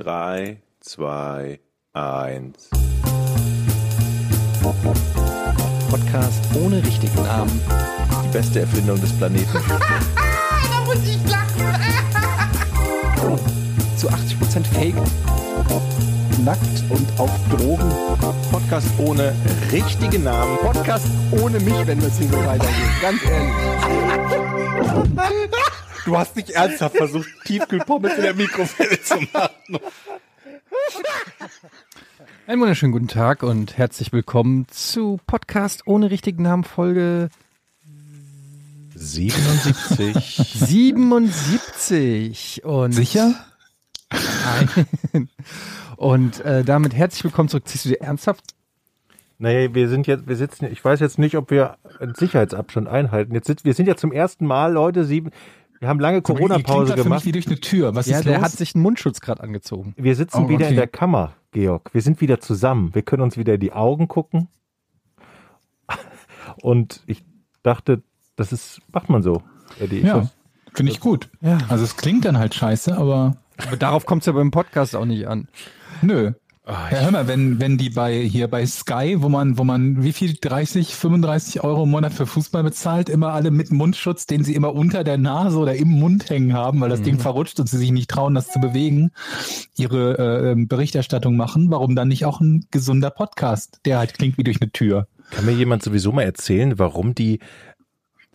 3, 2, 1. Podcast ohne richtigen Namen. Die beste Erfindung des Planeten. da muss ich lachen. Zu 80% Fake. Nackt und auf Drogen. Podcast ohne richtigen Namen. Podcast ohne mich, wenn das hier so weitergeht. Ganz ehrlich. Du hast nicht ernsthaft versucht, Tiefkühlpommes in der Mikrowelle zu machen. Einen wunderschönen guten Tag und herzlich willkommen zu Podcast ohne richtigen Namen Folge 77. 77. Und Sicher? Nein. Und äh, damit herzlich willkommen zurück. Ziehst du dir ernsthaft? Naja, wir sind jetzt, wir sitzen, ich weiß jetzt nicht, ob wir einen Sicherheitsabstand einhalten. Jetzt sind, wir sind ja zum ersten Mal, Leute, sieben, wir haben lange Corona-Pause gemacht. Wie durch eine Tür. Was ja, ist der los? hat sich einen Mundschutz gerade angezogen. Wir sitzen Oh, wieder in okay. der Kammer, Georg. Wir sind wieder zusammen. Wir können uns wieder in die Augen gucken. Und ich dachte, das ist, macht man so, Eddie. Ich ja, weiß- finde ich gut. Ja. Also es klingt dann halt scheiße, aber Aber darauf kommt es ja beim Podcast auch nicht an. nö. ja, hör mal, wenn, wenn die bei hier bei Sky, wo man, wo man wie viel 30, 35 Euro im Monat für Fußball bezahlt, immer alle mit Mundschutz, den sie immer unter der Nase oder im Mund hängen haben, weil das Ding verrutscht und sie sich nicht trauen, das zu bewegen, ihre äh, ähm, Berichterstattung machen, warum dann nicht auch ein gesunder Podcast, der halt klingt wie durch eine Tür? Kann mir jemand sowieso mal erzählen, warum die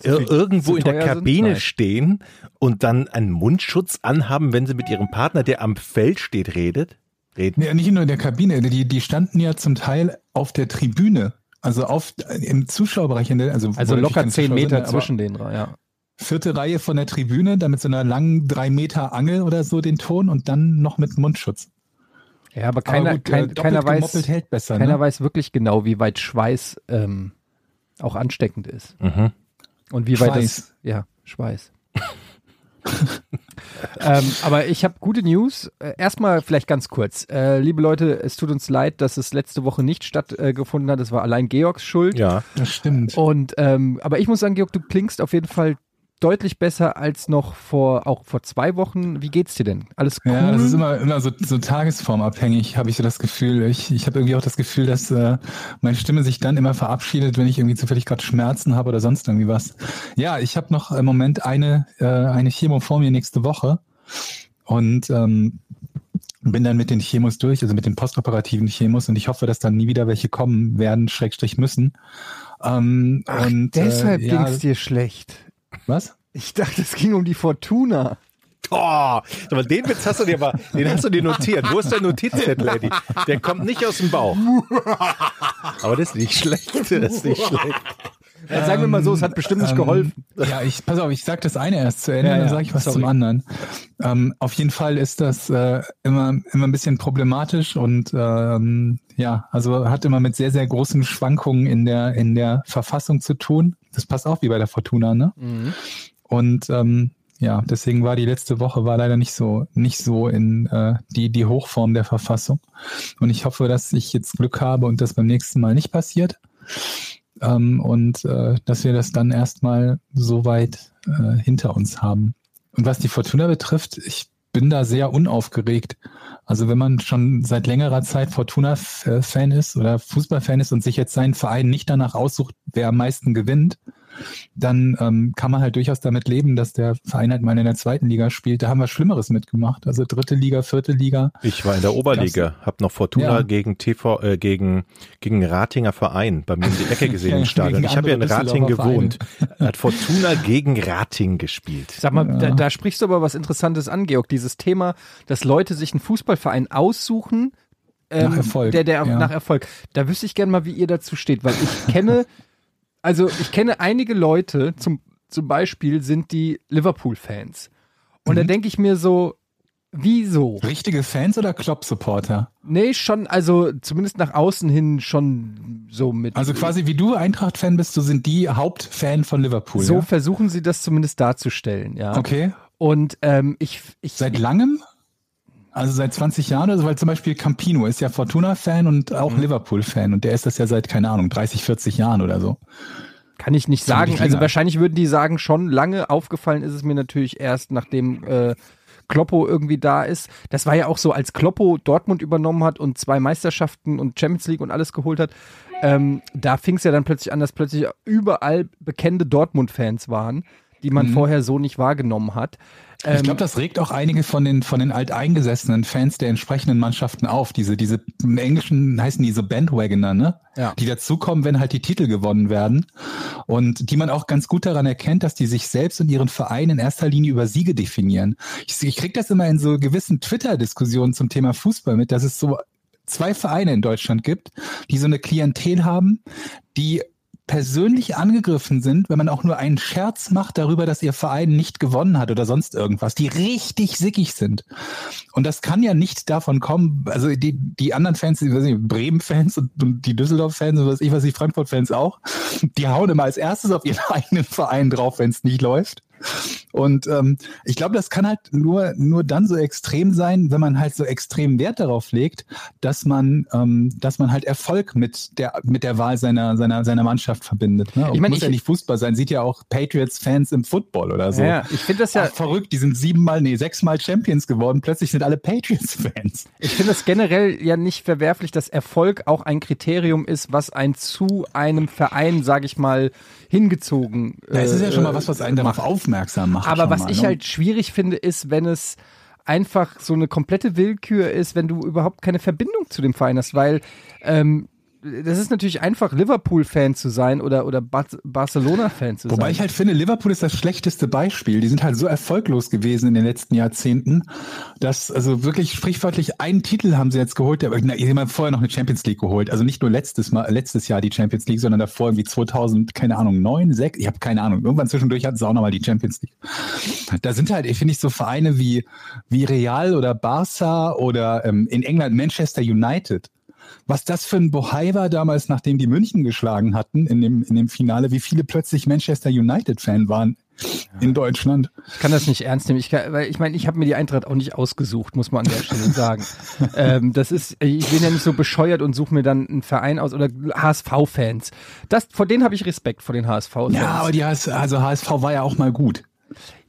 ir irgendwo zu in der teuer sind? Kabine Nein. stehen und dann einen Mundschutz anhaben, wenn sie mit ihrem Partner, der am Feld steht, redet? Reden. Ja, nicht nur in der Kabine, die, die standen ja zum Teil auf der Tribüne. Also auf, im Zuschauerbereich, in der, also, Also wo natürlich locker keine 10 Zuschauer Meter sind, aber zwischen denen. Ja. Vierte Reihe von der Tribüne, dann mit so einer langen drei Meter Angel oder so den Ton und dann noch mit Mundschutz. ja, aber keiner, Aber gut, äh, kein, doppelt keiner weiß. gemoppelt hält besser. Keiner ne? weiß wirklich genau, wie weit Schweiß ähm, auch ansteckend ist. Mhm. Und wie weit das. Schweiß. Ja, Schweiß. ähm, aber ich habe gute News. Äh, Erstmal vielleicht ganz kurz. Äh, liebe Leute, es tut uns leid, dass es letzte Woche nicht stattgefunden hat. Es war allein Georgs Schuld. Ja. Das stimmt. Und ähm, aber ich muss sagen, Georg, du klingst auf jeden Fall deutlich besser als noch vor auch vor zwei Wochen. Wie geht's dir denn? Alles cool? Ja, das ist immer, immer so, so tagesformabhängig, habe ich so das Gefühl. Ich, ich habe irgendwie auch das Gefühl, dass äh, meine Stimme sich dann immer verabschiedet, wenn ich irgendwie zufällig gerade Schmerzen habe oder sonst irgendwie was. Ja, ich habe noch im Moment eine, äh, eine Chemo vor mir nächste Woche und ähm, bin dann mit den Chemos durch, also mit den postoperativen Chemos und ich hoffe, dass dann nie wieder welche kommen werden, Schrägstrich müssen. Ähm, und, Deshalb äh, ja, ging's dir schlecht. Was? Ich dachte, es ging um die Fortuna. Oh, sag mal, den Witz hast du dir aber, den hast du dir notiert. Wo ist dein Notizzettel, Eddie? Der kommt nicht aus dem Bauch. Aber das ist nicht schlecht. Das ist nicht schlecht. Ähm, Ja, sagen wir mal so, es hat bestimmt nicht geholfen. Ja, ich, pass auf, ich sag das eine erst zu Ende, Ja, dann ja, sage ich was sorry. zum anderen. Ähm, auf jeden Fall ist das äh, immer, immer ein bisschen problematisch und ähm, ja, also hat immer mit sehr, sehr großen Schwankungen in der, in der Verfassung zu tun. Das passt auch wie bei der Fortuna, ne? Und ähm, ja, deswegen war die letzte Woche war leider nicht so, nicht so in äh, die, die Hochform der Verfassung. Und ich hoffe, dass ich jetzt Glück habe und das beim nächsten Mal nicht passiert. Ähm, und äh, dass wir das dann erstmal so weit äh, hinter uns haben. Und was die Fortuna betrifft, ich bin da sehr unaufgeregt. Also wenn man schon seit längerer Zeit Fortuna-Fan ist oder Fußballfan ist und sich jetzt seinen Verein nicht danach aussucht, wer am meisten gewinnt, dann ähm, kann man halt durchaus damit leben, dass der Verein halt mal in der zweiten Liga spielt. Da haben wir Schlimmeres mitgemacht. Also dritte Liga, vierte Liga. Ich war in der Oberliga, hab noch Fortuna Ja. gegen TV, äh, gegen, gegen Ratinger Verein bei mir um die Ecke gesehen im Ja, Stadion. gegen Ich habe ja in andere Rating Düsseldorfer gewohnt. Hat Fortuna gegen Rating gespielt. Sag mal, Ja. da, da sprichst du aber was Interessantes an, Georg. Dieses Thema, dass Leute sich einen Fußballverein aussuchen, ähm, Nach Erfolg, Der, der ja. nach Erfolg. Da wüsste ich gerne mal, wie ihr dazu steht, weil ich kenne, also ich kenne einige Leute, zum, zum Beispiel sind die Liverpool-Fans. Und Mhm. da denke ich mir so, wieso? Richtige Fans oder Klopp-Supporter? Nee, schon, also zumindest nach außen hin schon so mit. Also quasi wie du Eintracht-Fan bist, du sind die Hauptfan von Liverpool. so ja? versuchen sie das zumindest darzustellen, ja. Okay. Und ähm, ich, ich Seit langem? Also seit 20 Jahren oder so, weil zum Beispiel Campino ist ja Fortuna-Fan und auch Liverpool-Fan und der ist das ja seit, keine Ahnung, 30, 40 Jahren oder so. Kann ich nicht Schon sagen. nicht Also länger. wahrscheinlich würden die sagen schon lange. Aufgefallen ist es mir natürlich erst, nachdem äh, Kloppo irgendwie da ist. Das war ja auch so, als Kloppo Dortmund übernommen hat und zwei Meisterschaften und Champions League und alles geholt hat. Ähm, da fing es ja dann plötzlich an, dass plötzlich überall bekannte Dortmund-Fans waren, die man vorher so nicht wahrgenommen hat. Mhm. Ähm, Ich glaube, das regt auch einige von den, von den alteingesessenen Fans der entsprechenden Mannschaften auf. Diese, diese, im Englischen heißen die so Bandwagoner, ne? Ja. Die dazukommen, wenn halt die Titel gewonnen werden. Und die man auch ganz gut daran erkennt, dass die sich selbst und ihren Verein in erster Linie über Siege definieren. Ich, ich krieg das immer in so gewissen Twitter-Diskussionen zum Thema Fußball mit, dass es so zwei Vereine in Deutschland gibt, die so eine Klientel haben, die persönlich angegriffen sind, wenn man auch nur einen Scherz macht darüber, dass ihr Verein nicht gewonnen hat oder sonst irgendwas, die richtig sickig sind. Und das kann ja nicht davon kommen, also die, die anderen Fans, die weiß nicht, Bremen-Fans und, und die Düsseldorf-Fans und was ich weiß, die Frankfurt-Fans auch, die hauen immer als erstes auf ihren eigenen Verein drauf, wenn es nicht läuft. Und ähm, ich glaube, das kann halt nur, nur dann so extrem sein, wenn man halt so extrem Wert darauf legt, dass man, ähm, dass man halt Erfolg mit der, mit der Wahl seiner, seiner, seiner Mannschaft verbindet. Ne? Ich meine, muss ich- ja nicht Fußball sein, sieht ja auch Patriots-Fans im Football oder so. Ja, ich finde das ja, Ach, verrückt, die sind siebenmal, nee, sechsmal Champions geworden, plötzlich sind alle Patriots-Fans. ich finde das generell ja nicht verwerflich, dass Erfolg auch ein Kriterium ist, was einen zu einem Verein, sage ich mal, hingezogen. Ja, es ist ja äh, schon mal was, was einen darauf aufmerksam macht. Aber schon was mal, ich ne? halt schwierig finde, ist, wenn es einfach so eine komplette Willkür ist, wenn du überhaupt keine Verbindung zu dem Verein hast, weil ähm, das ist natürlich einfach, Liverpool-Fan zu sein oder, oder Bar Barcelona-Fan zu Wobei sein. ich halt finde, Liverpool ist das schlechteste Beispiel. Die sind halt so erfolglos gewesen in den letzten Jahrzehnten, dass also wirklich sprichwörtlich einen Titel haben sie jetzt geholt. Aber na, sie haben vorher noch eine Champions League geholt. Also nicht nur letztes Mal, letztes Jahr die Champions League, sondern davor irgendwie 2000, keine Ahnung, 9, 6, ich habe keine Ahnung. Irgendwann zwischendurch hatten sie auch nochmal die Champions League. Da sind halt, finde ich, so Vereine wie, wie Real oder Barca oder ähm, in England Manchester United was das für ein Bohai war damals, nachdem die München geschlagen hatten in dem, in dem Finale, wie viele plötzlich Manchester United-Fan waren in Deutschland. Ich kann das nicht ernst nehmen. Ich kann, weil ich meine, ich habe mir die Eintracht auch nicht ausgesucht, muss man an der Stelle sagen. ähm, das ist, ich bin ja nicht so bescheuert und suche mir dann einen Verein aus oder HSV-Fans. Das, vor denen habe ich Respekt vor den HSV-Fans. Ja, aber die HS, also HSV war ja auch mal gut.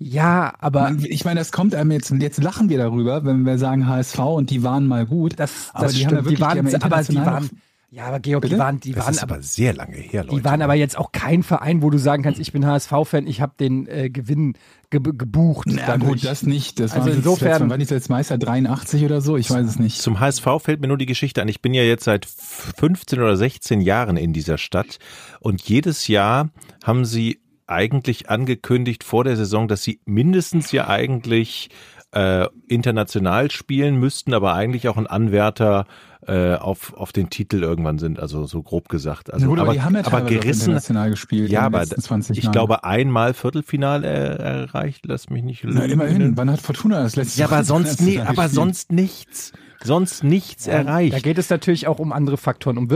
ja, aber Ich meine, das kommt einem jetzt, jetzt lachen wir darüber, wenn wir sagen HSV und die waren mal gut. das, aber das die stimmt. haben ja wirklich, die waren, die haben ja aber die international waren, ja, aber Georg, die Bitte? waren, die Das waren ist aber aber sehr lange her, Leute. Die waren aber jetzt auch kein Verein, wo du sagen kannst, ich bin HSV-Fan, ich habe den äh, Gewinn ge gebucht. ja, gut, das nicht. Das Also war insofern- insofern war nicht jetzt Meister 83 oder so, ich weiß es nicht. Zum HSV fällt mir nur die Geschichte ein. Ich bin ja jetzt seit 15 oder 16 Jahren in dieser Stadt und jedes Jahr haben sie eigentlich angekündigt vor der Saison, dass sie mindestens ja eigentlich äh, international spielen müssten, aber eigentlich auch ein Anwärter äh, auf, auf den Titel irgendwann sind, also so grob gesagt. Also, Gut, aber die haben ja aber teilweise auch gerissen, international gespielt ja, in den aber letzten 20 ich Jahren. glaube einmal Viertelfinale äh, erreicht, lass mich nicht Na, immerhin, wann hat Fortuna das letzte Ja, aber Mal sonst, nie, international aber gespielt? sonst nichts. Sonst nichts erreicht. Da geht es natürlich auch um andere Faktoren, um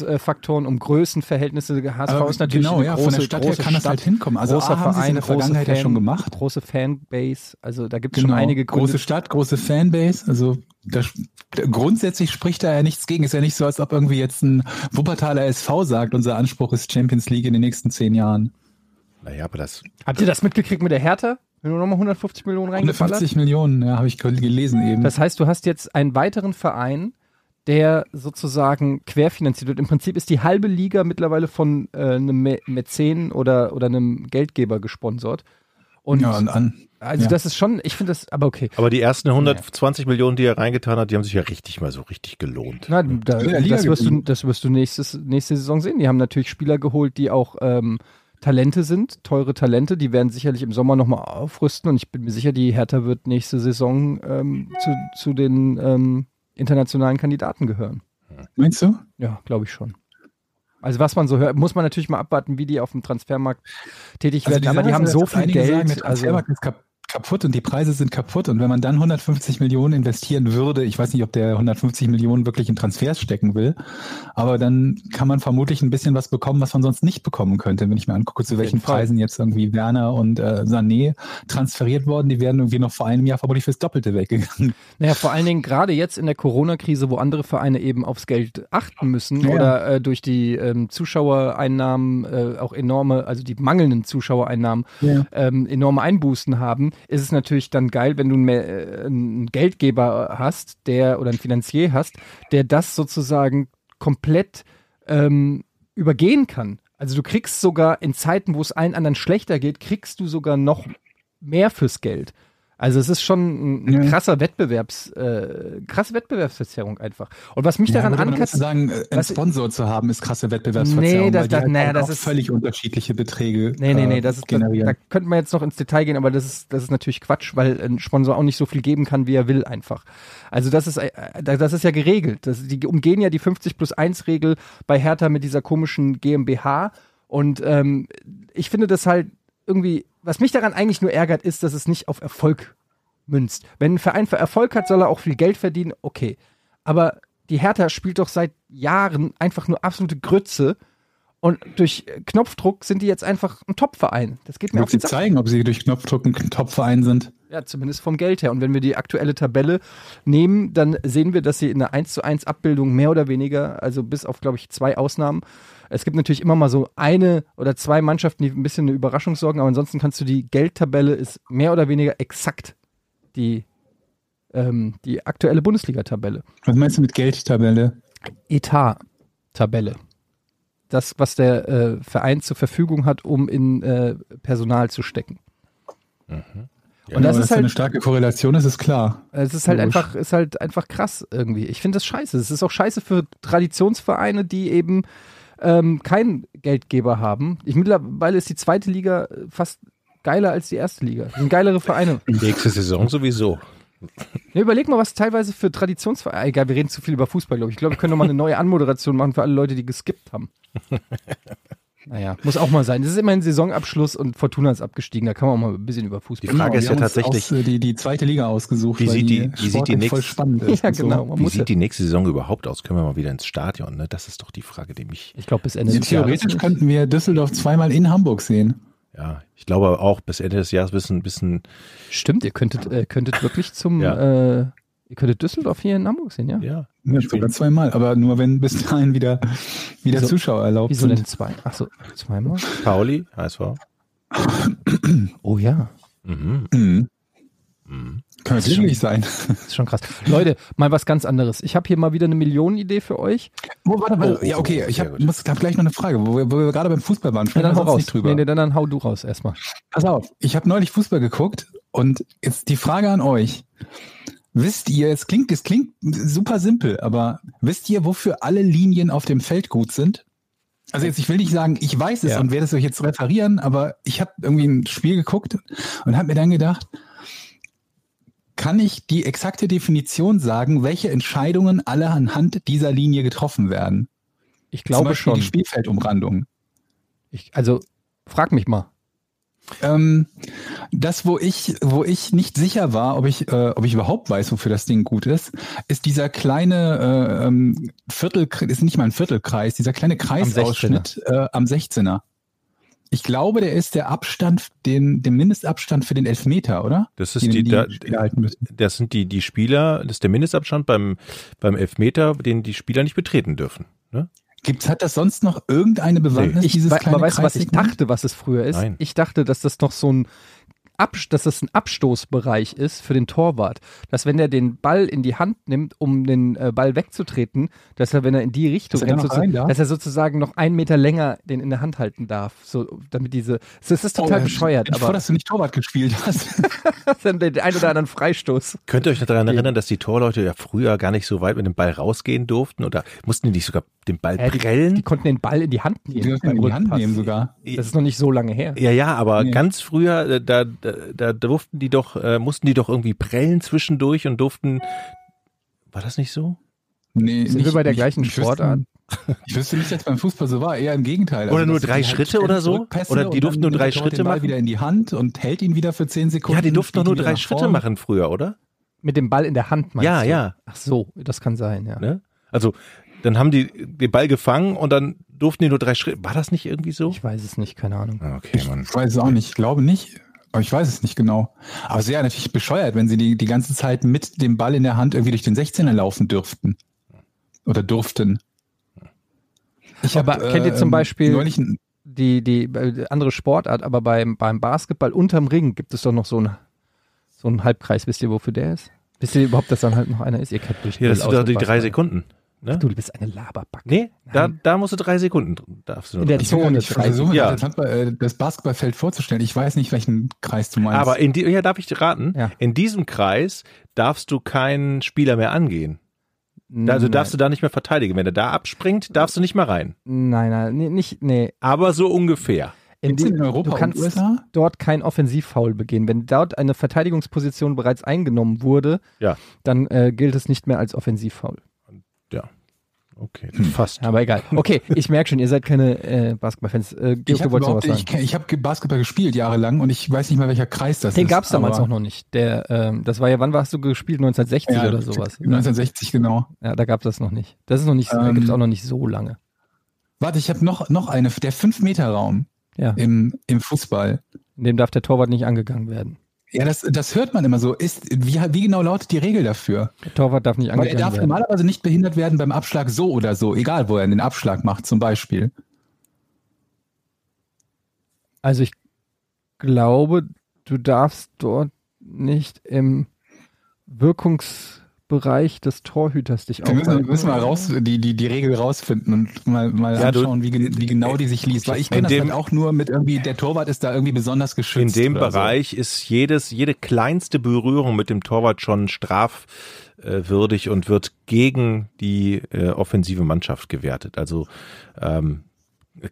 Wirtschaftsfaktoren, um Größenverhältnisse. Der HSV Aber ist natürlich genau, eine ja, große, von der Stadt her große kann das Stadt, halt hinkommen. Also großer A, haben sie es Verein, in der Vergangenheit ja große schon Fan- gemacht. Große Fanbase, also da gibt es Genau, schon einige Gründe. große Stadt, große Fanbase. Also das, grundsätzlich spricht da ja nichts gegen. Ist ja nicht so, als ob irgendwie jetzt ein Wuppertaler SV sagt, unser Anspruch ist Champions League in den nächsten zehn Jahren. Naja, aber das. Habt ihr das mitgekriegt mit der Hertha? Wenn du nochmal 150 Millionen reingeballert? 150 Millionen, ja, habe ich gelesen eben. Das heißt, du hast jetzt einen weiteren Verein, der sozusagen querfinanziert wird. Im Prinzip ist die halbe Liga mittlerweile von äh, einem Mä- Mäzen oder, oder einem Geldgeber gesponsert. Und ja, und an. also ja. das ist schon, ich finde das, aber okay. Aber die ersten 120 Millionen, die er reingetan hat, die haben sich ja richtig mal so richtig gelohnt. Na, da, In der Hm. Also Liga das, wirst du, geblieben. das wirst du nächstes, nächste Saison sehen. Die haben natürlich Spieler geholt, die auch ähm, Talente sind, teure Talente. Die werden sicherlich im Sommer nochmal aufrüsten. Und ich bin mir sicher, die Hertha wird nächste Saison ähm, zu, zu den ähm, internationalen Kandidaten gehören. Meinst du? Ja, glaube ich schon. Also was man so hört, muss man natürlich mal abwarten, wie die auf dem Transfermarkt tätig werden. aber die Sache haben ist, so dass viel einige Sagen, Geld. der also, Transfermarkt ist kap- kaputt und die Preise sind kaputt. Und wenn man dann 150 Millionen investieren würde, ich weiß nicht, ob der 150 Millionen wirklich in Transfers stecken will, aber dann kann man vermutlich ein bisschen was bekommen, was man sonst nicht bekommen könnte. Wenn ich mir angucke, zu welchen jeden Fall. Preisen jetzt irgendwie Werner und äh, Sané transferiert wurden, die wären irgendwie noch vor einem Jahr vermutlich fürs Doppelte weggegangen. naja, vor allen Dingen gerade jetzt in der Corona-Krise, wo andere Vereine eben aufs Geld achten müssen Ja. oder äh, durch die ähm, Zuschauereinnahmen äh, auch enorme, also die mangelnden Zuschauereinnahmen ähm, enorme Einbußen haben, ist es natürlich dann geil, wenn du einen, äh, einen Geldgeber hast, der oder einen Finanzier hast, der das sozusagen komplett ähm, übergehen kann. Also du kriegst sogar in Zeiten, wo es allen anderen schlechter geht, kriegst du sogar noch mehr fürs Geld. Also es ist schon ein, ein Ja. krasser Wettbewerbs, äh, krasse Wettbewerbsverzerrung einfach. Und was mich daran würde man ankotzt, sagen, äh, einen was- Sponsor zu haben, ist krasse Wettbewerbsverzerrung. Nee, das- weil die das- halt naja, auch das ist- völlig unterschiedliche Beträge. Nee, nee, nee, äh, das ist, da, generieren. da könnte man jetzt noch ins Detail gehen, aber das ist, das ist natürlich Quatsch, weil ein Sponsor auch nicht so viel geben kann, wie er will einfach. Also das ist, äh, da- das ist ja geregelt. Das, die umgehen ja die 50 plus 1 Regel bei Hertha mit dieser komischen GmbH und ähm, ich finde das halt irgendwie, was mich daran eigentlich nur ärgert, ist, dass es nicht auf Erfolg münzt. Wenn ein Verein für Erfolg hat, soll er auch viel Geld verdienen, okay. Aber die Hertha spielt doch seit Jahren einfach nur absolute Grütze. Und durch äh, Knopfdruck sind die jetzt einfach ein Top-Verein. Das geht mir auf Wird den sie Sack. zeigen, ob sie durch Knopfdruck ein Topverein sind? Ja, zumindest vom Geld her. Und wenn wir die aktuelle Tabelle nehmen, dann sehen wir, dass sie in der 1 zu 1 Abbildung mehr oder weniger, also bis auf, glaube ich, zwei Ausnahmen. Es gibt natürlich immer mal so eine oder zwei Mannschaften, die ein bisschen eine Überraschung sorgen, aber ansonsten kannst du die Geldtabelle ist mehr oder weniger exakt die, ähm, die aktuelle Bundesliga-Tabelle. Was meinst du mit Geldtabelle? Etat-Tabelle. Das, was der äh, Verein zur Verfügung hat, um in äh, Personal zu stecken. Und das aber ist dass da halt- eine starke Korrelation, ist, ist klar. Es ist halt Logisch. einfach, ist halt einfach krass irgendwie. Ich finde das scheiße. Es ist auch scheiße für Traditionsvereine, die eben ähm, keinen Geldgeber haben. Ich, mittlerweile ist die zweite Liga äh, fast geiler als die erste Liga. Das sind geilere Vereine. Nächste Saison sowieso. Ne, überleg mal, was teilweise für Traditionsvereine. Egal, wir reden zu viel über Fußball, glaube ich. Ich glaube, wir können nochmal eine neue Anmoderation machen für alle Leute, die geskippt haben. Naja, muss auch mal sein. Das ist immerhin Saisonabschluss und Fortuna ist abgestiegen. Da kann man auch mal ein bisschen über Fußball Die Frage wir ist ja haben uns tatsächlich- Aus, äh, die, die zweite Liga ausgesucht, Wie weil sieht die- wie sieht die sportlich nächste- voll spannend ist. Ja, und so. genau. Man Wie muss ja, sieht die nächste Saison überhaupt aus? Können wir mal wieder ins Stadion? Ne? Das ist doch die Frage, die mich. ich glaube, bis Ende Ja, des Jahres. Also theoretisch könnten wir Düsseldorf zweimal in Hamburg sehen. Ja, ich glaube aber auch bis Ende des Jahres wissen, wissen Stimmt, ihr könntet, äh, könntet wirklich zum, Ja. äh, ihr könntet Düsseldorf hier in Hamburg sehen, ja? ja. Ja, Spielen. sogar zweimal, aber nur wenn bis dahin wieder, wieder Wieso- Zuschauer erlaubt Wieso denn sind. zwei? Achso, zweimal? Pauli, HSV. Oh ja, Mhm. Mhm. Mhm. Kann Das ist natürlich sein. das ist schon krass. Leute, mal was ganz anderes. Ich habe hier mal wieder eine Millionenidee für euch. Wo, warte, warte. ja, okay, ich Sehr habe gut. hab gleich noch eine Frage, wo wir, wo wir gerade beim Fußball waren. Ja, Sprechen dann hau wir sonst raus. nicht drüber. Nee, nee, dann, dann hau du raus erstmal. Pass auf, ich habe neulich Fußball geguckt und jetzt die Frage an euch. Wisst ihr, es klingt, es klingt super simpel, aber wisst ihr, wofür alle Linien auf dem Feld gut sind? Also jetzt, ich will nicht sagen, ich weiß es Ja. und werde es euch jetzt referieren, aber ich habe irgendwie ein Spiel geguckt und habe mir dann gedacht, kann ich die exakte Definition sagen, welche Entscheidungen alle anhand dieser Linie getroffen werden? Ich Zum glaube Beispiel schon. die Spielfeldumrandung. Ich, also, frag mich mal. Ähm, das, wo ich, wo ich nicht sicher war, ob ich, äh, ob ich überhaupt weiß, wofür das Ding gut ist, ist dieser kleine äh, ähm, Viertel, ist nicht mal ein Viertelkreis, dieser kleine Kreisausschnitt äh, am 16er. Ich glaube, der ist der Abstand, den, den Mindestabstand für den Elfmeter, oder? Das ist die, da, die Spieler halt. halten müssen. das sind die, die Spieler, das ist der Mindestabstand beim, beim Elfmeter, den die Spieler nicht betreten dürfen. Ne? Gibt's, hat das sonst noch irgendeine Bewandtnis, Ich, dieses wei- kleine ne? aber weißt du, was ich Kreissegment? dachte, was es früher ist? Nein. Ich dachte, dass das noch so ein Abs dass das ein Abstoßbereich ist für den Torwart. Dass wenn er den Ball in die Hand nimmt, um den äh, Ball wegzutreten, dass er, wenn er in die Richtung Dass er rennt, da noch sozusagen- rein darf? dass er sozusagen noch einen Meter länger den in der Hand halten darf. So, damit diese. Das ist total Oh, bescheuert, bin froh, aber dass du nicht Torwart gespielt hast. das ist dann der ein oder anderen Freistoß. Könnt ihr euch noch daran erinnern, dass die Torleute ja früher gar nicht so weit mit dem Ball rausgehen durften oder mussten die nicht sogar den Ball Ja, Äh, die, die prellen? konnten den Ball in die Hand Hm? Die nehmen. dürfen beim in die Hand Rückpass. nehmen sogar. Das ist noch nicht so lange her. Ja, ja, aber Nee. ganz früher, äh, da, da, da durften die doch, äh, mussten die doch irgendwie prellen zwischendurch und durften. War das nicht so? Nee, Sind wir bei der gleichen wüsste- Sportart? ich wüsste nicht, dass beim Fußball so war, eher im Gegenteil. Also, Oder nur dass drei die Schritte schnell oder so? zurückpässe Oder die und dann durften nur nimmt drei der Torwart Schritte den Ball machen? wieder in die Hand und hält ihn wieder für zehn Sekunden. ja, die durften doch spielt nur ihn drei nach Schritte vorne. machen früher, oder? Mit dem Ball in der Hand, meinst Ja, du? ja. Ach so, das kann sein, ja. Ne? Also, dann haben die den Ball gefangen und dann durften die nur drei Schritte. War das nicht irgendwie so? Ich weiß es nicht, keine Ahnung. Ah, Okay, Mann. Ich weiß es auch nicht, ich glaube nicht. Aber ich weiß es nicht genau. Aber es wäre natürlich bescheuert, wenn sie die, die ganze Zeit mit dem Ball in der Hand irgendwie durch den 16er laufen dürften. Oder durften. Ich Aber kennt ihr zum ähm, Beispiel- Neulich ein, die, die äh, andere Sportart, aber beim, beim Basketball unterm Ring gibt es doch noch so ein So ein Halbkreis, wisst ihr, wofür der ist? Wisst ihr überhaupt, dass dann halt noch einer ist? Ihr kennt mich. Hier, das null sind doch aus die mit drei Basketball. Sekunden. Ne? Du, du bist eine Laberbacke. Nee, da, Nein. da musst du drei Sekunden. dr- Darfst du nur In der dran. Ich will gar Zone nicht versuchen, Ja. das, Handball, äh, das Basketballfeld vorzustellen. Ich weiß nicht, welchen Kreis du meinst. Aber in die, ja, darf ich raten? Ja. In diesem Kreis darfst du keinen Spieler mehr angehen. Da- Also darfst du da nicht mehr verteidigen. Wenn er da abspringt, darfst du nicht mehr rein. Nein, nein, nee, nicht, nee. Aber so ungefähr. Gibt's dem- in Europa du und kannst USA? dort kein Offensivfoul begehen. Wenn dort eine Verteidigungsposition bereits eingenommen wurde, Ja. dann äh, gilt es nicht mehr als Offensivfoul. Okay, Hm. fast. Aber egal. Okay, ich merke schon, ihr seid keine äh, Basketballfans. Äh, Georg, ich du habe wolltest noch was sagen. ich, kenn- ich hab ge- Basketball gespielt jahrelang und ich weiß nicht mal, welcher Kreis das Den ist. gab es damals aber- auch noch nicht. Der, ähm, das war ja, wann warst du gespielt? 1960 Ja, oder sowas. ne? 1960, genau. Ja, da gab es das noch nicht. Das ist noch nicht, da Ähm. gibt es auch noch nicht so lange. Warte, ich habe noch, noch eine. Der 5-Meter-Raum Ja, im, im Fußball. in dem darf der Torwart nicht angegangen werden. Ja, das, das hört man immer so. Ist, wie, wie genau lautet die Regel dafür? Der Torwart darf nicht Weil er angegangen darf werden. normalerweise nicht behindert werden beim Abschlag so oder so, egal wo er den Abschlag macht, zum Beispiel. Also ich glaube, du darfst dort nicht im Wirkungsbereich des Torhüters dich Wir müssen, aufhalten. müssen mal raus, die, die, die Regel rausfinden und mal, mal Ja, du- äh, anschauen, wie, ge- wie genau die sich liest. Weil ich In kenne das dem- halt auch nur mit irgendwie, der Torwart ist da irgendwie besonders In geschützt. dem oder so. Bereich ist jedes, jede kleinste Berührung mit dem Torwart schon strafwürdig und wird gegen die äh, offensive Mannschaft gewertet. Also ähm,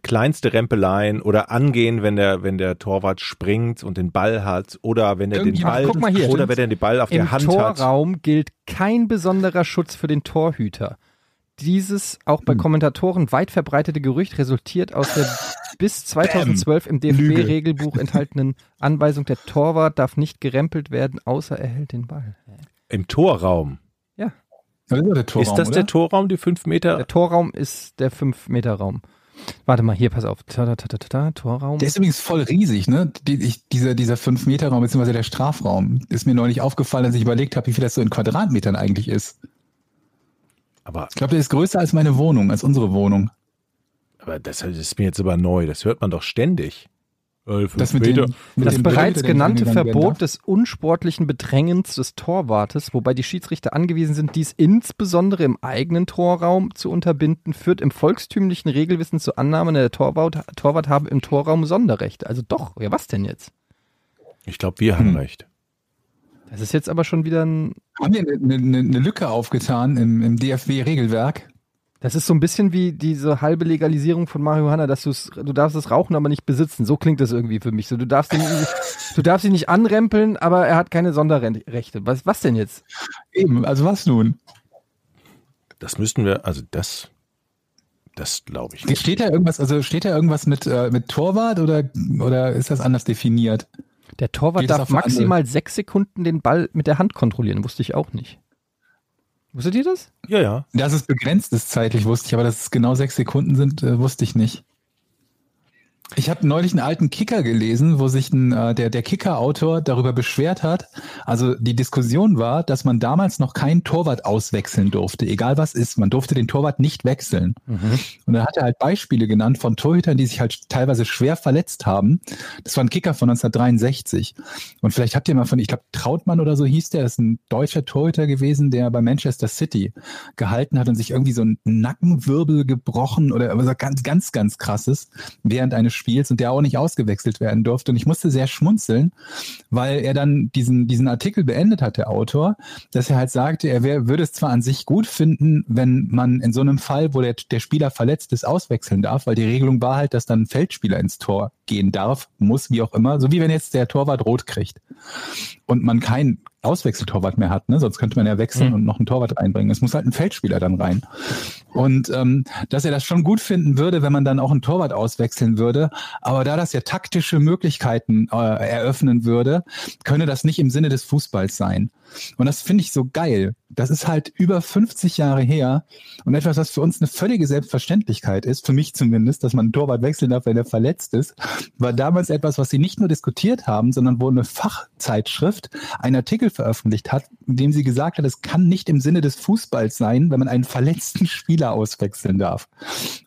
kleinste Rempeleien oder angehen, wenn der, wenn der Torwart springt und den Ball hat oder wenn er den Irgendwie- Ach, Ball guck mal hier, oder stimmt's? wenn er den Ball auf Im der Hand hat. Torraum gilt kein besonderer Schutz für den Torhüter. Dieses auch Hm. bei Kommentatoren weit verbreitete Gerücht resultiert aus der bis 2012 im Lüge. DFB-Regelbuch enthaltenen Anweisung, der Torwart darf nicht gerempelt werden, außer er hält den Ball. Im Torraum. Das ist doch der Torraum, ist das oder? der Torraum, die fünf Meter? Der Torraum ist der 5-Meter-Raum. Warte mal, hier, pass auf. Ta -ta -ta -ta -ta, Torraum. Der ist übrigens voll riesig, ne? Die, ich, dieser dieser 5-Meter-Raum, beziehungsweise der Strafraum, ist mir neulich aufgefallen, als ich überlegt habe, wie viel das so in Quadratmetern eigentlich ist. Aber, Ich glaube, der ist größer als meine Wohnung, als unsere Wohnung. aber das ist mir jetzt aber neu. Das hört man doch ständig. Äh, fünf Das mit Meter. den, mit Das den bereits Bildern, die genannte angegangen werden Verbot darf. des unsportlichen Bedrängens des Torwartes, wobei die Schiedsrichter angewiesen sind, dies insbesondere im eigenen Torraum zu unterbinden, führt im volkstümlichen Regelwissen zur Annahme, der Torwart, Torwart habe im Torraum Sonderrechte. Also doch, ja was denn jetzt? Ich glaube, wir haben Hm. recht. Das ist jetzt aber schon wieder ein, Haben wir eine, eine, eine Lücke aufgetan im, im DFW-Regelwerk? das ist so ein bisschen wie diese halbe Legalisierung von Marihuana, dass du's, du darfst es rauchen, aber nicht besitzen. So klingt das irgendwie für mich. So, du darfst ihn, du darfst ihn nicht anrempeln, aber er hat keine Sonderrechte. Was, was denn jetzt? Eben, also was nun? Das müssten wir, also das, das glaube ich nicht. Steht da irgendwas, also steht da irgendwas mit, äh, mit Torwart oder, oder ist das anders definiert? Der Torwart Geht das darf auf eine maximal sechs Sekunden den Ball mit der Hand kontrollieren. Wusste ich auch nicht. Wusstet ihr das? Ja, ja. Dass es begrenzt ist zeitlich, wusste ich, aber dass es genau sechs Sekunden sind, äh, wusste ich nicht. Ich habe neulich einen alten Kicker gelesen, wo sich ein, äh, der, der Kicker-Autor darüber beschwert hat. Also die Diskussion war, dass man damals noch keinen Torwart auswechseln durfte, egal was ist. Man durfte den Torwart nicht wechseln. Mhm. Und dann hat er halt Beispiele genannt von Torhütern, die sich halt teilweise schwer verletzt haben. Das war ein Kicker von 1963. Und vielleicht habt ihr mal von, ich glaube, Trautmann oder so hieß der, ist ein deutscher Torhüter gewesen, der bei Manchester City gehalten hat und sich irgendwie so einen Nackenwirbel gebrochen oder aber so ganz, ganz, ganz krasses während eines Spiels und der auch nicht ausgewechselt werden durfte. Und ich musste sehr schmunzeln, weil er dann diesen, diesen Artikel beendet hat, der Autor, dass er halt sagte, er wär, würde es zwar an sich gut finden, wenn man in so einem Fall, wo der, der Spieler verletzt ist, auswechseln darf, weil die Regelung war halt, dass dann ein Feldspieler ins Tor gehen darf, muss, wie auch immer, so wie wenn jetzt der Torwart rot kriegt und man keinen Auswechseltorwart mehr hat, ne? sonst könnte man ja wechseln und noch einen Torwart reinbringen. Es muss halt ein Feldspieler dann rein. Und ähm, dass er das schon gut finden würde, wenn man dann auch einen Torwart auswechseln würde, aber da das ja taktische Möglichkeiten äh, eröffnen würde, könne das nicht im Sinne des Fußballs sein. Und das finde ich so geil. Das ist halt über 50 Jahre her und etwas, was für uns eine völlige Selbstverständlichkeit ist, für mich zumindest, dass man einen Torwart wechseln darf, wenn er verletzt ist, war damals etwas, was sie nicht nur diskutiert haben, sondern wo eine Fachzeitschrift einen Artikel veröffentlicht hat, in dem sie gesagt hat, es kann nicht im Sinne des Fußballs sein, wenn man einen verletzten Spieler auswechseln darf.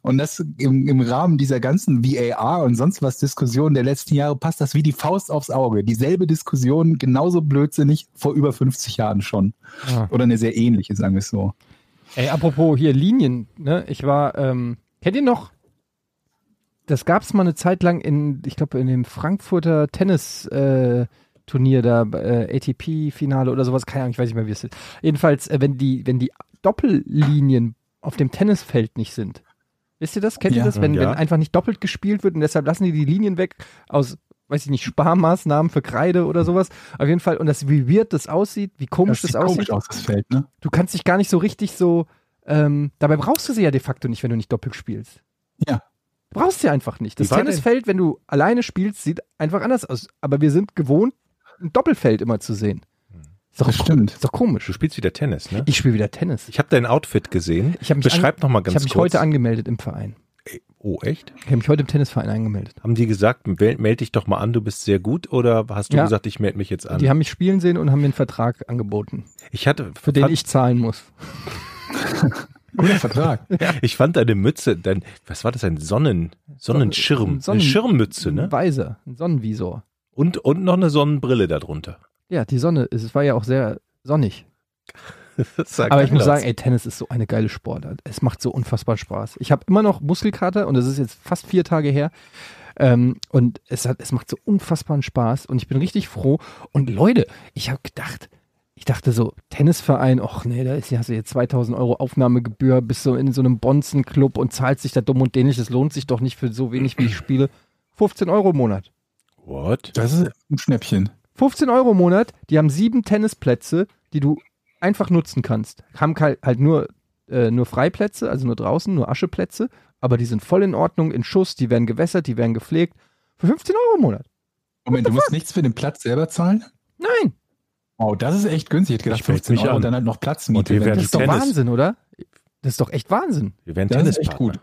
Und das im, im Rahmen dieser ganzen VAR und sonst was Diskussion der letzten Jahre passt das wie die Faust aufs Auge. Dieselbe Diskussion, genauso blödsinnig, vor über 50 Jahren schon. Ja. Oder eine sehr ähnliche, sagen wir es so. Ey, apropos hier Linien, ne? Ich war, ähm, kennt ihr noch? Das gab es mal eine Zeit lang in, ich glaube, in dem Frankfurter Tennis-Turnier äh, Turnier da, äh, ATP-Finale oder sowas, keine Ahnung, ich weiß nicht mehr, wie es ist. Jedenfalls, äh, wenn die, wenn die Doppellinien auf dem Tennisfeld nicht sind. Wisst ihr das? Kennt ihr Ja. das? Wenn, Ja. wenn einfach nicht doppelt gespielt wird und deshalb lassen die die Linien weg aus, weiß ich nicht, Sparmaßnahmen für Kreide oder sowas. Auf jeden Fall. Und das, wie weird das aussieht, wie komisch das, sieht aussieht komisch aus, das Feld, ne? du kannst dich gar nicht so richtig so. Ähm, dabei brauchst du sie ja de facto nicht, wenn du nicht doppelt spielst. Ja. Du brauchst sie einfach nicht. Das Wie war Tennisfeld, wenn du alleine spielst, sieht einfach anders aus. Aber wir sind gewohnt, ein Doppelfeld immer zu sehen. Hm. Ist doch, Das stimmt. ist doch Du komisch. spielst wieder Tennis, ne? Ich spiele wieder Tennis. Ich habe dein Outfit gesehen. Ich hab mich Beschreib nochmal Ich ganz habe mich kurz. heute angemeldet im Verein. oh, echt? Ich habe mich heute im Tennisverein angemeldet. Haben die gesagt, mel- meld dich doch mal an, du bist sehr gut? Oder hast du Ja. gesagt, ich melde mich jetzt an? Die haben mich spielen sehen und haben mir einen Vertrag angeboten, ich hatte, für den ich zahlen muss. Guter Vertrag. ich fand deine Mütze, dein, was war das, ein Sonnen, Sonnenschirm, Sonnen- eine Schirmmütze, ne? Ein Weiser, ein Sonnenvisor. Und, und noch eine Sonnenbrille darunter. Ja, die Sonne, ist- es war ja auch sehr sonnig. Das sah Aber geil ich muss aus. sagen, ey, Tennis ist so eine geile Sportart. Es macht so unfassbar Spaß. Ich habe immer noch Muskelkater und das ist jetzt fast vier Tage her. Ähm, und es, hat, es macht so unfassbaren Spaß und ich bin richtig froh. Und Leute, ich habe gedacht, ich dachte so, Tennisverein, och nee, da ist, hast du jetzt 2000 Euro Aufnahmegebühr, bist so in so einem Bonzenclub und zahlst dich da dumm und dämlich, das lohnt sich doch nicht für so wenig, wie ich spiele. 15 Euro im Monat. What? Das ist ein Schnäppchen. 15 Euro im Monat, die haben sieben Tennisplätze, die du einfach nutzen kannst. Haben kal- halt nur, äh, nur Freiplätze, also nur draußen, nur Ascheplätze, aber die sind voll in Ordnung, in Schuss, die werden gewässert, die werden gepflegt. Für 15 Euro im Monat. Moment, du musst nichts für den Platz selber zahlen? Nein, Wow, das ist echt günstig. Ich hätte gedacht, Ich melde 15 mich Euro an. und dann halt noch Und Platzmiete. wir wenn werden das das- ist doch Tennis. Wahnsinn, oder? Das ist doch echt Wahnsinn. Wir wären Das ist echt Tennispartner. gut.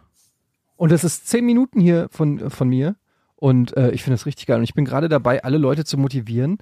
Und das ist 10 Minuten hier von, von mir und äh, ich finde das richtig geil. Und ich bin gerade dabei, alle Leute zu motivieren.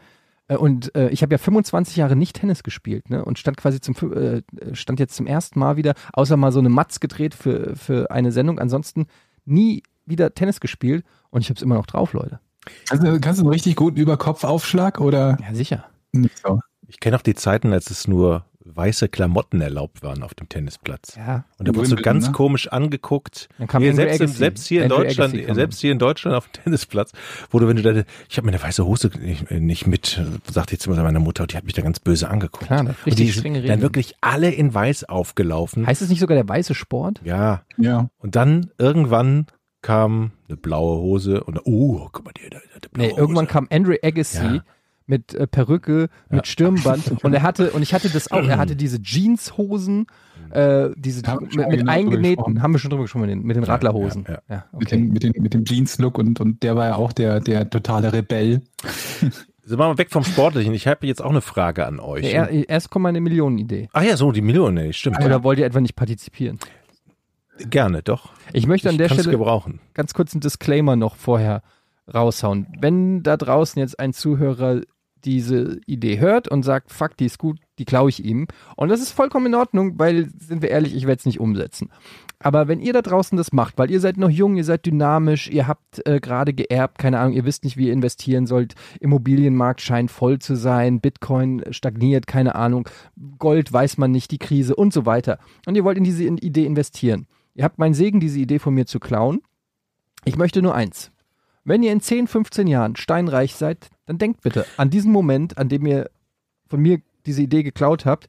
Äh, Und äh, ich habe ja 25 Jahre nicht Tennis gespielt, ne? Und stand quasi zum fü- äh, stand jetzt zum ersten Mal wieder, außer mal so eine Matz gedreht für, für eine Sendung. Ansonsten nie wieder Tennis gespielt und ich habe es immer noch drauf, Leute. Also, kannst du einen richtig guten Überkopfaufschlag oder Ja, sicher. nicht so? Ich kenne auch die Zeiten, als es nur weiße Klamotten erlaubt waren auf dem Tennisplatz. Ja. Und da wurdest du Wimbledon, ganz ne? komisch angeguckt. Dann kam hier, Andrew selbst, in, Agassi. selbst hier in Andrew Deutschland, Agassi kam selbst hier in Deutschland auf dem Tennisplatz, wo du, wenn du deine, ich habe meine weiße Hose nicht, nicht mit, äh, sagte jetzt immer meiner Mutter, und die hat mich da ganz böse angeguckt. Klar, das ist und richtig die strenge sind Regeln. dann wirklich alle in weiß aufgelaufen. Heißt es nicht sogar der weiße Sport? ja. Ja. Und dann irgendwann kam eine blaue Hose und, oh, guck mal, die, die, die blaue Nee, irgendwann Hose. kam Andre Agassi Ja. mit äh, Perücke, mit Stirnband und er hatte und ich hatte das auch. Er hatte diese Jeanshosen, äh, diese Haben wir mit, mit schon mal genau drüber eingenähten, gesprochen. haben wir schon drüber gesprochen mit den, mit den Radlerhosen. ja, Mit okay. dem, mit dem, mit dem Jeans-Look und, und der war ja auch der, der totale Rebell. So, machen wir Also weg vom Sportlichen. Ich habe jetzt auch eine Frage an euch. Ja, er, erst kommt meine Millionenidee. Ach ja, so, die Millionen, stimmt. Oder wollt ihr etwa nicht partizipieren? Gerne, doch. Ich möchte an der kann's Stelle gebrauchen. ganz kurz einen Disclaimer noch vorher raushauen. Wenn da draußen jetzt ein Zuhörer diese Idee hört und sagt, fuck, die ist gut, die klaue ich ihm. Und das ist vollkommen in Ordnung, weil, sind wir ehrlich, ich werde es nicht umsetzen. Aber wenn ihr da draußen das macht, weil ihr seid noch jung, ihr seid dynamisch, ihr habt äh, gerade geerbt, keine Ahnung, ihr wisst nicht, wie ihr investieren sollt, Immobilienmarkt scheint voll zu sein, Bitcoin stagniert, keine Ahnung, Gold weiß man nicht, die Krise und so weiter. Und ihr wollt in diese Idee investieren. Ihr habt meinen Segen, diese Idee von mir zu klauen. Ich möchte nur eins. Wenn ihr in 10, 15 Jahren steinreich seid, dann denkt bitte an diesen Moment, an dem ihr von mir diese Idee geklaut habt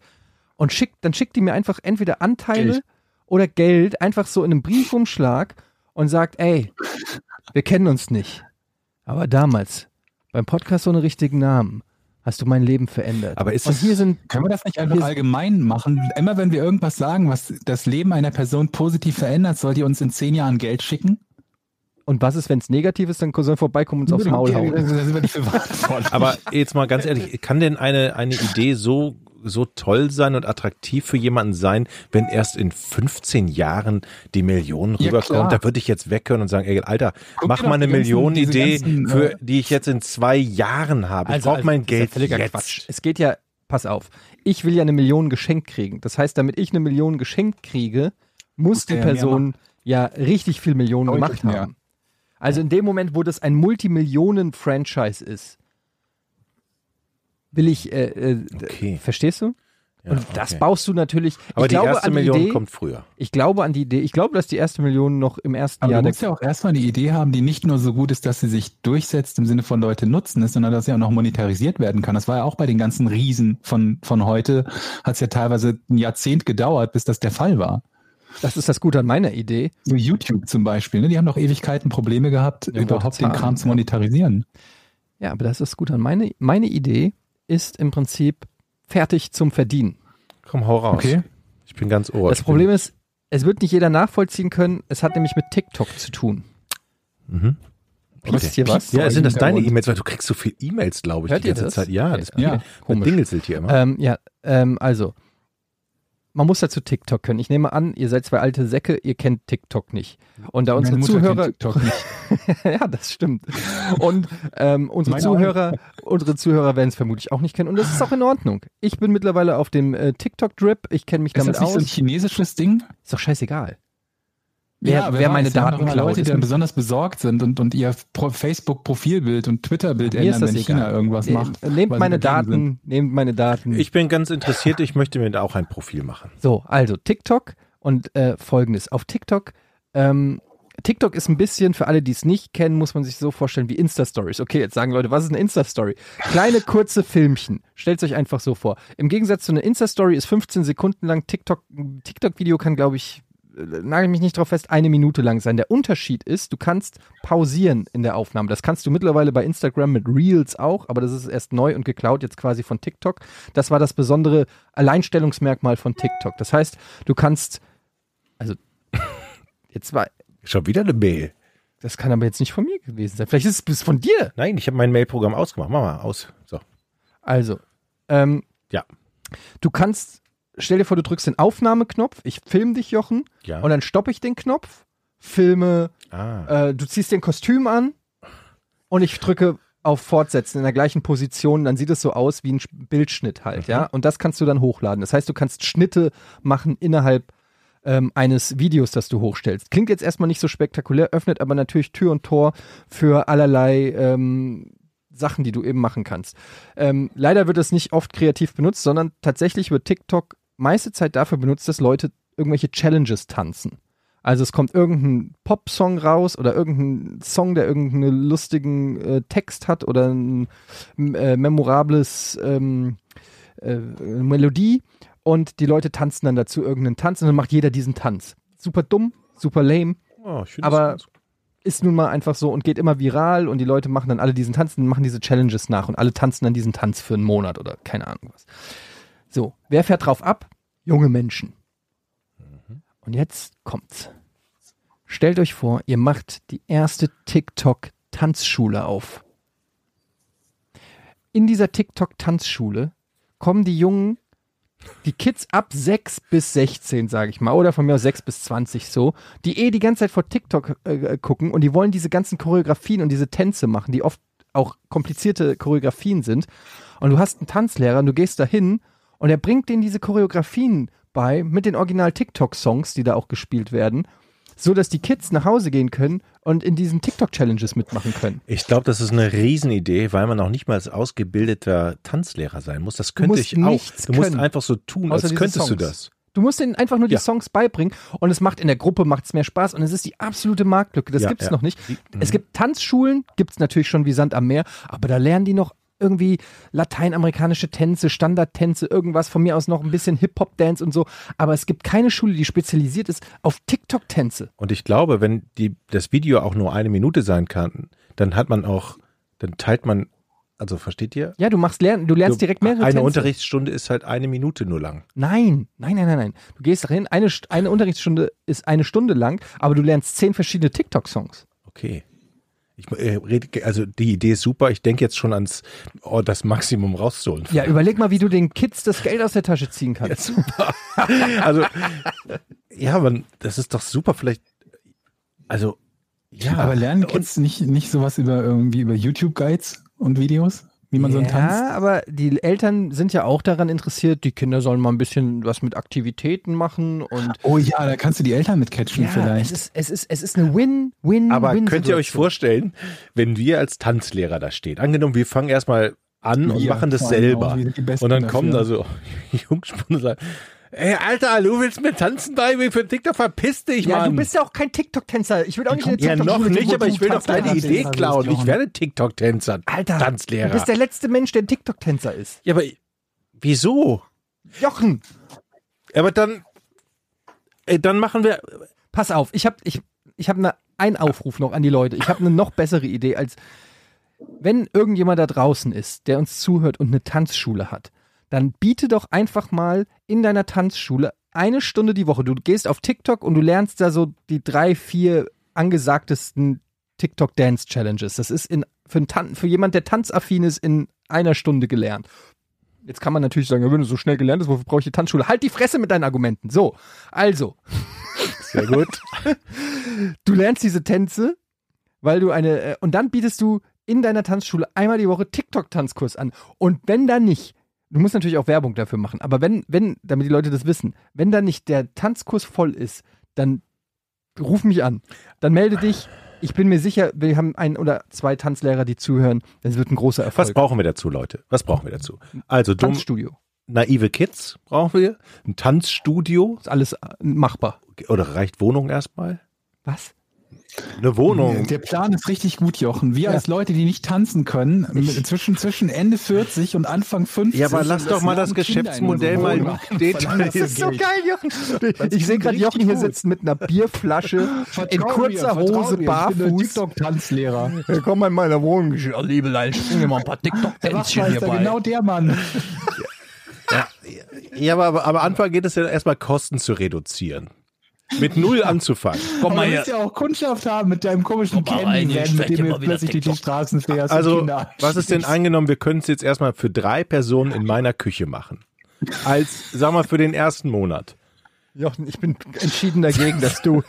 und schickt, dann schickt ihr mir einfach entweder Anteile Geld. oder Geld einfach so in einem Briefumschlag und sagt, ey, wir kennen uns nicht. Aber damals, beim Podcast ohne richtigen Namen, hast du mein Leben verändert. Aber ist und das- hier sind Können wir das nicht einfach Hier- allgemein machen? Immer wenn wir irgendwas sagen, was das Leben einer Person positiv verändert, soll die uns in zehn Jahren Geld schicken? Und was ist, wenn es negativ ist, dann sollen vorbeikommen und uns Genau. aufs Maul hauen. Da sind wir nicht für verantwortlich. Aber jetzt mal ganz ehrlich, kann denn eine, eine Idee so, so toll sein und attraktiv für jemanden sein, wenn erst in 15 Jahren die Millionen Ja, rüberkommt? klar. da würde ich jetzt weghören und sagen, ey, Alter, Guck mach dir doch mal eine die ganzen- Millionenidee, diese ganzen, für äh, die ich jetzt in zwei Jahren habe. Ich brauche Also, das mein ist ja Geld völliger jetzt. Es geht ja, pass auf, ich will ja eine Million geschenkt kriegen. Das heißt, damit ich eine Million geschenkt kriege, muss Muss der die ja mehr Person ja richtig viel Millionen Deutlich gemacht mehr. haben. Also in dem Moment, wo das ein Multimillionen-Franchise ist, will ich, äh, äh, Okay. verstehst du? Ja, Und das okay. baust du natürlich. Aber ich die glaube erste an die Million Idee, kommt früher. Ich glaube an die Idee. Ich glaube, dass die erste Million noch im ersten Aber Jahr du der musst ja auch erstmal eine Idee haben, die nicht nur so gut ist, dass sie sich durchsetzt im Sinne von Leute nutzen ist, sondern dass sie auch noch monetarisiert werden kann. Das war ja auch bei den ganzen Riesen von, von heute, hat es ja teilweise ein Jahrzehnt gedauert, bis das der Fall war. Das ist das Gute an meiner Idee. So YouTube zum Beispiel, ne? die haben doch Ewigkeiten Probleme gehabt, Ja, überhaupt den Zahlen, Kram zu monetarisieren. Ja, aber das ist gut an meine, meine Idee ist im Prinzip fertig zum Verdienen. Komm, hau raus. Ich bin ganz ohr. Das Ich Problem ist, es wird nicht jeder nachvollziehen können. Es hat nämlich mit TikTok zu tun. bin, mhm. Piepst hier was? Ja, sind das deine Hintergrund. E-Mails? Weil du kriegst so viel E-Mails, glaube ich, Hört die ihr ganze das? Zeit. Ja, Okay, das ja, das komisch. dingelselt hier immer. Ähm, ja, ähm, also man muss dazu TikTok können. Ich nehme an, ihr seid zwei alte Säcke, ihr kennt TikTok nicht. Und da unsere Meine Mutter kennt Zuhörer, TikTok nicht. ja, das stimmt. Und ähm, unsere Meine Zuhörer, unsere Zuhörer werden es vermutlich auch nicht kennen. Und das ist auch in Ordnung. Ich bin mittlerweile auf dem äh, TikTok-Drip. Ich kenne mich Ist damit das nicht so ein aus. chinesisches Ding? Ist doch scheißegal. Wer- wer meine da haben doch Daten immer klaut, Leute, ist die dann mir- besonders besorgt sind und, und ihr Pro- Facebook-Profilbild und Twitter-Bild Mir ist ändern, das wenn egal. China irgendwas macht. Ne- Nehmt weil sie meine dagegen Daten, sind. nehmt meine Daten. Ich bin ganz interessiert, ich möchte mir da auch ein Profil machen. so, also TikTok und äh, folgendes. Auf TikTok, ähm, TikTok ist ein bisschen, für alle, die es nicht kennen, muss man sich so vorstellen wie Insta-Stories. Okay, jetzt sagen Leute, was ist eine Insta-Story? Kleine, kurze Filmchen. Stellt euch einfach so vor. Im Gegensatz zu einer Insta-Story ist 15 Sekunden lang TikTok, ein TikTok-Video kann, glaube ich, äh, nagel mich nicht drauf fest, eine Minute lang sein. Der Unterschied ist, du kannst pausieren in der Aufnahme. Das kannst du mittlerweile bei Instagram mit Reels auch, aber das ist erst neu und geklaut jetzt quasi von TikTok. Das war das besondere Alleinstellungsmerkmal von TikTok. Das heißt, du kannst, also, jetzt war, Schon wieder eine Mail. das kann aber jetzt nicht von mir gewesen sein. Vielleicht ist es von dir. Nein, ich habe mein Mail-Programm ausgemacht. Mach mal aus. So. Also, ähm, Ja. Du kannst, stell dir vor, du drückst den Aufnahmeknopf, ich filme dich, Jochen, Ja. und dann stoppe ich den Knopf, filme, ah. äh, du ziehst dir ein Kostüm an und ich drücke auf Fortsetzen in der gleichen Position, dann sieht es so aus wie ein Sch- Bildschnitt halt, ja. Und das kannst du dann hochladen. Das heißt, du kannst Schnitte machen innerhalb ähm, eines Videos, das du hochstellst. Klingt jetzt erstmal nicht so spektakulär, öffnet aber natürlich Tür und Tor für allerlei ähm, Sachen, die du eben machen kannst. Ähm, leider wird es nicht oft kreativ benutzt, sondern tatsächlich wird TikTok meiste Zeit dafür benutzt, dass Leute irgendwelche Challenges tanzen. Also es kommt irgendein Pop-Song raus oder irgendein Song, der irgendeinen lustigen äh, Text hat oder ein m- äh, memorables ähm, äh, Melodie und die Leute tanzen dann dazu irgendeinen Tanz und dann macht jeder diesen Tanz. Super dumm, super lame, oh, schönes aber- Ganze. ist nun mal einfach so und geht immer viral und die Leute machen dann alle diesen Tanz und machen diese Challenges nach und alle tanzen dann diesen Tanz für einen Monat oder keine Ahnung was. So, wer fährt drauf ab? Junge Menschen. Und jetzt kommt's. Stellt euch vor, ihr macht die erste TikTok-Tanzschule auf. In dieser TikTok-Tanzschule kommen die Jungen, die Kids ab 6 bis 16, sage ich mal, oder von mir aus 6 bis 20 so, die eh die ganze Zeit vor TikTok äh, gucken und die wollen diese ganzen Choreografien und diese Tänze machen, die oft auch komplizierte Choreografien sind. Und du hast einen Tanzlehrer und du gehst dahin und er bringt denen diese Choreografien bei mit den original TikTok-Songs, die da auch gespielt werden, so dass die Kids nach Hause gehen können und in diesen TikTok-Challenges mitmachen können. Ich glaube, das ist eine Riesenidee, weil man auch nicht mal als ausgebildeter Tanzlehrer sein muss. Das könnte musst ich auch. nichts Du musst können. einfach so tun, Außer als diese könntest Songs. du das. Du musst denen einfach nur Ja. die Songs beibringen und es macht in der Gruppe macht's mehr Spaß und es ist die absolute Marktlücke. Das Ja, gibt's ja. noch nicht. Die- mhm. Es gibt Tanzschulen, gibt's natürlich schon wie Sand am Meer, aber da lernen die noch irgendwie lateinamerikanische Tänze, Standardtänze, irgendwas von mir aus noch ein bisschen Hip-Hop-Dance und so. Aber es gibt keine Schule, die spezialisiert ist auf TikTok-Tänze. Und ich glaube, wenn die, das Video auch nur eine Minute sein kann, dann hat man auch, dann teilt man, also versteht ihr? Ja, du machst lernen, du lernst Du- direkt mehrere Eine Tänze. Unterrichtsstunde ist halt eine Minute nur lang. Nein, nein, nein, nein, nein. Du gehst dahin, eine, St- eine Unterrichtsstunde ist eine Stunde lang, aber du lernst zehn verschiedene TikTok-Songs. Okay. Ich äh, red, also die Idee ist super. Ich denke jetzt schon ans oh, das Maximum rauszuholen. Ja, überleg mal, wie du den Kids das Geld aus der Tasche ziehen kannst. super. also ja, man, das ist doch super. Vielleicht also ja, Aber lernen Kids nicht, nicht sowas über irgendwie über YouTube-Guides und Videos, wie man so einen tanzt? Ja, aber die Eltern sind ja auch daran interessiert, die Kinder sollen mal ein bisschen was mit Aktivitäten machen und Oh ja, da kannst du die Eltern mitcatchen ja, Hm, vielleicht. Es ist, es ist, es ist eine Win, Win, Aber Win. könnt ihr euch Situation. vorstellen, wenn wir als Tanzlehrer da stehen, angenommen, wir fangen erstmal an und Wir machen das vor allem selber. auch wieder die Besten Und dann kommen da dafür. so Jungspunde und sagen, ey, Alter, du willst mir tanzen beibringen für den TikTok, verpiss dich, Ja, Mann. du bist ja auch kein TikTok-Tänzer. Ich will auch nicht in der ja, noch TikTok-Schule, nicht, wo aber du ich will doch Tanzlehrer deine bist. Idee Tanzlehrer klauen. bist, Ich werde TikTok-Tänzer, Alter, Tanzlehrer. du bist der letzte Mensch, der ein TikTok-Tänzer ist. ja, aber wieso? Jochen, Aber dann, äh, dann machen wir, pass auf, ich habe ich, ich hab ne, einen Aufruf noch an die Leute. Ich habe eine noch bessere Idee als, wenn irgendjemand da draußen ist, der uns zuhört und eine Tanzschule hat, dann biete doch einfach mal in deiner Tanzschule eine Stunde die Woche. Du gehst auf TikTok und du lernst da so die drei, vier angesagtesten TikTok Dance Challenges. Das ist in, für, einen Tan für jemand, der tanzaffin ist, in einer Stunde gelernt. Jetzt kann man natürlich sagen, ja, wenn du so schnell gelernt hast, wofür brauche ich die Tanzschule? Halt die Fresse mit deinen Argumenten. So, also, sehr gut, du lernst diese Tänze, weil du eine äh, und dann bietest du in deiner Tanzschule einmal die Woche TikTok Tanzkurs an und wenn da nicht Du musst natürlich auch Werbung dafür machen, aber wenn wenn damit die Leute das wissen, wenn da nicht der Tanzkurs voll ist, dann ruf mich an. Dann melde dich. Ich bin mir sicher, wir haben ein oder zwei Tanzlehrer, die zuhören. Das wird ein großer was Erfolg. brauchen wir dazu, Leute? Was brauchen wir dazu? Also, dumm, Tanzstudio. naive Kids brauchen wir, ein Tanzstudio, Ist alles äh, machbar. oder reicht Wohnung erstmal? Was? Eine Wohnung. Der Plan ist richtig gut, Jochen. Wir als Leute, die nicht tanzen können, mit- zwischen, zwischen Ende 40 und Anfang 50. Ja, aber lass doch mal das lassen Kinder in Geschäftsmodell unsere mal Wohnung machen. Das ist so detailliert. geil, Jochen. Ich sehe gerade klingt Jochen hier richtig gut. sitzen mit einer Bierflasche in Vertrau kurzer mir, Hose, vertrau mir. Ich bin der barfuß. TikTok-Tanzlehrer. Willkommen in meiner Wohnung, oh, liebe Lein, spring mir mal ein paar TikTok-Tänzchen Wachtmeister, genau der Mann. Ja, aber, aber am Anfang geht es ja erstmal Kosten zu reduzieren. Mit null anzufangen. Aber du willst ja auch Kundschaft haben mit deinem komischen rein, Candy, ich mit werd dem dir du mal wieder plötzlich durch die TikTok. Straßen fährst. und Also, Kinder was ist denn angenommen, wir können es jetzt erstmal für drei Personen in meiner Küche machen. Als, sag mal, für den ersten Monat. Jochen, ich bin entschieden dagegen, dass du,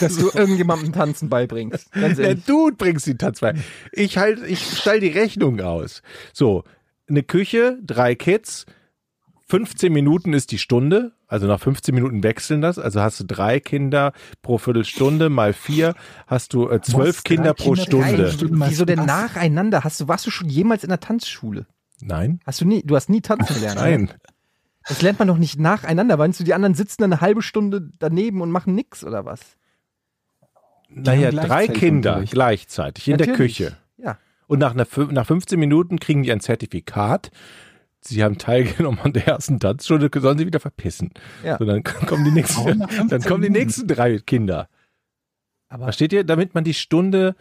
dass du irgendjemandem Tanzen beibringst. Ganz Der ehrlich. Dude bringst die Tanzfrei. Ich halt, ich stell die Rechnung aus. So, eine Küche, drei Kids, 15 Minuten ist die Stunde. Also nach 15 Minuten wechseln das. Also hast du drei Kinder pro Viertelstunde mal vier, hast du äh, zwölf Was? Drei Kinder pro Kinder? Stunde. Drei Stunden mal Wieso denn Spaß. nacheinander? Hast du, warst du schon jemals in der Tanzschule? Nein, Hast du nie, du hast nie tanzen gelernt. oder? nein. Das lernt man doch nicht nacheinander. Meinst du, die anderen sitzen dann eine halbe Stunde daneben und machen nix oder was? Naja, haben drei gleichzeitig Kinder Unterricht. gleichzeitig in der Natürlich. Küche. Ja. Und nach, einer, fün- nach 15 Minuten kriegen die ein Zertifikat. Sie haben teilgenommen an der ersten Tanzstunde, sollen sie wieder verpissen. Ja. So, dann kommen die nächsten, Warum nach 15 dann kommen die Minuten? nächsten drei Kinder. Aber- Versteht ihr? Damit man die Stunde,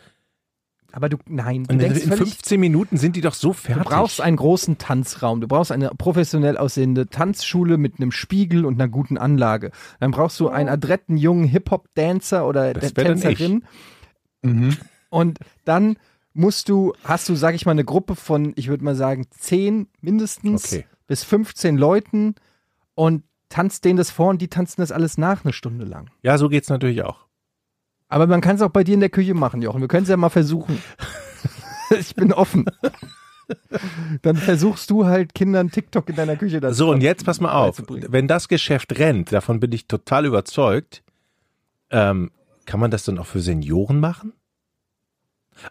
Aber du, nein, du in, in denkst völlig, 15 Minuten sind die doch so Du fertig. brauchst einen großen Tanzraum. Du brauchst eine professionell aussehende Tanzschule mit einem Spiegel und einer guten Anlage. Dann brauchst du einen adretten jungen Hip-Hop-Dancer oder Das der wär dann Tänzerin. Mhm. Und dann musst du, hast du, sag ich mal, eine Gruppe von, ich würde mal sagen, 10 mindestens Okay. bis 15 Leuten und tanzt denen das vor und die tanzen das alles nach eine Stunde lang. ja, so geht's natürlich auch. Aber man kann es auch bei dir in der Küche machen, Jochen. Wir können es ja mal versuchen. ich bin offen. Dann versuchst du halt Kindern TikTok in deiner Küche dazu. So, und jetzt pass mal auf. beizubringen. Wenn das Geschäft rennt, davon bin ich total überzeugt, ähm, kann man das dann auch für Senioren machen?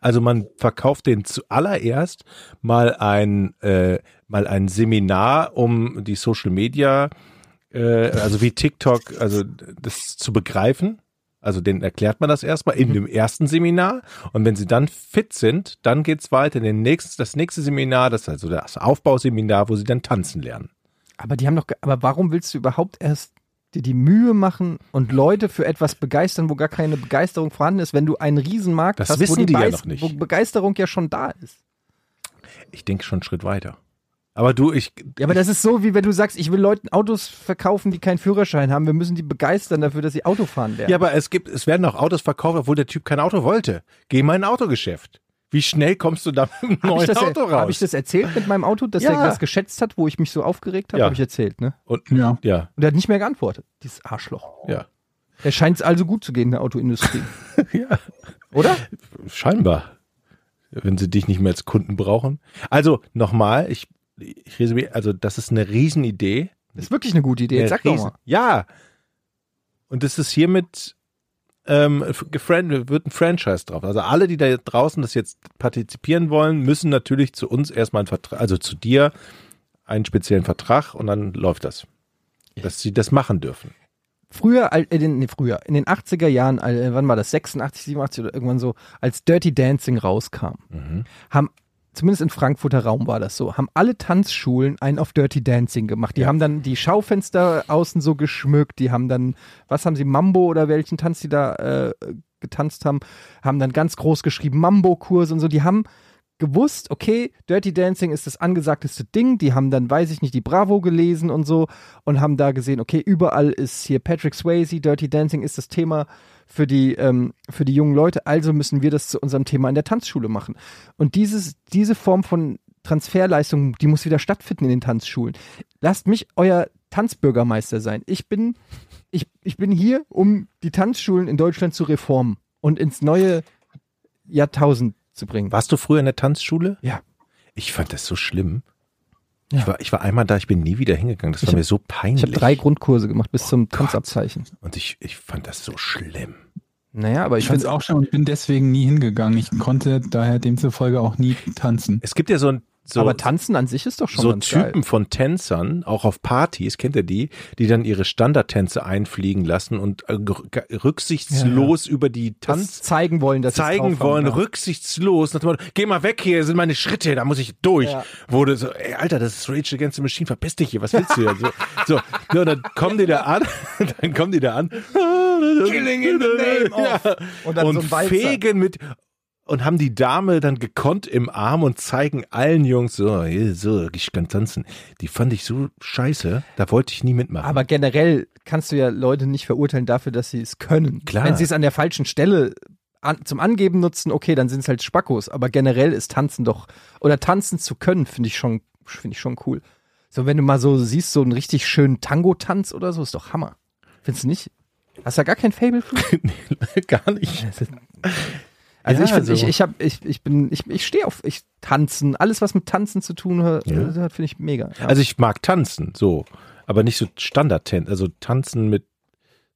Also man verkauft den zuallererst mal ein, äh, mal ein Seminar, um die Social Media, äh, also wie TikTok, also das zu begreifen. Also denen erklärt man das erstmal Mhm. in dem ersten Seminar und wenn sie dann fit sind, dann geht's weiter in den nächsten, das nächste Seminar, das ist also das Aufbauseminar, wo sie dann tanzen lernen. Aber die haben doch. ge- Aber warum willst du überhaupt erst dir die Mühe machen und Leute für etwas begeistern, wo gar keine Begeisterung vorhanden ist, wenn du einen Riesenmarkt Das hast, wo wissen die ja Beis- noch nicht. wo Begeisterung ja schon da ist. Ich denke schon einen Schritt weiter. Aber du, ich, Ja, aber das ist so, wie wenn du sagst, ich will Leuten Autos verkaufen, die keinen Führerschein haben. Wir müssen die begeistern dafür, dass sie Auto fahren lernen. Ja, aber es gibt, es werden auch Autos verkauft, obwohl der Typ kein Auto wollte. Geh mal in ein Autogeschäft. Wie schnell kommst du da mit einem Hab ich neuen das- Auto Hab raus? ich das erzählt mit meinem Auto, dass Ja. er das geschätzt hat, wo ich mich so aufgeregt habe? Ja. Hab ich erzählt, ne? Und, Ja. ja, Und er hat nicht mehr geantwortet, dieses Arschloch. ja, Er scheint es also gut zu gehen in der Autoindustrie. ja, Oder? scheinbar. Wenn sie dich nicht mehr als Kunden brauchen. Also nochmal, ich, ich resümiere, also das ist eine Riesenidee. Das ist wirklich eine gute Idee. Jetzt Eine sag doch Riesen- mal. Ja. Und das ist hiermit ähm, f- gefran- wird ein Franchise drauf. Also alle, die da draußen das jetzt partizipieren wollen, müssen natürlich zu uns erstmal einen Vertrag, also zu dir einen speziellen Vertrag und dann läuft das. Dass sie das machen dürfen. Früher, al- äh, den- nee, früher, in den 80er Jahren, äh, wann war das? 86, 87 oder irgendwann so, als Dirty Dancing rauskam, haben, zumindest im Frankfurter Raum war das so, haben alle Tanzschulen einen auf Dirty Dancing gemacht. Die haben dann die Schaufenster außen so geschmückt, die haben dann, was haben sie, Mambo oder welchen Tanz die da äh, getanzt haben, haben dann ganz groß geschrieben, Mambo-Kurse und so, die haben gewusst, okay, Dirty Dancing ist das angesagteste Ding. Die haben dann, weiß ich nicht, die Bravo gelesen und so und haben da gesehen, okay, überall ist hier Patrick Swayze, Dirty Dancing ist das Thema für die, ähm, für die jungen Leute, also müssen wir das zu unserem Thema in der Tanzschule machen. Und dieses, diese Form von Transferleistung, die muss wieder stattfinden in den Tanzschulen. Lasst mich euer Tanzbürgermeister sein. Ich bin, ich, ich bin hier, um die Tanzschulen in Deutschland zu reformen und ins neue Jahrtausend zu bringen. Warst du früher in der Tanzschule? Ja. Ich fand das so schlimm. Ja. Ich, war, ich war einmal da, ich bin nie wieder hingegangen. Das Ich war hab- mir so peinlich. Ich habe drei Grundkurse gemacht Oh bis zum Tanzabzeichen. Und ich, ich fand das so schlimm. Naja, aber ich Ich fand's finde auch schon und bin deswegen nie hingegangen. Ich konnte daher demzufolge auch nie tanzen. Es gibt ja so ein so, aber Tanzen an sich ist doch schon so ganz Typen geil. von Tänzern, auch auf Partys, kennt ihr die, die dann ihre Standardtänze einfliegen lassen und äh, g- g- rücksichtslos über die Das Tanz zeigen wollen, dass sie es drauf haben, zeigen wollen, ja. rücksichtslos. Nach dem Motto, Geh mal weg hier, sind meine Schritte, da muss ich durch. Ja. Wurde so, ey, Alter, das ist Rage Against the Machine, verpiss dich hier, was willst du hier? So, so, so und dann kommen die da an, dann kommen die da an. Killing in the name of. Und dann so ein Walzer. fegen mit und haben die Dame dann gekonnt im Arm und zeigen allen Jungs so, hier, so, ich kann tanzen. Die fand ich so scheiße, da wollte ich nie mitmachen. Aber generell kannst du ja Leute nicht verurteilen dafür, dass sie es können. Klar. Wenn sie es an der falschen Stelle an, zum Angeben nutzen, okay, dann sind es halt Spackos. Aber generell ist Tanzen doch, oder tanzen zu können, finde ich schon, finde ich schon cool. So, wenn du mal so siehst, so einen richtig schönen Tango-Tanz oder so, ist doch Hammer. Findest du nicht? Hast du da gar kein Fable für? nee, gar nicht. Also Ja, ich, find, so. ich, ich, hab, ich, ich bin, ich, ich stehe auf ich tanzen. Alles, was mit Tanzen zu tun hat, Ja. äh, hat finde ich mega. Ja. Also ich mag tanzen, so, aber nicht so Standardtanz, also tanzen mit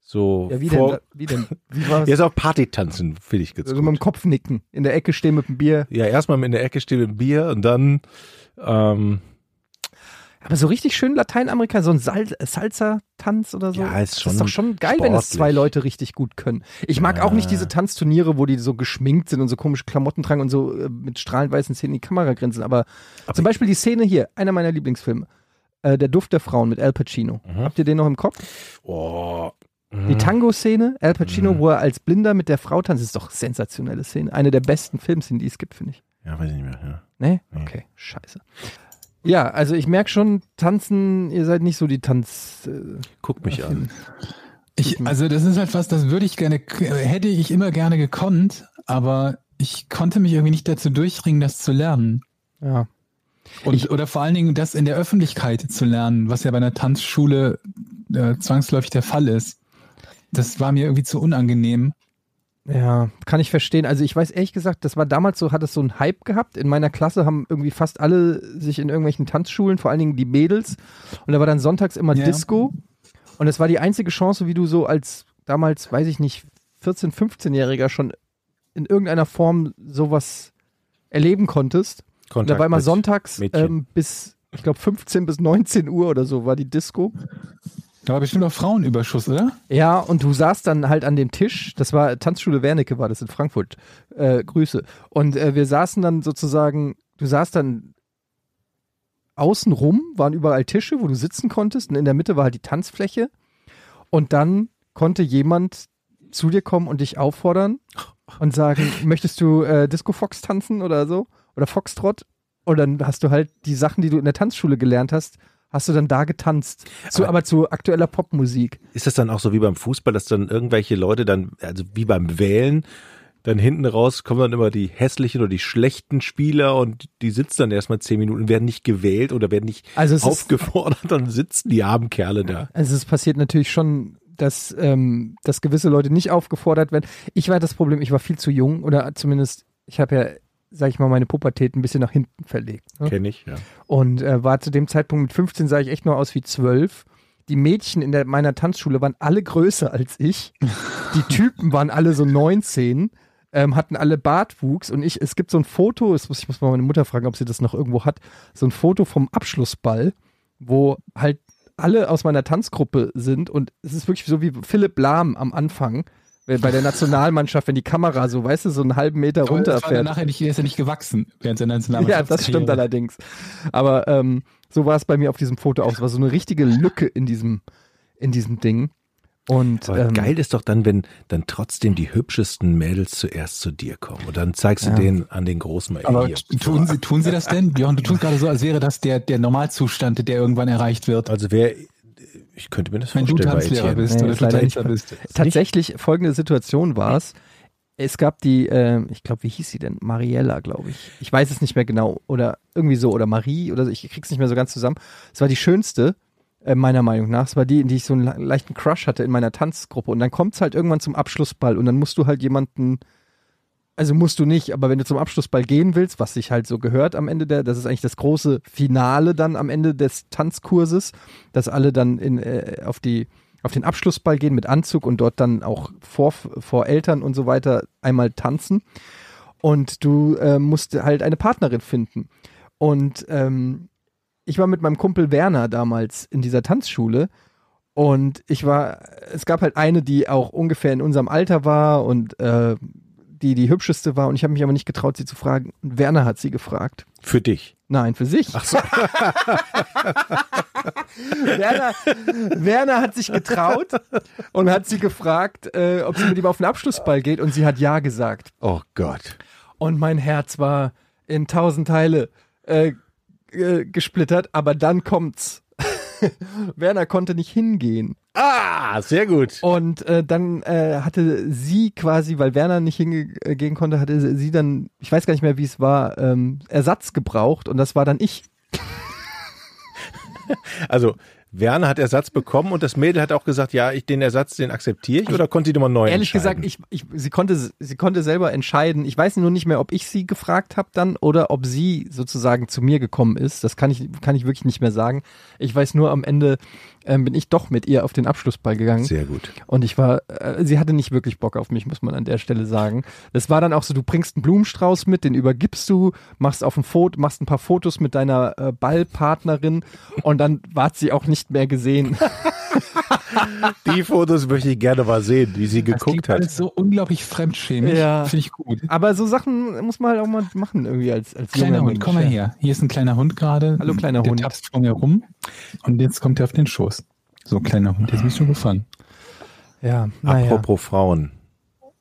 so ja, wie denn, vor, da- wie denn? Wie war's? ja, ist auch Partytanzen finde ich jetzt also mit dem gut. Kopf nicken, in der Ecke stehen mit dem Bier. Ja, erstmal in der Ecke stehen mit dem Bier und dann ähm, Aber so richtig schön Lateinamerika, so ein Sal Salsa-Tanz oder so. Ja, ist das schon ist doch schon geil, wenn das sportlich. zwei Leute richtig gut können. Ich mag auch nicht diese Tanzturniere, wo die so geschminkt sind und so komische Klamotten tragen und so äh, mit strahlend weißen Zähnen in die Kamera grinsen. Aber, zum Beispiel die Szene hier, einer meiner Lieblingsfilme, äh, Der Duft der Frauen mit Al Pacino. Habt ihr den noch im Kopf? oh, Die Mhm. Tango-Szene, Al Pacino, wo er als Blinder mit der Frau tanzt, ist doch sensationelle Szene. Eine der besten Filmszenen, die es gibt, finde ich. ja, weiß ich nicht mehr, ja. Nee? Nee. Okay, scheiße. Ja, also ich merke schon, tanzen, ihr seid nicht so die Tanz. Äh, Guck mich an. Mhm. Ich, also das ist halt was, das würde ich gerne, hätte ich immer gerne gekonnt, aber ich konnte mich irgendwie nicht dazu durchringen, das zu lernen. ja. Und, oder vor allen Dingen das in der Öffentlichkeit zu lernen, was ja bei einer Tanzschule äh, zwangsläufig der Fall ist. Das war mir irgendwie zu unangenehm. Ja, kann ich verstehen. Also ich weiß ehrlich gesagt, das war damals so, hat es so einen Hype gehabt. In meiner Klasse haben irgendwie fast alle sich in irgendwelchen Tanzschulen, vor allen Dingen die Mädels. Und da war dann sonntags immer Ja. Disco. Und das war die einzige Chance, wie du so als damals, weiß ich nicht, 14-, 15-Jähriger schon in irgendeiner Form sowas erleben konntest. Und da war immer mit- sonntags Mädchen. ähm, bis, ich glaube, 15 bis 19 Uhr oder so war die Disco. Da war bestimmt auch Frauenüberschuss, oder? Ja, und du saßt dann halt an dem Tisch, das war Tanzschule Wernicke, war das in Frankfurt. Äh, Grüße. Und äh, wir saßen dann sozusagen, du saßt dann außenrum, waren überall Tische, wo du sitzen konntest, und in der Mitte war halt die Tanzfläche. Und dann konnte jemand zu dir kommen und dich auffordern und sagen, möchtest du äh, Disco Fox tanzen oder so? Oder Foxtrot? Und dann hast du halt die Sachen, die du in der Tanzschule gelernt hast, hast du dann da getanzt. Zu, aber, Aber- zu aktueller Popmusik. Ist das dann auch so wie beim Fußball, dass dann irgendwelche Leute dann, also wie beim Wählen, dann hinten raus kommen dann immer die hässlichen oder die schlechten Spieler und die sitzen dann erstmal zehn Minuten, werden nicht gewählt oder werden nicht Also es ist, aufgefordert, dann sitzen die armen Kerle da. also es passiert natürlich schon, dass, ähm, dass gewisse Leute nicht aufgefordert werden. Ich war das Problem, ich war viel zu jung oder zumindest, ich habe ja, sag ich mal, meine Pubertät ein bisschen nach hinten verlegt. Ne? Kenn ich, ja. Und äh, war zu dem Zeitpunkt mit 15 sah ich echt nur aus wie 12. Die Mädchen in der, meiner Tanzschule waren alle größer als ich. Die Typen waren alle so 19, ähm, hatten alle Bartwuchs und ich, es gibt so ein Foto, es muss, ich muss mal meine Mutter fragen, ob sie das noch irgendwo hat, so ein Foto vom Abschlussball, wo halt alle aus meiner Tanzgruppe sind und es ist wirklich so wie Philipp Lahm am Anfang äh, bei der Nationalmannschaft, wenn die Kamera so, weißt du, so einen halben Meter Aber das war runterfährt. danach ja nicht, der ist ja nicht gewachsen während seiner Ja, Nationalmannschaft. das stimmt allerdings. Aber ähm, so war es bei mir auf diesem Foto auch. Es war so eine richtige Lücke in diesem, in diesem Ding. Und Aber ähm, geil ist doch dann, wenn dann trotzdem die hübschesten Mädels zuerst zu dir kommen und dann zeigst du Ja. denen an den großen mal Aber hier. t- tun sie, tun sie das denn? Jochen, du tust gerade so, als wäre das der, der Normalzustand, der irgendwann erreicht wird. Also wer, ich könnte mir das Wenn du vorstellen bei Tanzlehrer Etienne. bist Nee, oder ist leider Tanzer bist. tatsächlich folgende Situation war es. Es gab die, äh, ich glaube, wie hieß sie denn? Mariella, glaube ich. Ich weiß es nicht mehr genau. Oder irgendwie so. Oder Marie oder so. Ich krieg's nicht mehr so ganz zusammen. Es war die schönste, äh, meiner Meinung nach. Es war die, in die ich so einen le- leichten Crush hatte in meiner Tanzgruppe. Und dann kommt's halt irgendwann zum Abschlussball. Und dann musst du halt jemanden, also musst du nicht, aber wenn du zum Abschlussball gehen willst, was sich halt so gehört am Ende der, das ist eigentlich das große Finale dann am Ende des Tanzkurses, dass alle dann in, äh, auf die auf den Abschlussball gehen mit Anzug und dort dann auch vor, vor Eltern und so weiter einmal tanzen. Und du äh, musst halt eine Partnerin finden. Und ähm, ich war mit meinem Kumpel Werner damals in dieser Tanzschule. Und ich war, es gab halt eine, die auch ungefähr in unserem Alter war und äh, die die hübscheste war. Und ich habe mich aber nicht getraut, sie zu fragen. Und Werner hat sie gefragt. Für dich. Nein, für sich. Ach so. Werner, Werner hat sich getraut und hat sie gefragt, äh, ob sie mit ihm auf den Abschlussball geht und sie hat ja gesagt. Oh Gott. Und mein Herz war in tausend Teile äh, äh, gesplittert, aber dann kommt's. Werner konnte nicht hingehen. Ah, sehr gut. Und äh, dann äh, hatte sie quasi, weil Werner nicht hingehen konnte, hatte sie dann, ich weiß gar nicht mehr, wie es war, ähm, Ersatz gebraucht und das war dann ich. Also Werner hat Ersatz bekommen und das Mädel hat auch gesagt, ja, ich den Ersatz, den akzeptiere ich oder konnte die nochmal neu Also, Ehrlich entscheiden? gesagt, ich, ich, sie, konnte, sie konnte selber entscheiden. Ich weiß nur nicht mehr, ob ich sie gefragt habe dann oder ob sie sozusagen zu mir gekommen ist. Das kann ich, kann ich wirklich nicht mehr sagen. Ich weiß nur, am Ende ähm, bin ich doch mit ihr auf den Abschlussball gegangen. Sehr gut. Und ich war, äh, sie hatte nicht wirklich Bock auf mich, muss man an der Stelle sagen. Das war dann auch so, du bringst einen Blumenstrauß mit, den übergibst du, machst auf ein Foto, machst ein paar Fotos mit deiner äh, Ballpartnerin und dann ward sie auch nicht mehr gesehen. Die Fotos möchte ich gerne mal sehen, die sie Das klingt geguckt hat. alles Also so unglaublich fremdschämig. Ja. Finde ich gut. Aber so Sachen muss man halt auch mal machen irgendwie als, als junger Kleiner Hund, Mensch, komm mal ja. her. Hier ist ein kleiner Hund gerade. Hallo, kleiner der Hund. Der tapst vor mir rum und jetzt kommt er auf den Schoß. So, kleiner Hund, jetzt bist du gefangen. Ja, naja. Apropos Frauen.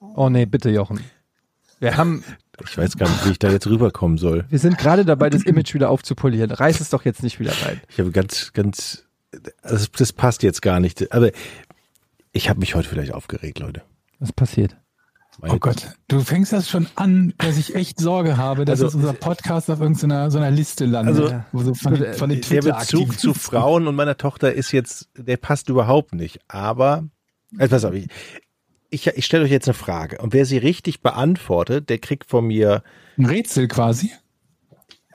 Oh nee, bitte Jochen. Wir haben, Ich weiß gar nicht, wie ich da jetzt rüberkommen soll. wir sind gerade dabei, das Image wieder aufzupolieren. Reiß es doch jetzt nicht wieder rein. Ich habe ganz, ganz, das, das passt jetzt gar nicht. Aber ich habe mich heute vielleicht aufgeregt, Leute. Was passiert? Meine- Oh Gott, du fängst das schon an, dass ich echt Sorge habe, dass Also- jetzt unser Podcast auf irgendeiner so einer Liste landet. Also- wo so von, den- von den Der Bezug Twitter-Aktivisten. zu Frauen und meiner Tochter ist jetzt, der passt überhaupt nicht. Aber, also pass auf, ich, ich, ich stelle euch jetzt eine Frage. Und wer sie richtig beantwortet, der kriegt von mir, Ein Rätsel quasi.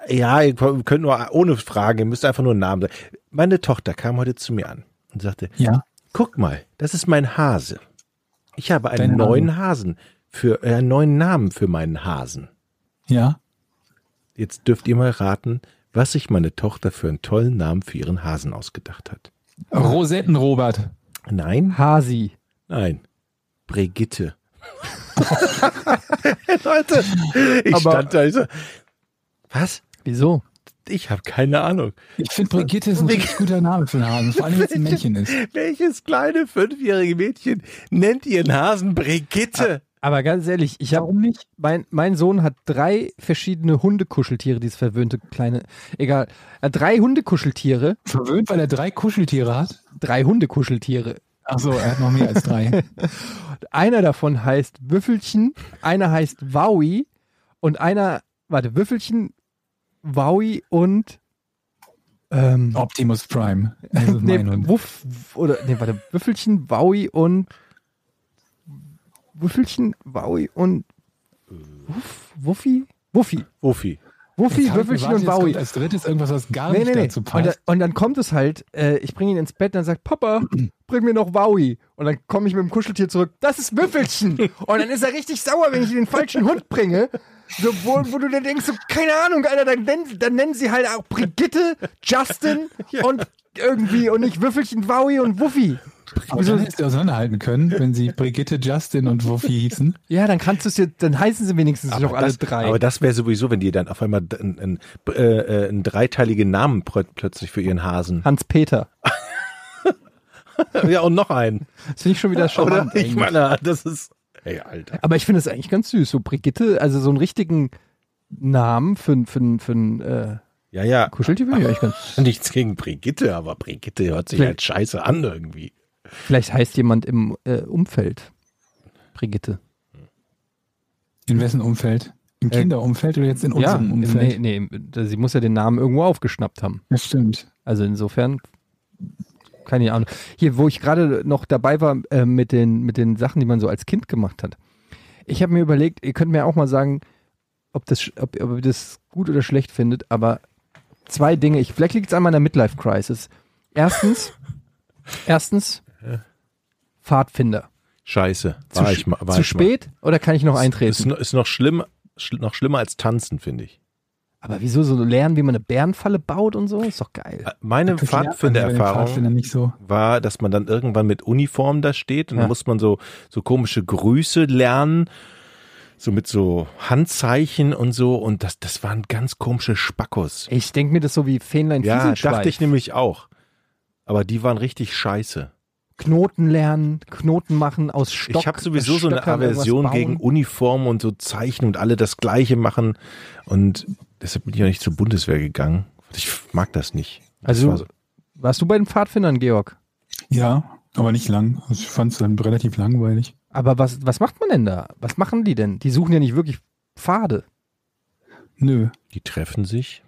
ja, ihr könnt nur ohne Frage, ihr müsst einfach nur einen Namen sagen. Meine Tochter kam heute zu mir an und sagte, Ja. guck mal, das ist mein Hase. Ich habe einen Dein Name. neuen Hasen für, äh, einen neuen Namen für meinen Hasen. Ja. Jetzt dürft ihr mal raten, was sich meine Tochter für einen tollen Namen für ihren Hasen ausgedacht hat. Rosetten-Robert. Nein? Hasi. Nein. Brigitte. Leute, ich Aber- stand da. Ich so, was? Wieso? Ich habe keine Ahnung. Ich finde Brigitte ist ein richtig guter Name für einen Hasen, vor allem wenn es ein Männchen ist. Ah, Welches kleine fünfjährige Mädchen nennt ihren Hasen Brigitte? Aber ganz ehrlich, ich habe Warum nicht? mein, mein Sohn hat drei verschiedene Hundekuscheltiere, dieses verwöhnte kleine, egal, er hat drei Hundekuscheltiere, Verwöhnt, weil er drei Kuscheltiere hat? drei Hundekuscheltiere. Achso, er hat noch mehr als drei. Einer davon heißt Würfelchen, einer heißt Wowie und einer, warte, Würfelchen, Wowie und ähm, Optimus Prime. Das ist nee, mein Hund. Wuff, oder, nee, warte, Würfelchen, Wowie und Würfelchen, Wowie und Wuff, Wuffi? Wuffi. Wuffi. Jetzt Wuffi, hab ich Würfelchen gewartet, und jetzt kommt Wowie. Als drittes irgendwas, was gar Nee, nicht nee, nee. dazu Und, da, passt. und dann kommt es halt, äh, ich bringe ihn ins Bett, dann sagt Papa, bring mir noch Wowie. Und dann komme ich mit dem Kuscheltier zurück, das ist Würfelchen. Und dann ist er richtig sauer, wenn ich ihm den falschen Hund bringe. So, wo, wo du dir denkst, so, keine Ahnung, Alter, dann, nenn- dann nennen sie halt auch Brigitte, Justin und irgendwie und nicht Würfelchen, Wowie und Wuffi. Aber dann hättest du auseinanderhalten können, wenn sie Brigitte, Justin und Wuffi hießen. Ja, dann kannst du es dir, dann heißen sie wenigstens doch alle das, drei. Aber das wäre sowieso, wenn die dann auf einmal einen, einen, äh, äh, einen dreiteiligen Namen prö- plötzlich für ihren Hasen. Hans-Peter. ja, und noch einen. Das finde ich schon wieder charmant. Oder? Ich eigentlich. meine, das ist. Oh Ey, Alter. Aber ich finde es eigentlich ganz süß, so Brigitte, also so einen richtigen Namen für, ein- für, ein- für ein äh, Ja, ja. Kuscheltier finde ich eigentlich ganz. Nichts gegen Brigitte, aber Brigitte hört sich Nee. halt scheiße an irgendwie. Vielleicht heißt jemand im äh, Umfeld Brigitte. In wessen Umfeld? Im Äh, Kinderumfeld oder jetzt in unserem Umfeld? nee, nee, sie muss ja den Namen irgendwo aufgeschnappt haben. Das stimmt. Also insofern, keine Ahnung. Hier, wo ich gerade noch dabei war äh, mit, den, mit den Sachen, die man so als Kind gemacht hat. Ich habe mir überlegt, ihr könnt mir auch mal sagen, ob, das, sch- ob, ob ihr das gut oder schlecht findet, aber zwei Dinge. Ich, vielleicht liegt es an meiner Midlife-Crisis. Erstens, erstens Pfadfinder. Scheiße. Zu, War sch- ich mal, war zu ich spät oder kann ich noch mal. Ist, eintreten? no- ist noch, schlimm, schl noch schlimmer als tanzen, finde ich. Aber wieso so lernen, wie man eine Bärenfalle baut und so? Ist doch geil. Äh, Meine Das lernt man bei den Pfadfindererfahrung Pfadfindern nicht so. war, dass man dann irgendwann mit Uniform da steht und Ja. dann muss man so, so komische Grüße lernen, so mit so Handzeichen und so und das, das waren ganz komische Spackos. Ich denke mir das so wie Fähnlein Ja, Fieselschweif. dachte ich nämlich auch. Aber die waren richtig scheiße. Knoten lernen, Knoten machen aus Stock. ich habe sowieso aus so eine Stöckern irgendwas Aversion bauen. gegen Uniformen und so Zeichen und alle das Gleiche machen. Und deshalb bin ich ja nicht zur Bundeswehr gegangen. Ich mag das nicht. Das Also war so- warst du bei den Pfadfindern, Georg? Ja, aber nicht lang. Also ich fand es dann relativ langweilig. Aber was, was macht man denn da? Was machen die denn? Die suchen ja nicht wirklich Pfade. Nö. die treffen sich.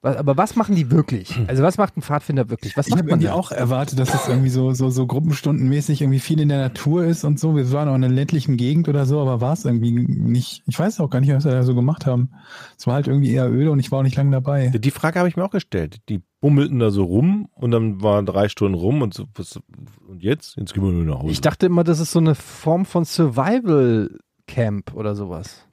Was, aber was machen die wirklich? Also was macht ein Pfadfinder wirklich? Was Hm. Ich macht habe man irgendwie da? auch erwartet, dass es irgendwie so, so, so gruppenstundenmäßig irgendwie viel in der Natur ist und so. Wir waren auch in einer ländlichen Gegend oder so, aber war es irgendwie nicht. Ich weiß auch gar nicht, was wir da so gemacht haben. Es war halt irgendwie eher öde und ich war auch nicht lange dabei. Die Frage habe ich mir auch gestellt. Die bummelten da so rum und dann waren drei Stunden rum und so. Was, und jetzt? Jetzt gehen wir nur nach Hause. Ich dachte immer, das ist so eine Form von Survival Camp oder sowas.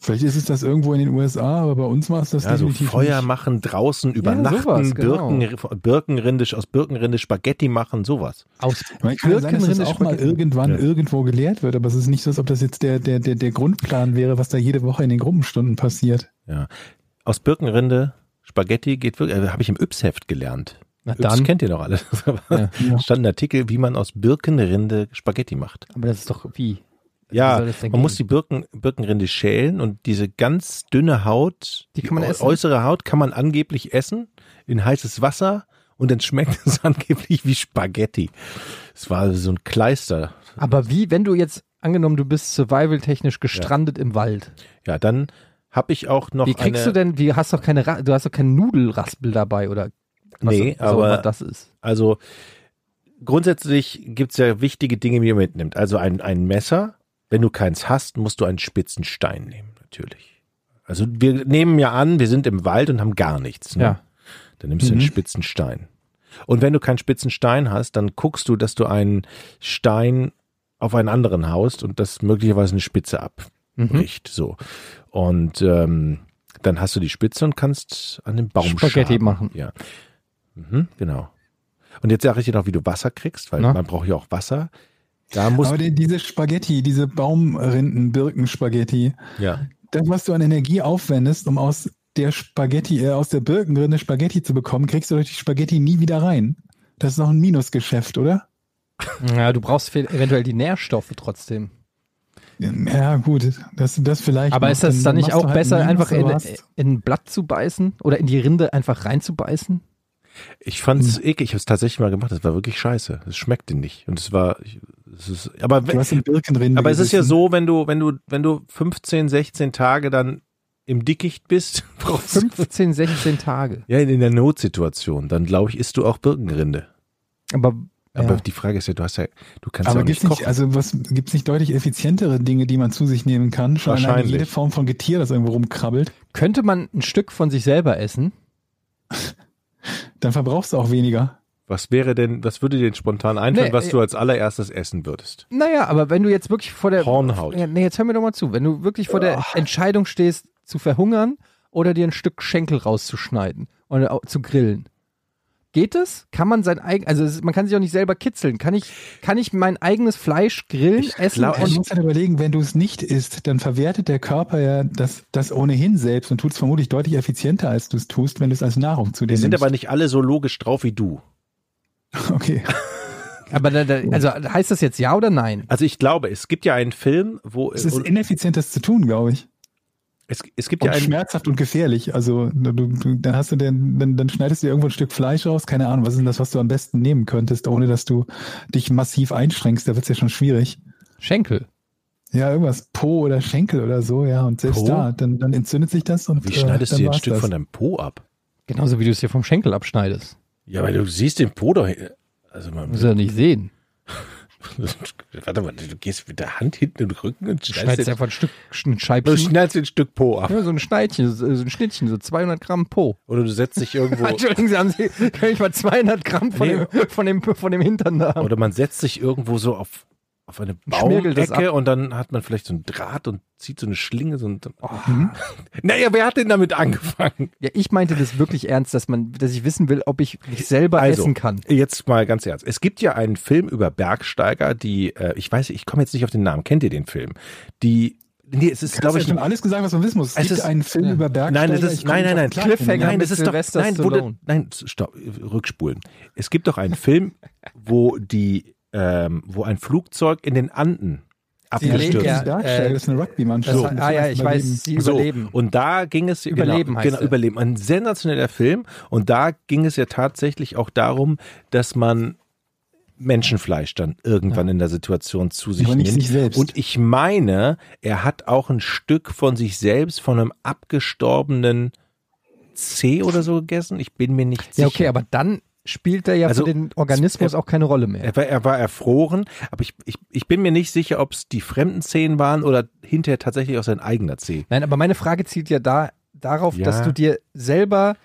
Vielleicht ist es das irgendwo in den USA, aber bei uns war es das ja, so definitiv Feuer nicht. machen, draußen übernachten, sowas, genau. Birken, Birkenrinde, aus Birkenrinde Spaghetti machen, sowas. Aus Man kann ja sein, dass das Birkenrinde auch mal Spaghetti. irgendwann Ja. irgendwo gelehrt wird, aber es ist nicht so, als ob das jetzt der, der, der, der Grundplan wäre, was da jede Woche in den Gruppenstunden passiert. Ja. Aus Birkenrinde Spaghetti geht wirklich, äh, habe ich im Yps-Heft gelernt. Na Yps dann. kennt ihr doch alle. Ja. stand ein Artikel, wie man aus Birkenrinde Spaghetti macht. Aber das ist doch wie. Ja, soll das denn man muss die gehen? Birken, Birkenrinde schälen und diese ganz dünne Haut, Die kann man äu- essen. äußere Haut kann man angeblich essen in heißes Wasser und dann schmeckt es angeblich wie Spaghetti. Es war so ein Kleister. Aber wie, wenn du jetzt angenommen, du bist survival-technisch gestrandet im Wald. Ja, dann habe ich auch noch Wie kriegst du eine, denn, wie hast doch keine, Ra- du hast doch keinen Nudelraspel dabei oder was Nee, auch aber- immer das ist. Also grundsätzlich gibt's ja wichtige Dinge, die man mitnimmt. Also ein, ein Messer, wenn du keins hast, musst du einen spitzen Stein nehmen, natürlich. Also wir nehmen ja an, wir sind im Wald und haben gar nichts. Ne? Ja. Dann nimmst du Mhm. einen spitzen Stein. Und wenn du keinen spitzen Stein hast, dann guckst du, dass du einen Stein auf einen anderen haust und das möglicherweise eine Spitze abbricht. So. Und ähm, dann hast du die Spitze und kannst an den Baum Spaghetti schaben. machen. Ja. Mhm, genau. Und jetzt sage ich dir noch, wie du Wasser kriegst, weil Na? man braucht ja auch Wasser. Da muss Aber die, diese Spaghetti, diese Baumrinden-Birken-Spaghetti, ja. das, was du an Energie aufwendest, um aus der Spaghetti, äh, aus der Birkenrinde Spaghetti zu bekommen, kriegst du durch die Spaghetti nie wieder rein. Das ist noch ein Minusgeschäft, oder? Mhm. Ja, du brauchst viel- eventuell die Nährstoffe trotzdem. Ja, gut, das, das vielleicht. Aber noch, ist das dann nicht machst du auch halt besser, nie, was einfach du in, hast. in ein Blatt zu beißen oder in die Rinde einfach reinzubeißen? Ich fand's eklig, ich hab's tatsächlich mal gemacht, das war wirklich scheiße. Es schmeckte nicht und es war ich- es ist aber Du hast in Birkenrinde aber es ist ja gebissen. so, wenn du wenn du wenn du 15 16 Tage dann im Dickicht bist, brauchst du 15, 16 Tage. ja in der Notsituation, dann glaube ich, isst du auch Birkenrinde. Aber Aber ja. die Frage ist ja, du hast ja du kannst ja Aber auch nicht gibt's kochen. nicht, also was gibt's nicht deutlich effizientere Dinge, die man zu sich nehmen kann? Schon alleine Wahrscheinlich. jede Form von Getier, das irgendwo rumkrabbelt, könnte man ein Stück von sich selber essen? dann verbrauchst du auch weniger. was wäre denn was würde dir denn spontan einfallen, Nee, was äh, du als allererstes essen würdest? Naja, aber wenn du jetzt wirklich vor der. Hornhaut. Ja, nee, jetzt hör mir doch mal zu. Wenn du wirklich vor der Entscheidung stehst, zu verhungern oder dir ein Stück Schenkel rauszuschneiden und au- zu grillen. Geht es? Kann man sein eigen, also es ist, man kann sich auch nicht selber kitzeln. Kann ich, kann ich mein eigenes Fleisch grillen, Ich essen glaub- Aber du und musst halt überlegen, wenn du es nicht isst, dann verwertet der Körper ja das, das ohnehin selbst und tut es vermutlich deutlich effizienter, als du es tust, wenn du es als Nahrung zu dir Wir sind nimmst. aber nicht alle so logisch drauf wie du. okay. Aber da, da, also heißt das jetzt ja oder nein? Also ich glaube, es gibt ja einen Film, wo Es ist ineffizient, das zu tun, glaube ich. es, es gibt Und ja einen schmerzhaft und gefährlich. Also du, du, dann hast du den, dann, dann schneidest du dir irgendwo ein Stück Fleisch raus. Keine Ahnung, was ist denn das, was du am besten nehmen könntest, ohne dass du dich massiv einschränkst. Da wird's ja schon schwierig. Schenkel. Ja, irgendwas Po oder Schenkel oder so, ja. Und selbst Po? da, dann, dann entzündet sich das und Wie schneidest äh, du dann dir ein war's Stück das. von deinem Po ab? Genauso wie du es hier vom Schenkel abschneidest. Ja, weil du siehst den Po doch. Also man, Muss ja nicht sehen. warte mal, du gehst mit der Hand hinten im Rücken und Du schneidest schneidest, einfach ein Stück, ein du Scheibchen. schneidest dir ein Stück Po ab. Ja, so ein Schneidchen, so so ein Schnittchen, so 200 Gramm Po. Oder du setzt dich irgendwo. Entschuldigen Sie, haben Sie, kann ich mal 200 Gramm von, Nee. dem, von, dem, von dem Hintern da haben? oder man setzt sich irgendwo so auf, auf eine Schmirgelt das Baumecke und dann hat man vielleicht so einen Draht und zieht so eine Schlinge. So ein, Oh. Naja, wer hat denn damit angefangen? Ja, ich meinte das wirklich ernst, dass, man, dass ich wissen will, ob ich mich selber Also. essen kann. Jetzt mal ganz ernst. Es gibt ja einen Film über Bergsteiger, die, äh, ich weiß, ich komme jetzt nicht auf den Namen. Kennt ihr den Film? Die, nee, es ist, Du hast glaube ja ich, schon alles gesagt, was man wissen muss. Es, Es gibt ist- einen Film ja. über Bergsteiger. Nein, das ist, ich komm nein, nein, nicht nein. auf Klarkommen. Cliffhanger. Nein, mit das ist doch, Sylvester nein, wurde, Stallone. nein, stopp, rückspulen. Es gibt doch einen Film, wo die, ähm, wo ein Flugzeug in den Anden Sie Abgestürzt. leben, abgestürzt ja, Ja, Bergsteiger äh, das ist eine Das, Rugby-Mannschaft. so. Ah ja, ich weiß, sie überleben. und da ging es Überleben genau, heißt genau, er. überleben. Ein sensationeller Film. Und da ging es ja tatsächlich auch darum, dass man Menschenfleisch dann irgendwann in der Situation zu sich Aber nicht nimmt. sich selbst. Und ich meine, er hat auch ein Stück von sich selbst, von einem abgestorbenen C oder so gegessen. Ich bin mir nicht ja, sicher. okay, aber dann spielt er ja Also, für den Organismus auch keine Rolle mehr. Er war, er war erfroren, aber ich, ich, ich bin mir nicht sicher, ob es die fremden Zehen waren oder hinterher tatsächlich auch sein eigener Zeh. Nein, aber meine Frage zielt ja da, darauf, Ja. dass du dir selber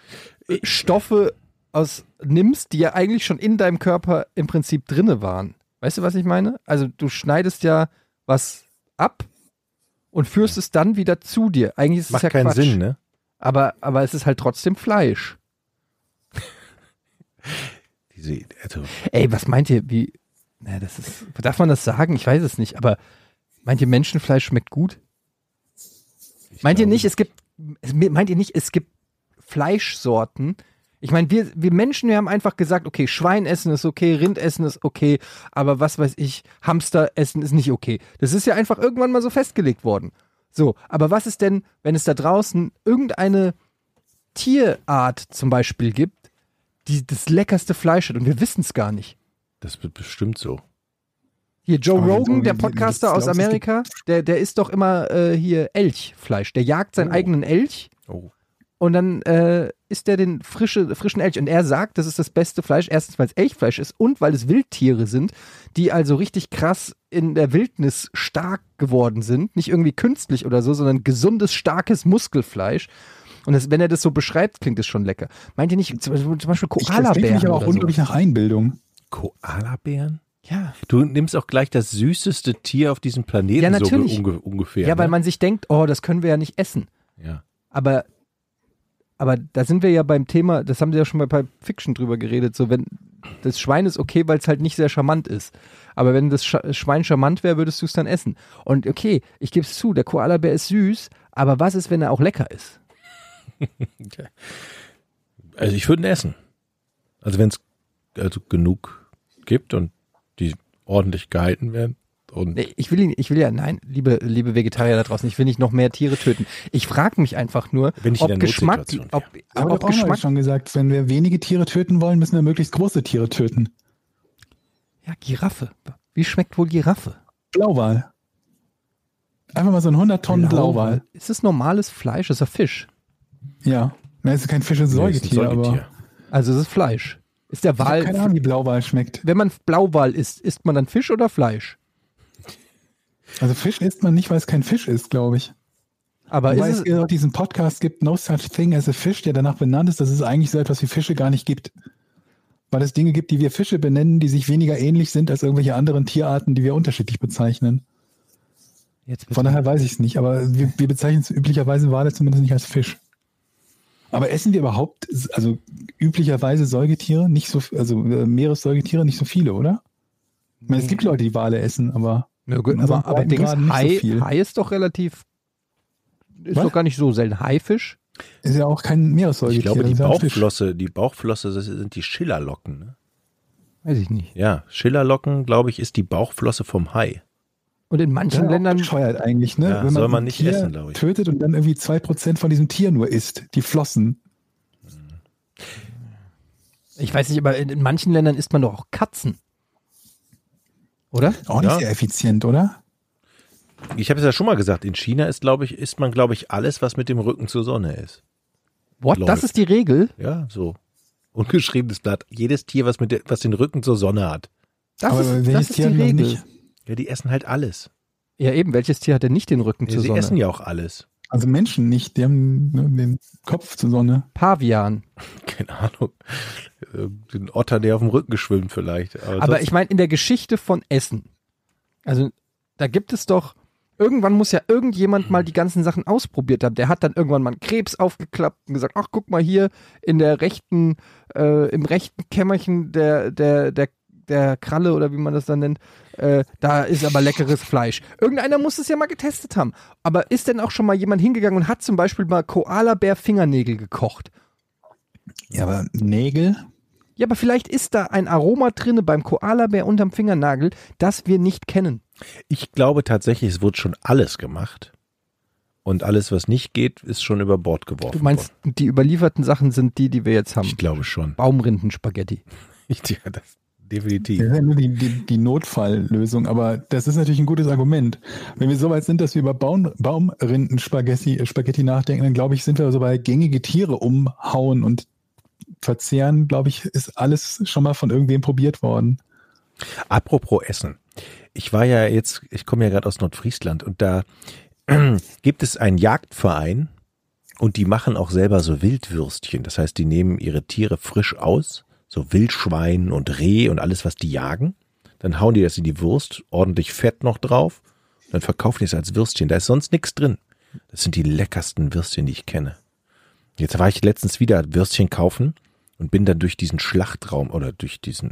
äh, Stoffe aus nimmst, die ja eigentlich schon in deinem Körper im Prinzip drinne waren. Weißt du, was ich meine? Also du schneidest ja was ab und führst es dann wieder zu dir. Eigentlich ist es Macht ja keinen Quatsch. Sinn, ne? Aber, aber es ist halt trotzdem Fleisch. Diese, also, Ey, was meint ihr, wie. Na, das ist. Darf man das sagen? Ich weiß es nicht, aber meint ihr, Menschenfleisch schmeckt gut? Meint ihr nicht, es gibt. es- Meint ihr nicht, es gibt Fleischsorten? Ich meine, wir, wir Menschen, wir haben einfach gesagt, okay, Schwein essen ist okay, Rind essen ist okay, aber was weiß ich, Hamster essen ist nicht okay. Das ist ja einfach irgendwann mal so festgelegt worden. So, aber was ist denn, wenn es da draußen irgendeine Tierart zum Beispiel gibt, die das leckerste Fleisch hat und wir wissen es gar nicht? das wird bestimmt so. Hier, Joe Aber wenn's Rogan, der irgendwie- Podcaster ich aus glaub, es gibt- Amerika, der, der isst doch immer äh, hier Elchfleisch. Der jagt seinen Oh. eigenen Elch Oh. und dann äh, isst er den frische, frischen Elch. Und er sagt, das ist das beste Fleisch, erstens, weil es Elchfleisch ist und weil es Wildtiere sind, die also richtig krass in der Wildnis stark geworden sind. Nicht irgendwie künstlich oder so, sondern gesundes, starkes Muskelfleisch. Und das, wenn er das so beschreibt, klingt es schon lecker. Meint ihr nicht, zum zum Beispiel Ich, das klingt mich Koalabären aber auch oder so? unglaublich nach Einbildung. Koalabären? Ja. Du nimmst auch gleich das süßeste Tier auf diesem Planeten Ja, so ge- natürlich. unge ungefähr. ja, weil ne? man sich denkt, oh, das können wir ja nicht essen. ja. Aber, aber da sind wir ja beim Thema, das haben sie ja schon mal bei Fiction drüber geredet, so wenn das Schwein ist okay, weil es halt nicht sehr charmant ist. Aber wenn das Scha Schwein charmant wäre, würdest du es dann essen. Und okay, ich gebe es zu, der Koalabär ist süß, aber was ist, wenn er auch lecker ist? Also ich würde ihn essen. Also wenn es also genug gibt und die ordentlich gehalten werden. Und Nee, ich will ihn, ich will ja, nein, liebe, liebe Vegetarier da draußen, ich will nicht noch mehr Tiere töten. Ich frage mich einfach nur, Wenn ich in ob der Geschmack, Notsituation ob, Aber ob auch Geschmack Geschmack, schon gesagt, wenn wir wenige Tiere töten wollen, müssen wir möglichst große Tiere töten. ja, Giraffe. Wie schmeckt wohl Giraffe? Blauwal. Einfach mal so ein 100 Tonnen Blauwal. Ist es normales Fleisch? Ist ja Fisch. Ja. Na, ist kein Fisch, ist ein Nee, ist ein Säugetier, aber Also ist es ist Fleisch. Ist der ich hab Wal, keine Ahnung, wie Blauwal schmeckt. wenn man Blauwal isst, isst man dann Fisch oder Fleisch? Also Fisch isst man nicht, weil es kein Fisch ist, glaube ich. Aber Weil ist es es, auch diesen Podcast gibt, No Such Thing as a Fish, der danach benannt ist, dass es eigentlich so etwas wie Fische gar nicht gibt. Weil es Dinge gibt, die wir Fische benennen, die sich weniger ähnlich sind als irgendwelche anderen Tierarten, die wir unterschiedlich bezeichnen. jetzt Von daher weiß ich es nicht, aber wir, wir bezeichnen es üblicherweise Wale zumindest nicht als Fisch. Aber essen wir überhaupt, also üblicherweise Säugetiere, nicht so, also äh, Meeressäugetiere, nicht so viele, oder? Ich meine, es gibt Leute, die Wale essen, aber Nö, gut, in unserem aber, aber Dings, Breitengrad nicht so Hai, viel. Hai ist doch relativ, ist Was? doch gar nicht so selten. Haifisch? ist ja auch kein Meeressäugetier. Ich glaube, das die ist ja ein Fisch. Bauchflosse, die Bauchflosse, das sind die Schillerlocken. Ne? Weiß ich nicht. Ja, Schillerlocken, glaube ich, ist die Bauchflosse vom Hai. Und in manchen Ja, Ländern, bescheuert eigentlich, ne? Ja, soll so ein man nicht Tier essen, glaub ich. Tötet und dann irgendwie 2% von diesem Tier nur isst, die Flossen. ich weiß nicht, aber in, in manchen Ländern isst man doch auch Katzen. Oder? Auch nicht Ja. sehr effizient, oder? Ich habe es ja schon mal gesagt, in China ist, glaube ich, isst man, glaube ich, alles, was mit dem Rücken zur Sonne ist. What? Läuft. Das ist die Regel? Ja, so. Ungeschriebenes Blatt. Jedes Tier, was, mit der, was den Rücken zur Sonne hat. Das Aber ist, welches das ist die Tier hat noch Regel. nicht? Ja, die essen halt alles. Ja, eben, welches Tier hat denn nicht den Rücken Ja, zur sie Sonne? essen ja auch alles. Also Menschen nicht, die haben ne, den Kopf zur Sonne. Pavian. Keine Ahnung. Äh, Den Otter, der auf dem Rücken schwimmt vielleicht. Aber, Aber sonst- ich meine, in der Geschichte von Essen. Also, da gibt es doch. Irgendwann muss ja irgendjemand mal die ganzen Sachen ausprobiert haben. Der hat dann irgendwann mal einen Krebs aufgeklappt und gesagt: Ach, guck mal hier in der rechten, äh, im rechten Kämmerchen der, der, der, der Kralle oder wie man das dann nennt, äh, da ist aber leckeres Fleisch. Irgendeiner muss es ja mal getestet haben. Aber ist denn auch schon mal jemand hingegangen und hat zum Beispiel mal Koala-Bär-Fingernägel gekocht? Ja, aber Nägel? Ja, aber vielleicht ist da ein Aroma drinne beim Koalabär unterm Fingernagel, das wir nicht kennen. ich glaube tatsächlich, es wurde schon alles gemacht. Und alles, was nicht geht, ist schon über Bord geworfen Du meinst, worden. die überlieferten Sachen sind die, die wir jetzt haben. Ich glaube schon. Baumrindenspaghetti. Ich, ja, das, definitiv. Das ist ja nur die, die, die Notfalllösung, aber das ist natürlich ein gutes Argument. Wenn wir so weit sind, dass wir über Baum, Baumrinden-Spaghetti äh, Spaghetti nachdenken, dann glaube ich, sind wir so bei gängige Tiere umhauen und verzehren, glaube ich, ist alles schon mal von irgendwem probiert worden. Apropos Essen. Ich war ja jetzt, ich komme ja gerade aus Nordfriesland und da gibt es einen Jagdverein und die machen auch selber so Wildwürstchen. Das heißt, die nehmen ihre Tiere frisch aus, so Wildschwein und Reh und alles, was die jagen. Dann hauen die das in die Wurst, ordentlich Fett noch drauf. Dann verkaufen die es als Würstchen. Da ist sonst nichts drin. Das sind die leckersten Würstchen, die ich kenne. Jetzt war ich letztens wieder Würstchen kaufen und bin dann durch diesen Schlachtraum oder durch diesen,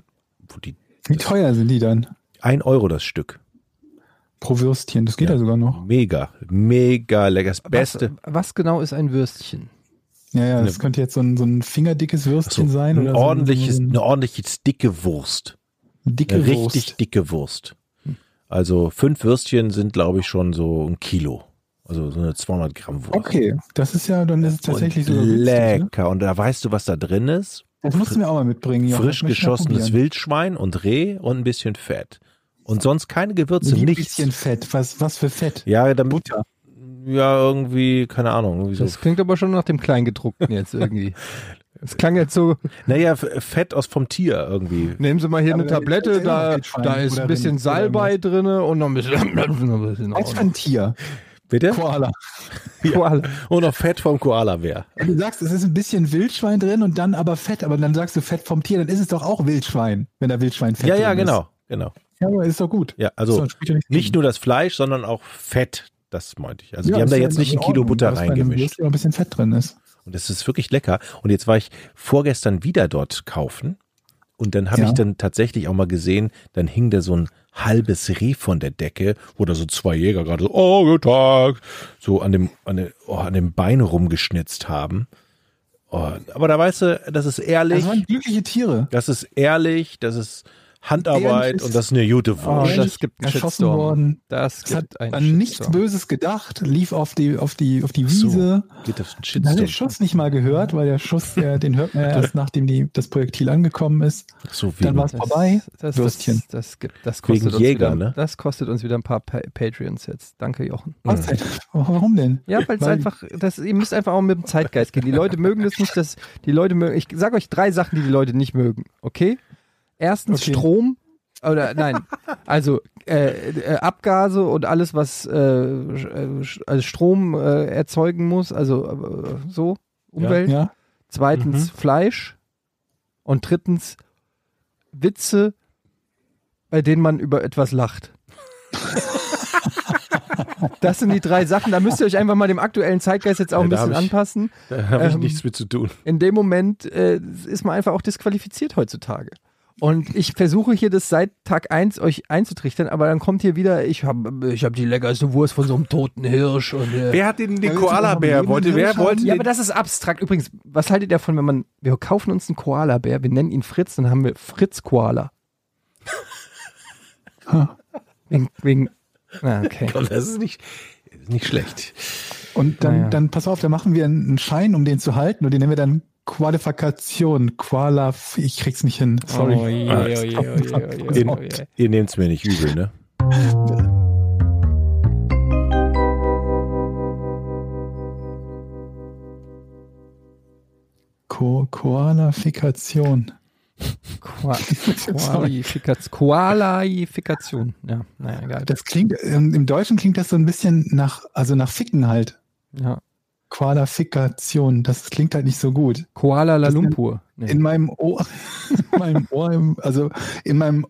wo die Wie teuer sind die dann? ein Euro das Stück. Pro Würstchen, das geht ja, Ja. sogar noch. Mega, mega lecker. Das Beste. Was, was genau ist ein Würstchen? Ja, ja, das Eine- könnte jetzt so ein, so ein fingerdickes Würstchen So, sein. ein Oder Also ordentliches, so ein- eine ordentliches dicke Wurst. dicke Eine Wurst. richtig dicke Wurst. Also fünf Würstchen sind, glaube ich, schon so ein Kilo. Also so eine 200 Gramm Wurst. Okay, das ist ja, dann ist es tatsächlich und sogar günstig, ne? lecker. Und da weißt du, was da drin ist. Das mussten wir auch mal mitbringen. Jochen. Frisch Das möchte ich mal geschossenes probieren. Wildschwein und Reh und ein bisschen Fett. Und sonst keine Gewürze, Wie ein nichts. bisschen Fett. Was, was für Fett? ja, damit, Butter. ja, irgendwie, keine Ahnung. Irgendwie so Das klingt aber schon nach dem Kleingedruckten jetzt irgendwie. Es klang jetzt so, Naja, F- Fett aus vom Tier irgendwie. nehmen Sie mal hier Aber eine da- da Tablette, ist da, Wildschwein da ist oder ein bisschen Rind oder Salbei drinne und noch ein bisschen, noch ein bisschen Als auch ein Tier. Bitte? Koala. noch. Koala. Und noch Fett vom Koala wäre. Wenn du sagst, es ist ein bisschen Wildschwein drin und dann aber Fett, aber dann sagst du Fett vom Tier, dann ist es doch auch Wildschwein, wenn da Wildschwein Fett Ja, ja, drin genau, genau. Ist. Ja, aber ist doch gut. Ja, also so, spielt ja nichts nicht gegen. nur das Fleisch, sondern auch Fett. Das meinte ich. Also Ja, die haben ist da ja jetzt nicht in ein Kilo Ordnung, Butter dass bei einem reingemischt. Würstchen auch ein bisschen Fett drin ist. Und das ist wirklich lecker. Und jetzt war ich vorgestern wieder dort kaufen. Und dann habe Ja. ich dann tatsächlich auch mal gesehen, dann hing da so ein halbes Reh von der Decke, wo da so zwei Jäger gerade so, oh, guten Tag, so an dem, an dem, oh, an dem Bein rumgeschnitzt haben. Oh, aber da weißt du, das ist ehrlich. Also Das waren glückliche Tiere. Das ist ehrlich, das ist Ehrlich Handarbeit ist- und das ist eine gute Oh, Wurst. Ehrlich das gibt einen erschossen Shitstorm. worden. Das Es hat gibt einen an nichts Shitstorm. Böses gedacht, lief auf die, auf die, auf die Ach so. Wiese. Geht auf den Man hat den Shitstorm. Schuss nicht mal gehört, weil der Schuss, der, den hört man ja erst, nachdem die, das Projektil angekommen ist. So Dann war es vorbei. Das, Würstchen. Das, das, gibt, das Wegen kostet uns Jäger, wieder, ne? Das kostet uns wieder ein paar pa Patreons jetzt. Danke, Jochen. Was denn? Warum denn? Ja, weil es Weil- einfach, das, ihr müsst einfach auch mit dem Zeitgeist gehen. Die Leute mögen das nicht, dass die Leute mögen. Ich sage euch drei Sachen, die die Leute nicht mögen. Okay? Erstens Okay. Strom oder nein, also äh, äh, Abgase und alles, was äh, sch- äh, also Strom äh, erzeugen muss, also äh, so Umwelt. Ja, Mhm. Zweitens Fleisch und drittens Witze, bei denen man über etwas lacht. Das sind die drei Sachen. Da müsst ihr euch einfach mal dem aktuellen Zeitgeist jetzt auch Ja, ein da bisschen hab ich- anpassen. Da habe ich Ähm, nichts mit zu tun. In dem Moment äh, ist man einfach auch disqualifiziert heutzutage. Und ich versuche hier das seit Tag 1 euch einzutrichtern, aber dann kommt hier wieder, ich habe ich hab die leckerste Wurst von so einem toten Hirsch und äh, Wer hat den, den willst du noch Koala-Bär? am Wollte, Leben wer haben? wollte Ja, aber den? das ist abstrakt. Übrigens, was haltet ihr davon, wenn man, wir kaufen uns einen Koala-Bär, wir nennen ihn Fritz, dann haben wir Fritz-Koala. wegen, wegen, na, okay. Das ist nicht, nicht schlecht. und dann, Naja. dann pass auf, da machen wir einen Schein, um den zu halten und den nennen wir dann Qualifikation. Quala, ich krieg's nicht hin. Sorry. Oh. Ihr, ihr nehmt es mir nicht übel, ne? Ko Koalafikation. Koa- Koalifikaz- Koalaifikation. Ja, naja, egal. Das klingt, ähm, im Deutschen klingt das so ein bisschen nach, also nach Ficken halt. Ja. Qualifikation, das klingt halt nicht so gut. Koala La Lumpur. Nee. In meinem Ohr, in meinem Ohr, im- also in meinem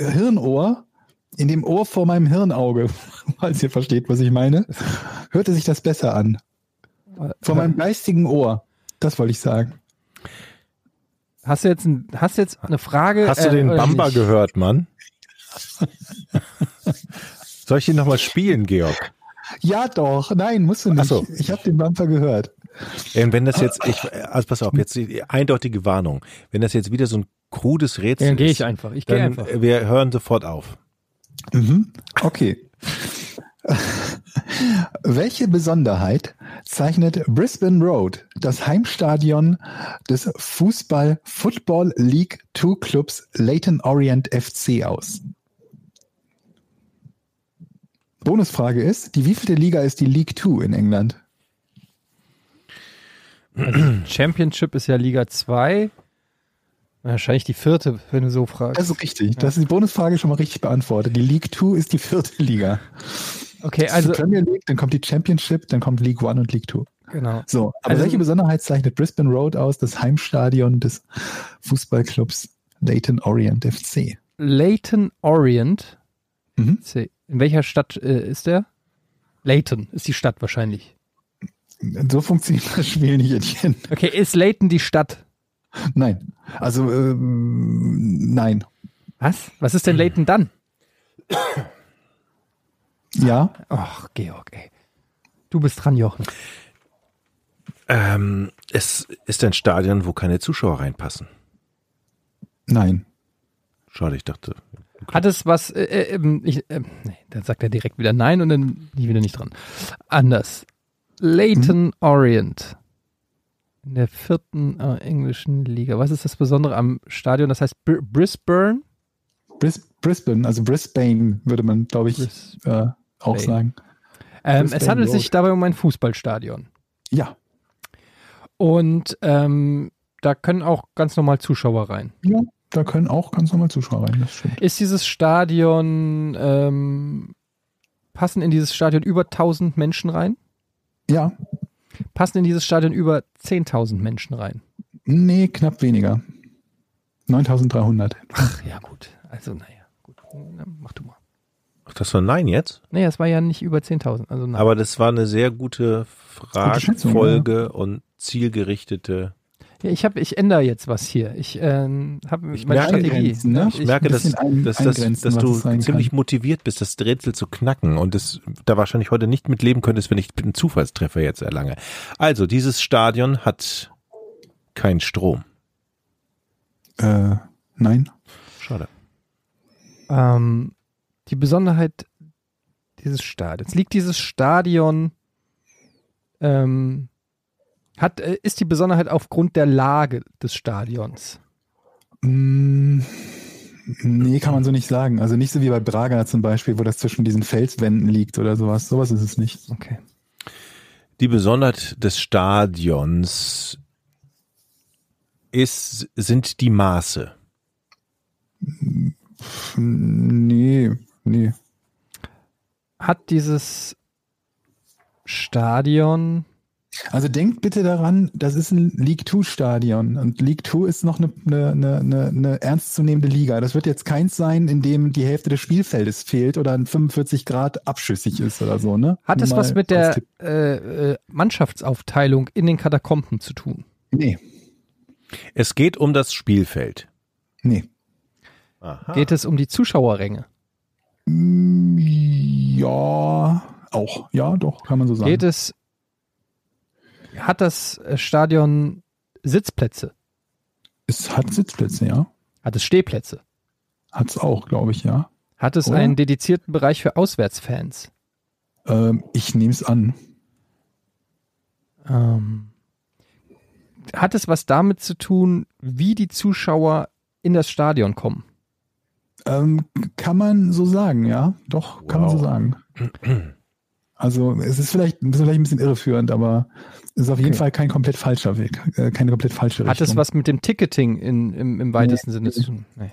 Hirnohr, in dem Ohr vor meinem Hirnauge, falls ihr versteht, was ich meine, hörte sich das besser an. Vor meinem geistigen Ohr. Das wollte ich sagen. Hast du jetzt, ein, hast du jetzt eine Frage? Hast du den oder Bamba nicht? gehört, Mann? Soll ich ihn nochmal spielen, Georg? Ja, doch. Nein, musst du Ach nicht. so. Ich habe den Bumper gehört. Ey, Und wenn das jetzt, ich, also pass auf, jetzt die eindeutige Warnung. Wenn das jetzt wieder so ein krudes Rätsel Ja, Dann gehe ist, ich einfach. Ich gehe dann einfach. äh, wir hören sofort auf. Mhm. Okay. Welche Besonderheit zeichnet Brisbane Road, das Heimstadion des Fußball Football League Two Clubs Leighton Orient FC aus? Bonusfrage ist, die wievielte Liga ist die League Two in England? Championship ist ja Liga 2. Wahrscheinlich die vierte, wenn du so fragst. Das ist richtig. Das ist die Bonusfrage schon mal richtig beantwortet. Die League Two ist die vierte Liga. okay, Also also, die Premier League, dann kommt die Championship, dann kommt League One und League Two. genau. So, aber Also- welche Besonderheit zeichnet Brisbane Road aus, das Heimstadion des Fußballclubs Leighton Orient FC? Leighton Orient. Mhm. C. In welcher Stadt äh, ist der? Leighton ist die Stadt wahrscheinlich. So funktioniert das Spiel nicht, Etienne. Okay, ist Leighton die Stadt? Nein. Also, ähm, nein. Was? Was ist denn Leighton dann? Ja, Ach, Georg, ey. Du bist dran, Jochen. Ähm, es ist ein Stadion, wo keine Zuschauer reinpassen. nein. Schade, ich dachte. Hat es was, äh, äh, ähm, ich, ähm, nee, dann sagt er direkt wieder nein und dann bin ich wieder nicht dran. Anders. Leighton Orient. In der vierten äh, englischen Liga. Was ist das Besondere am Stadion? Das heißt Br Brisbane? Bris Brisbane, also Brisbane würde man, glaube ich, Bris äh, auch sagen. ähm, es Brisbane handelt Road. sich dabei um ein Fußballstadion. Ja. Und ähm, da können auch ganz normal Zuschauer rein. ja, da können auch ganz normal Zuschauer rein, das stimmt. Ist dieses Stadion, ähm, passen in dieses Stadion über 1000 Menschen rein? Ja, Passen in dieses Stadion über 10.000 Menschen rein? nee, knapp weniger. 9300. Ach ja, gut. Also, naja, gut. Na, mach du mal. Ach, das war Nein jetzt? Naja, es war ja nicht über 10.000. Also, nein. Aber das war eine sehr gute Schätzung, Fragfolge und zielgerichtete. ja, ich, hab, ich ändere jetzt was hier. Ich ähm, habe meine merke Strategie. Eingrenzen, ne? Ich, Ich merke, ein dass, bisschen ein- dass, dass, eingrenzen, dass was du es sein ziemlich kann. motiviert bist, das Rätsel zu knacken und das da wahrscheinlich heute nicht mit leben könntest, wenn ich einen Zufallstreffer jetzt erlange. Also, dieses Stadion hat keinen Strom. Äh, nein. Schade. ähm, die Besonderheit dieses Stadions. Liegt dieses Stadion, ähm, hat, äh, ist die Besonderheit aufgrund der Lage des Stadions? Mm, Nee, kann man so nicht sagen. Also nicht so wie bei Braga zum Beispiel, wo das zwischen diesen Felswänden liegt oder sowas. Sowas ist es nicht. Okay. Die Besonderheit des Stadions ist, sind die Maße. Nee, nee. Hat dieses Stadion, Also denkt bitte daran, das ist ein League Two Stadion und League Two ist noch eine, eine, eine, eine, eine ernstzunehmende Liga. Das wird jetzt keins sein, in dem die Hälfte des Spielfeldes fehlt oder ein 45 Grad abschüssig ist oder so, ne? hat es Nur was mal mit der als Tipp. äh, äh, Mannschaftsaufteilung in den Katakomben zu tun? Nee, Es geht um das Spielfeld. nee. Aha. Geht es um die Zuschauerränge? Mm, Ja, auch. Ja, doch, kann man so sagen. Geht es, hat das äh, Stadion Sitzplätze? es hat Sitzplätze, ja. Hat es Stehplätze? Hat's auch, glaube ich, ja. Hat es Oder? einen dedizierten Bereich für Auswärtsfans? Ähm, ich nehme es an. Ähm, hat es was damit zu tun, wie die Zuschauer in das Stadion kommen? Ähm, kann man so sagen, ja. Doch, kann man so Wow. sagen. Also es ist vielleicht, ist vielleicht ein bisschen irreführend, aber es ist auf jeden Okay. Fall kein komplett falscher Weg, äh, keine komplett falsche Richtung. Hat es was mit dem Ticketing in, im, im weitesten Sinne zu tun? Nee.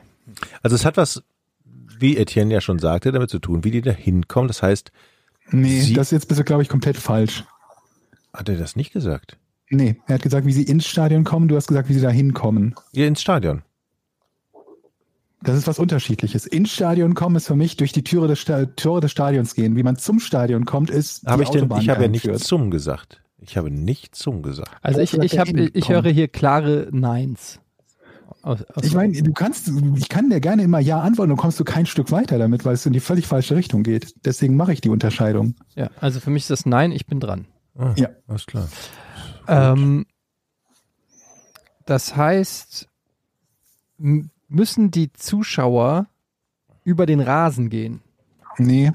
Also es hat was, wie Etienne ja schon sagte, damit zu tun, wie die da hinkommen. Das heißt, Nee, Sie- das ist jetzt bist du, glaube ich, komplett falsch. hat er das nicht gesagt? Nee, er hat gesagt, wie sie ins Stadion kommen, du hast gesagt, wie sie da hinkommen. Ja, ins Stadion. Das ist was Unterschiedliches. Ins Stadion kommen ist für mich durch die Türe des, Sta Tore des Stadions gehen. Wie man zum Stadion kommt, ist Habe die ich denn? Autobahn, Ich die habe ja einen nicht führt. zum gesagt. Ich habe nicht zum gesagt. Also ich, ich, hab, ich höre hier klare Neins. Aus- aus- Ich meine, du kannst, ich kann dir gerne immer Ja antworten, dann kommst du kein Stück weiter damit, weil es in die völlig falsche Richtung geht. Deswegen mache ich die Unterscheidung. ja, also für mich ist das Nein, ich bin dran. Ah, Ja. alles klar. Ähm, das heißt, m- müssen die Zuschauer über den Rasen gehen? Nee,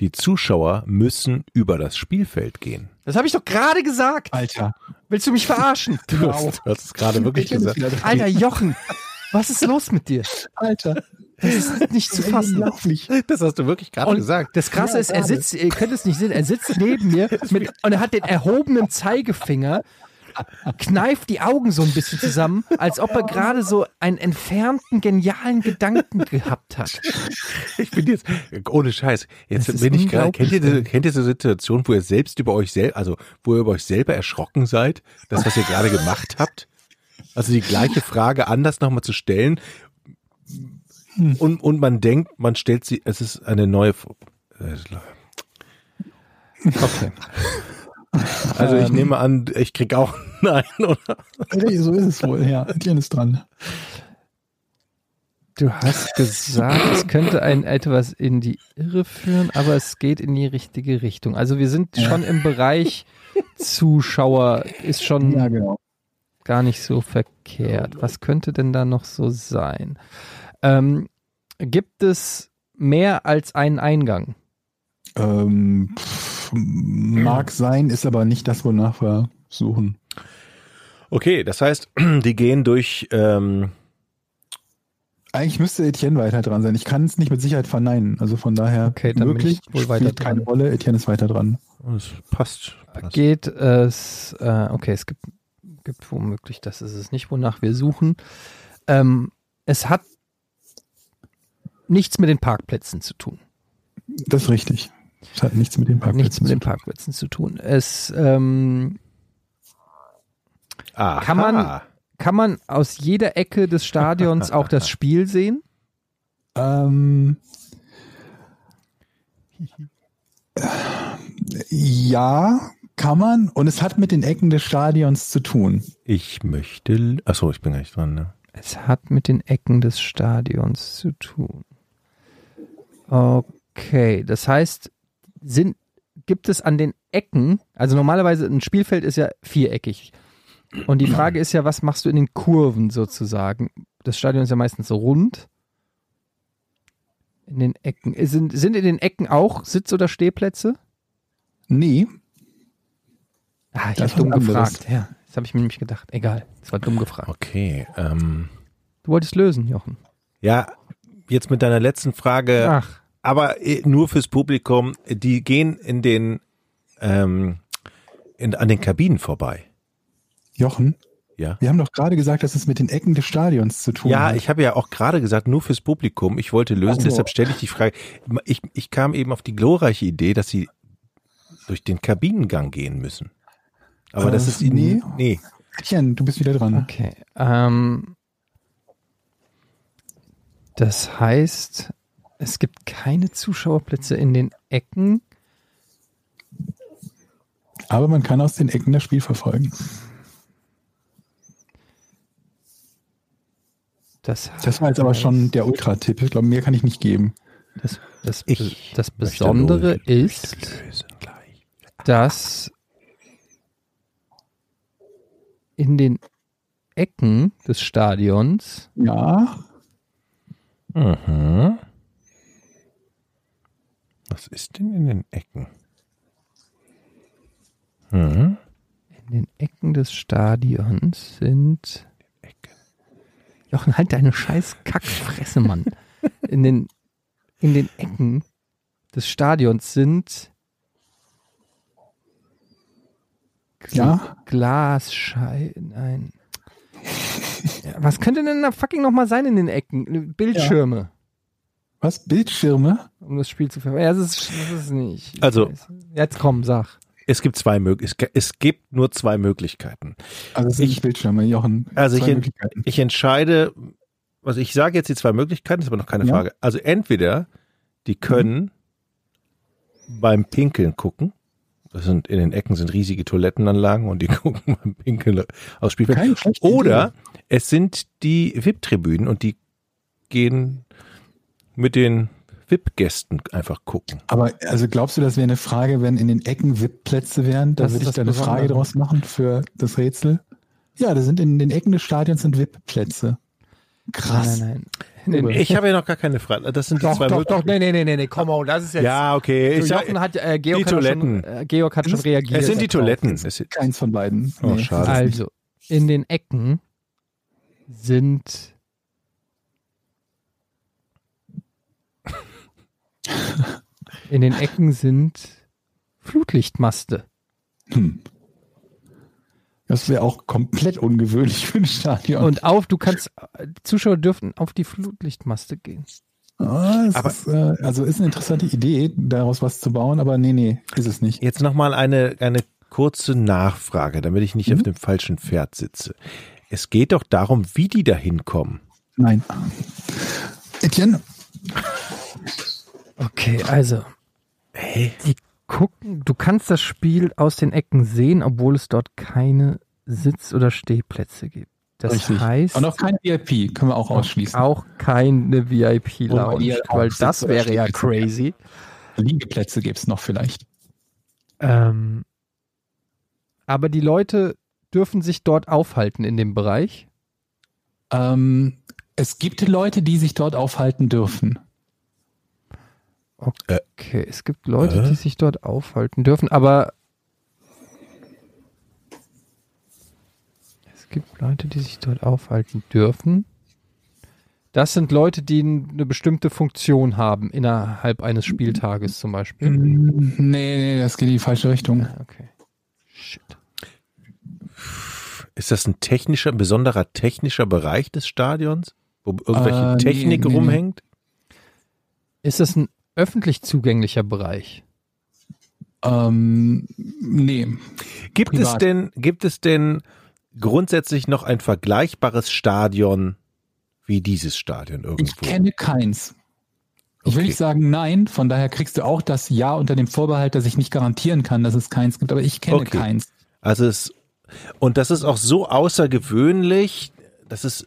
Die Zuschauer müssen über das Spielfeld gehen. Das habe ich doch gerade gesagt. Alter. Willst du mich verarschen? Du hast, du hast es gerade wirklich bin gesagt. wieder dran. Alter, Jochen, was ist los mit dir? Alter. Das ist nicht zu fassen. Unglaublich. Das hast du wirklich gerade Und gesagt. das Krasse ist, er sitzt, ihr könnt es nicht sehen, er sitzt neben mir mit, und er hat den erhobenen Zeigefinger, kneift die Augen so ein bisschen zusammen, als ob er gerade so einen entfernten, genialen Gedanken gehabt hat. Ich bin jetzt, ohne Scheiß, jetzt Das ist bin ich gerade, kennt ihr, diese, unglaublich. kennt ihr diese Situation, wo ihr selbst über euch selbst, also wo ihr über euch selber erschrocken seid, das, was ihr gerade gemacht habt? Also die gleiche Frage anders nochmal zu stellen Hm. und, und man denkt, man stellt sie, es ist eine neue, F- äh, Okay. also ich Ähm. nehme an, ich krieg auch nein, oder? Alter, So ist es wohl, ja. Etienne ist dran. Du hast gesagt, es könnte einen etwas in die Irre führen, aber es geht in die richtige Richtung. Also wir sind schon im Bereich Zuschauer, ist schon Ja, genau. gar nicht so verkehrt. Was könnte denn da noch so sein? Ähm, gibt es mehr als einen Eingang? Ähm, pff, mag sein, ist aber nicht das, wonach wir suchen. Okay, das heißt, die gehen durch, ähm, Eigentlich müsste Etienne weiter dran sein. Ich kann es nicht mit Sicherheit verneinen. Also von daher Okay, dann bin möglich, ich wohl weiter spielt keine dran. Rolle. Etienne ist weiter dran. das oh, passt. passt. Geht es, äh, okay, es gibt, gibt womöglich, das ist es nicht, wonach wir suchen. Ähm, es hat nichts mit den Parkplätzen zu tun. Das ist richtig. Das hat nichts mit dem Parkplätzen nichts mit zu den Parkplätzen zu tun. Es ähm, Aha. kann man- kann man aus jeder Ecke des Stadions auch das Spiel sehen. Ähm, ja, kann man. Und es hat mit den Ecken des Stadions zu tun. Ich möchte, achso, ich bin gar nicht dran, ne? Es hat mit den Ecken des Stadions zu tun. Okay, das heißt, sind, gibt es an den Ecken, also normalerweise ein Spielfeld ist ja viereckig. Und die Frage ist ja, was machst du in den Kurven sozusagen? Das Stadion ist ja meistens so rund. In den Ecken. Sind, sind in den Ecken auch Sitz- oder Stehplätze? Nee, Ah, ich Das habe dumm ist was gefragt. Ja, das habe ich mir nämlich gedacht. Egal, das war dumm gefragt. Okay. Ähm, Du wolltest lösen, Jochen. ja, jetzt mit deiner letzten Frage. Ach, aber äh, nur fürs Publikum. Die gehen in den ähm, in, an den Kabinen vorbei. Jochen, Ja. wir haben doch gerade gesagt, dass es mit den Ecken des Stadions zu tun Ja, hat. ich habe ja auch gerade gesagt, nur fürs Publikum. Ich wollte lösen, Ach so. deshalb stelle ich die Frage. Ich, ich kam eben auf die glorreiche Idee, dass sie durch den Kabinengang gehen müssen. Aber Äh, das ist nee. nee. Etienne, du bist wieder dran. okay. Ähm, das heißt, es gibt keine Zuschauerplätze in den Ecken. Aber man kann aus den Ecken das Spiel verfolgen. Das, Das war jetzt aber heißt- schon der Ultra-Tipp. Ich glaube, mehr kann ich nicht geben. Das, das, Ich das möchte Besondere lösen. ist, Lösen gleich. dass in den Ecken des Stadions Ja. Mhm. Was ist denn in den Ecken? Mhm. In den Ecken des Stadions sind. Jochen, halt deine scheiß Kackfresse, Mann. In den, in den Ecken des Stadions sind Gl Ja. Glasscheiben. Nein. Ja, was könnte denn da fucking nochmal sein in den Ecken? Bildschirme, Was? Bildschirme? um das Spiel zu verfolgen. Ja, das ist, das ist nicht. ich Also- weiß. Jetzt komm, sag. Es gibt zwei Mög es, ge- es gibt nur zwei Möglichkeiten. Also es sind nicht Bildschirme, Jochen. Also Zwei ich- Möglichkeiten. Ich entscheide, also ich sage jetzt die zwei Möglichkeiten, ist aber noch keine Ja. Frage. Also entweder die können beim Pinkeln gucken. Das sind in den Ecken sind riesige Toilettenanlagen und die gucken beim Pinkeln aufs Spielfeld. Keine schlechte Oder es sind die VIP-Tribünen und die gehen mit den VIP-Gästen einfach gucken. Aber also glaubst du, das wäre eine Frage, wenn in den Ecken VIP-Plätze wären? Da Das würde ist ich das da eine Besondere. Frage draus machen für das Rätsel. Ja, da sind in den Ecken des Stadions sind VIP-Plätze. Krass. Nein, nein. In den Ich habe ja noch gar keine Frage. Das sind die Doch, zwei doch, doch, Möglichkeiten. nee, nee, nee, nee, nee, komm on, das ist jetzt. Ja, okay. so, Ich sag, Jochen hat, äh, Georg die hat auch Toiletten. Schon, äh, Georg hat Es schon ist- reagiert. es sind die Toiletten. Es sind, Keins von beiden. Oh, das schade. ist nicht. Also, in den Ecken sind. In den Ecken sind Flutlichtmaste. Hm. Das wäre auch komplett ungewöhnlich für ein Stadion. Und auf, du kannst, äh, die Zuschauer dürfen auf die Flutlichtmaste gehen. Ah, es Aber- ist, äh, also ist eine interessante Idee, daraus was zu bauen, aber nee, nee, ist es nicht. Jetzt nochmal eine, eine kurze Nachfrage, damit ich nicht Mhm. auf dem falschen Pferd sitze. Es geht doch darum, wie die da hinkommen. Nein. Etienne, Okay, also. Die gucken, du kannst das Spiel aus den Ecken sehen, obwohl es dort keine Sitz- oder Stehplätze gibt. Das Richtig. heißt und auch kein VIP, können wir auch ausschließen. auch keine Wobei VIP-Lounge, ihr auch weil Sitz- das oder wäre ja Stehplätze habt. crazy. Liegeplätze gäbe es noch vielleicht. Ähm, aber die Leute dürfen sich dort aufhalten in dem Bereich. Ähm, es gibt Leute, die sich dort aufhalten dürfen. Okay, es gibt Leute, Äh? die sich dort aufhalten dürfen, aber es gibt Leute, die sich dort aufhalten dürfen. Das sind Leute, die n- eine bestimmte Funktion haben innerhalb eines Spieltages zum Beispiel. Mhm. Nee, nee, das geht in die falsche Richtung. Okay. Shit. Ist das ein technischer, ein besonderer technischer Bereich des Stadions, wo irgendwelche Äh, nee, Technik nee, nee. rumhängt? Ist das ein öffentlich zugänglicher Bereich? Ähm, nee. Gibt es Privat. denn, gibt es denn grundsätzlich noch ein vergleichbares Stadion wie dieses Stadion Ich irgendwo? kenne keins. Ich will Okay. nicht sagen nein, von daher kriegst du auch das Ja unter dem Vorbehalt, dass ich nicht garantieren kann, dass es keins gibt, aber ich kenne Okay. keins. Also es, und das ist auch so außergewöhnlich, dass es,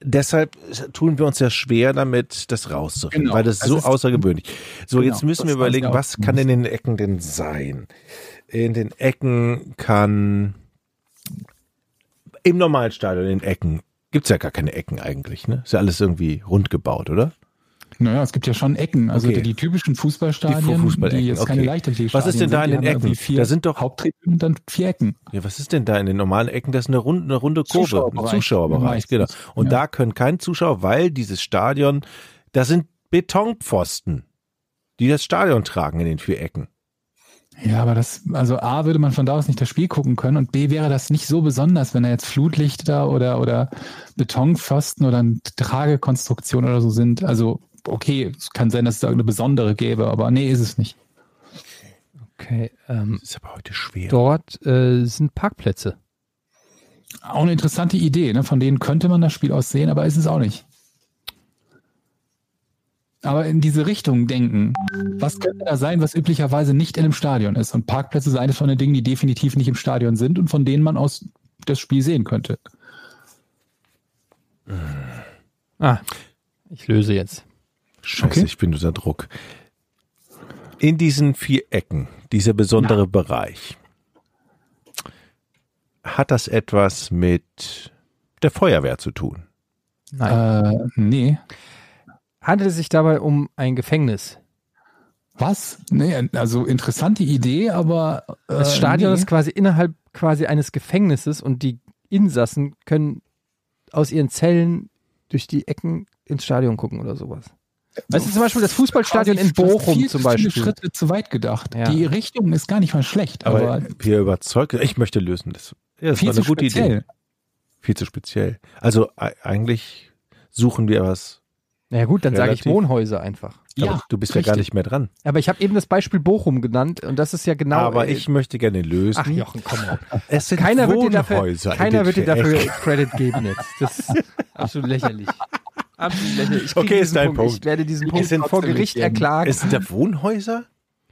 deshalb tun wir uns ja schwer damit, das rauszufinden, Genau. weil das Das so ist- außergewöhnlich. So, Genau, jetzt müssen das wir weiß überlegen, ich auch was kann nicht. in den Ecken denn sein? In den Ecken kann Im normalen Stadion, in Ecken. Gibt's ja gar keine Ecken eigentlich, ne? Ist ja alles irgendwie rund gebaut, oder? Naja, es gibt ja schon Ecken. Also Okay. die, die typischen Fußballstadien, die, Die Fußballecken, jetzt keine okay. Leichtathletik Was ist denn da in den Ecken? Vier Da sind doch- Haupttribünen und dann vier Ecken. Ja, was ist denn da in den normalen Ecken? Das ist eine runde, eine runde Kurve, Zuschauerbereich. ein Zuschauerbereich, Meistens, genau. Und ja. da können kein Zuschauer, weil dieses Stadion, das sind Betonpfosten, die das Stadion tragen in den vier Ecken. Ja, aber das, also A, würde man von da aus nicht das Spiel gucken können und B, wäre das nicht so besonders, wenn da jetzt Flutlichter oder, oder Betonpfosten oder eine Tragekonstruktion oder so sind. Also, okay, es kann sein, dass es da irgendeine besondere gäbe, aber nee, ist es nicht. Okay, ähm, Das ist aber heute schwer. dort äh, sind Parkplätze. Auch eine interessante Idee, ne? von denen könnte man das Spiel aus sehen, aber ist es auch nicht. Aber in diese Richtung denken. Was könnte da sein, was üblicherweise nicht in einem Stadion ist? Und Parkplätze sind eines von den Dingen, die definitiv nicht im Stadion sind und von denen man aus das Spiel sehen könnte. Ah, ich löse jetzt. Scheiße, Okay. ich bin unter Druck. In diesen vier Ecken, dieser besondere Bereich, hat das etwas mit der Feuerwehr zu tun? Nein. Äh, nee. Handelt es sich dabei um ein Gefängnis? Was? Nee, also interessante Idee, aber. Äh, Das Stadion nee. ist quasi innerhalb quasi eines Gefängnisses und die Insassen können aus ihren Zellen durch die Ecken ins Stadion gucken oder sowas. Weißt du, zum Beispiel das Fußballstadion Also quasi in Bochum viel zum zu viele Beispiel. Schritte zu weit gedacht. Ja. Die Richtung ist gar nicht mal schlecht, Aber, aber, Pierre überzeugt, ich möchte lösen. Das, ja, das viel war eine zu gute speziell. Idee. Viel zu speziell. Also e- eigentlich suchen wir was. Na ja gut, dann sage ich Relativ. Wohnhäuser einfach. Ja, aber du bist ja gar richtig. nicht mehr dran. Aber ich habe eben das Beispiel Bochum genannt und das ist ja genau. aber äh, ich möchte gerne lösen. Ach Jochen, komm auf. es sind Keiner wird dir Wohnhäuser dafür, in keiner den wird dir vier dafür Ecken. Credit geben jetzt. Das ist absolut lächerlich. Absolut lächerlich. Ich krieg Okay, ist diesen dein Punkt. Ich werde diesen Es Punkt sind vor trotzdem nicht Gericht geben. erklagen. Es sind da Wohnhäuser?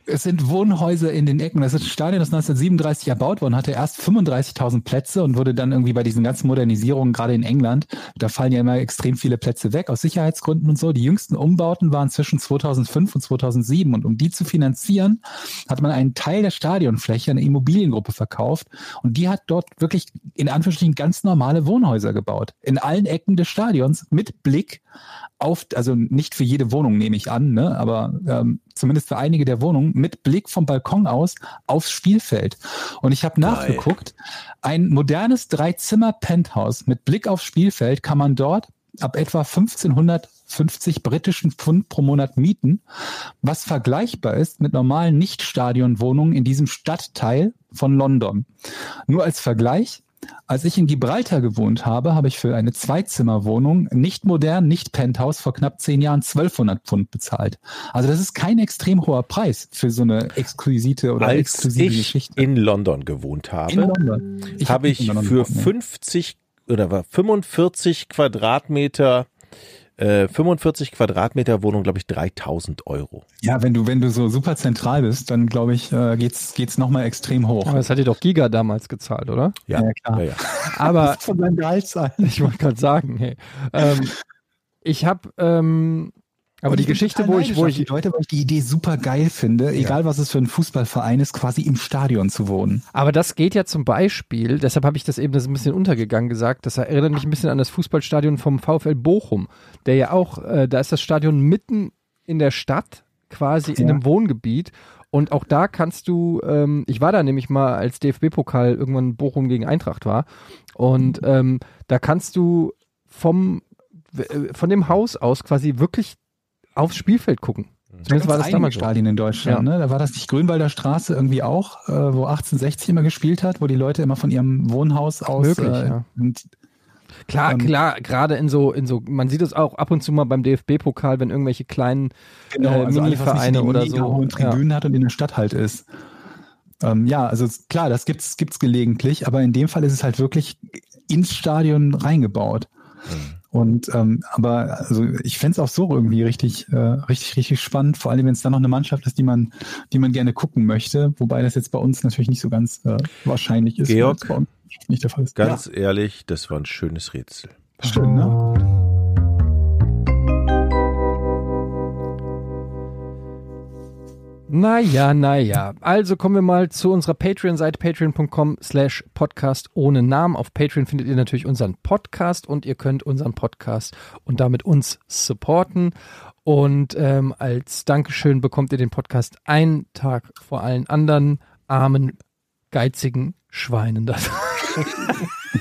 Es sind Wohnhäuser in den Ecken. Das ist ein Stadion, das 1937 erbaut worden, hatte erst 35.000 Plätze und wurde dann irgendwie bei diesen ganzen Modernisierungen, gerade in England, da fallen ja immer extrem viele Plätze weg, aus Sicherheitsgründen und so. Die jüngsten Umbauten waren zwischen 2005 und 2007 und um die zu finanzieren, hat man einen Teil der Stadionfläche an eine Immobiliengruppe verkauft und die hat dort wirklich in Anführungsstrichen ganz normale Wohnhäuser gebaut. In allen Ecken des Stadions mit Blick auf, also nicht für jede Wohnung nehme ich an, ne, aber ähm, zumindest für einige der Wohnungen mit Blick vom Balkon aus aufs Spielfeld. Und ich habe nachgeguckt, ein modernes Drei-Zimmer-Penthouse mit Blick aufs Spielfeld kann man dort ab etwa 1550 britischen Pfund pro Monat mieten, was vergleichbar ist mit normalen Nicht-Stadion-Wohnungen in diesem Stadtteil von London. Nur als Vergleich, als ich in Gibraltar gewohnt habe, habe ich für eine Zweizimmerwohnung, nicht modern, nicht Penthouse, vor knapp zehn Jahren 1200 Pfund bezahlt. Also das ist kein extrem hoher Preis für so eine exquisite oder Als exklusive ich Geschichte. in London gewohnt In habe, London. hab habe nicht ich in London für gewohnt, nee. 50 oder war 45 Quadratmeter, äh, 45 Quadratmeter Wohnung, glaube ich, 3000 Euro. Ja, wenn du, wenn du so super zentral bist, dann glaube ich, äh, geht's, geht's nochmal extrem hoch. Aber das hat dir doch Giga damals gezahlt, oder? Ja, Ja, klar. ja, ja. Aber von meinem Gehalt sein. ich wollte gerade sagen, hey, ähm, ich habe, ähm, aber Und die bin Geschichte, total wo ich, wo neidisch auf ich, die Leute, weil ich die Idee super geil finde, egal was es für ein Fußballverein ist, quasi im Stadion zu wohnen. aber das geht ja zum Beispiel, deshalb habe ich das eben das ist ein bisschen untergegangen gesagt, das erinnert mich ein bisschen an das Fußballstadion vom VfL Bochum, der ja auch, äh, da ist das Stadion mitten in der Stadt, quasi in Ja. einem Wohngebiet und auch da kannst du, ähm, ich war da nämlich mal als DFB-Pokal irgendwann Bochum gegen Eintracht war und ähm, da kannst du vom, w- äh, von dem Haus aus quasi wirklich aufs Spielfeld gucken. Zumindest war das einige damals so. Stadien in Deutschland. Ja. Ne? Da war das nicht Grünwalder Straße irgendwie auch, äh, wo 1860 immer gespielt hat, wo die Leute immer von ihrem Wohnhaus aus. Möglich, äh, ja. und, Klar, Ähm, klar, gerade in so, in so, man sieht es auch ab und zu mal beim DFB-Pokal, wenn irgendwelche kleinen genau, äh, also alles, was nicht Mini-Vereine die oder mega so. hohen Tribünen hat und in der Stadt halt ist. Ähm, ja, also es- klar, das gibt's gibt's gelegentlich, aber in dem Fall ist es halt wirklich ins Stadion reingebaut. Hm. Und ähm, aber also ich fänd's auch so irgendwie richtig, äh, richtig, richtig spannend, vor allem wenn es dann noch eine Mannschaft ist, die man, die man gerne gucken möchte, wobei das jetzt bei uns natürlich nicht so ganz äh, wahrscheinlich ist. Georg? weil es bei uns nicht der Fall ist. Ganz Ah. ehrlich, das war ein schönes Rätsel. ja, schön, ne? Ja. Naja, naja. Also kommen wir mal zu unserer Patreon-Seite, patreon.com slash podcast ohne Namen. Auf Patreon findet ihr natürlich unseren Podcast und ihr könnt unseren Podcast und damit uns supporten. Und ähm, als Dankeschön bekommt ihr den Podcast einen Tag vor allen anderen armen, geizigen Schweinen. Das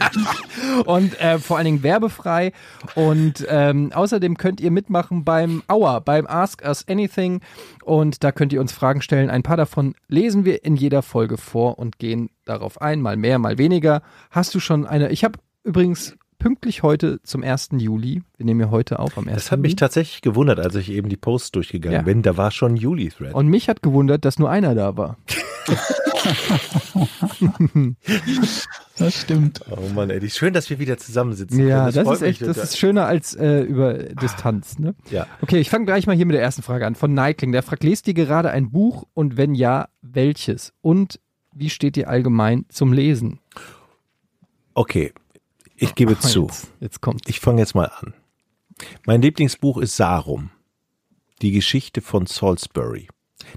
und äh, vor allen Dingen werbefrei. Und ähm, außerdem könnt ihr mitmachen beim Hour, beim Ask Us Anything. Und da könnt ihr uns Fragen stellen. Ein paar davon lesen wir in jeder Folge vor und gehen darauf ein, mal mehr, mal weniger. Hast du schon eine? Ich habe übrigens pünktlich heute zum 1. Juli, wir nehmen ja heute auf am 1. Das hat Juli. mhm. mich tatsächlich gewundert, als ich eben die Posts durchgegangen Ja. bin. Da war schon Juli-Thread. und mich hat gewundert, dass nur einer da war. Das stimmt. Oh Mann, ey, die- schön, dass wir wieder zusammensitzen. Ja, das, freut ist echt, mich das ist schöner als äh, über Distanz, ne? Ja. Okay, ich fange gleich mal hier mit der ersten Frage an. Von Neikling. Der fragt, lest ihr gerade ein Buch und wenn ja, welches? Und wie steht ihr allgemein zum Lesen? Okay, ich gebe Ah, zu. Jetzt, jetzt kommt. Ich fange jetzt mal an. Mein Lieblingsbuch ist Sarum. Die Geschichte von Salisbury.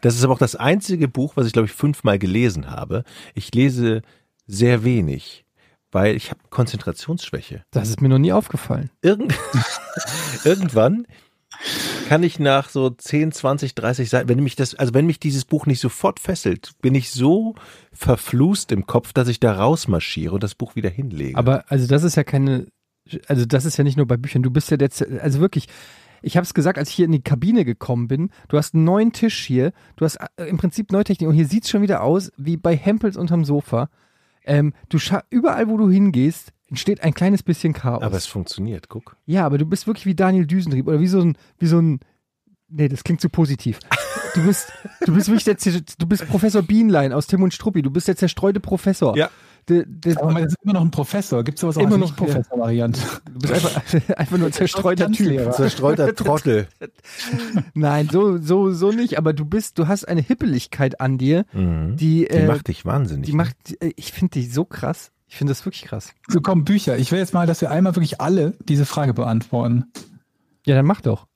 Das ist aber auch das einzige Buch, was ich glaube ich fünfmal gelesen habe. Ich lese sehr wenig, weil ich habe Konzentrationsschwäche. Das ist mir noch nie aufgefallen. Irgend irgendwann kann ich nach so 10, 20, 30 Seiten, wenn mich das, also wenn mich dieses Buch nicht sofort fesselt, bin ich so verflußt im Kopf, dass ich da rausmarschiere und das Buch wieder hinlege. Aber also das ist ja keine, also das ist ja nicht nur bei Büchern. Du bist ja jetzt, also wirklich, ich habe es gesagt, als ich hier in die Kabine gekommen bin, du hast einen neuen Tisch hier, du hast äh, im Prinzip Neutechnik und hier sieht's schon wieder aus wie bei Hempels unterm Sofa. Ähm, du scha überall, wo du hingehst, entsteht ein kleines bisschen Chaos. aber es funktioniert, guck. ja, aber du bist wirklich wie Daniel Düsentrieb oder wie so ein, wie so ein, nee, das klingt zu positiv. Du bist, du bist wirklich der, Zer- du bist Professor Bienlein aus Tim und Struppi, du bist der zerstreute Professor. Ja. Der, der, Aber man ist immer noch ein Professor. Gibt es sowas Immer als noch, nicht Professor-Variante? Du bist einfach, einfach nur ein zerstreuter Typ. Zerstreuter Trottel. Nein, so, so, so nicht. Aber du bist, du hast eine Hippeligkeit an dir, Mhm. die, Die äh, macht dich wahnsinnig. die macht, äh, ich finde die so krass. Ich finde das wirklich krass. So kommen Bücher. Ich will jetzt mal, dass wir einmal wirklich alle diese Frage beantworten. Ja, dann mach doch.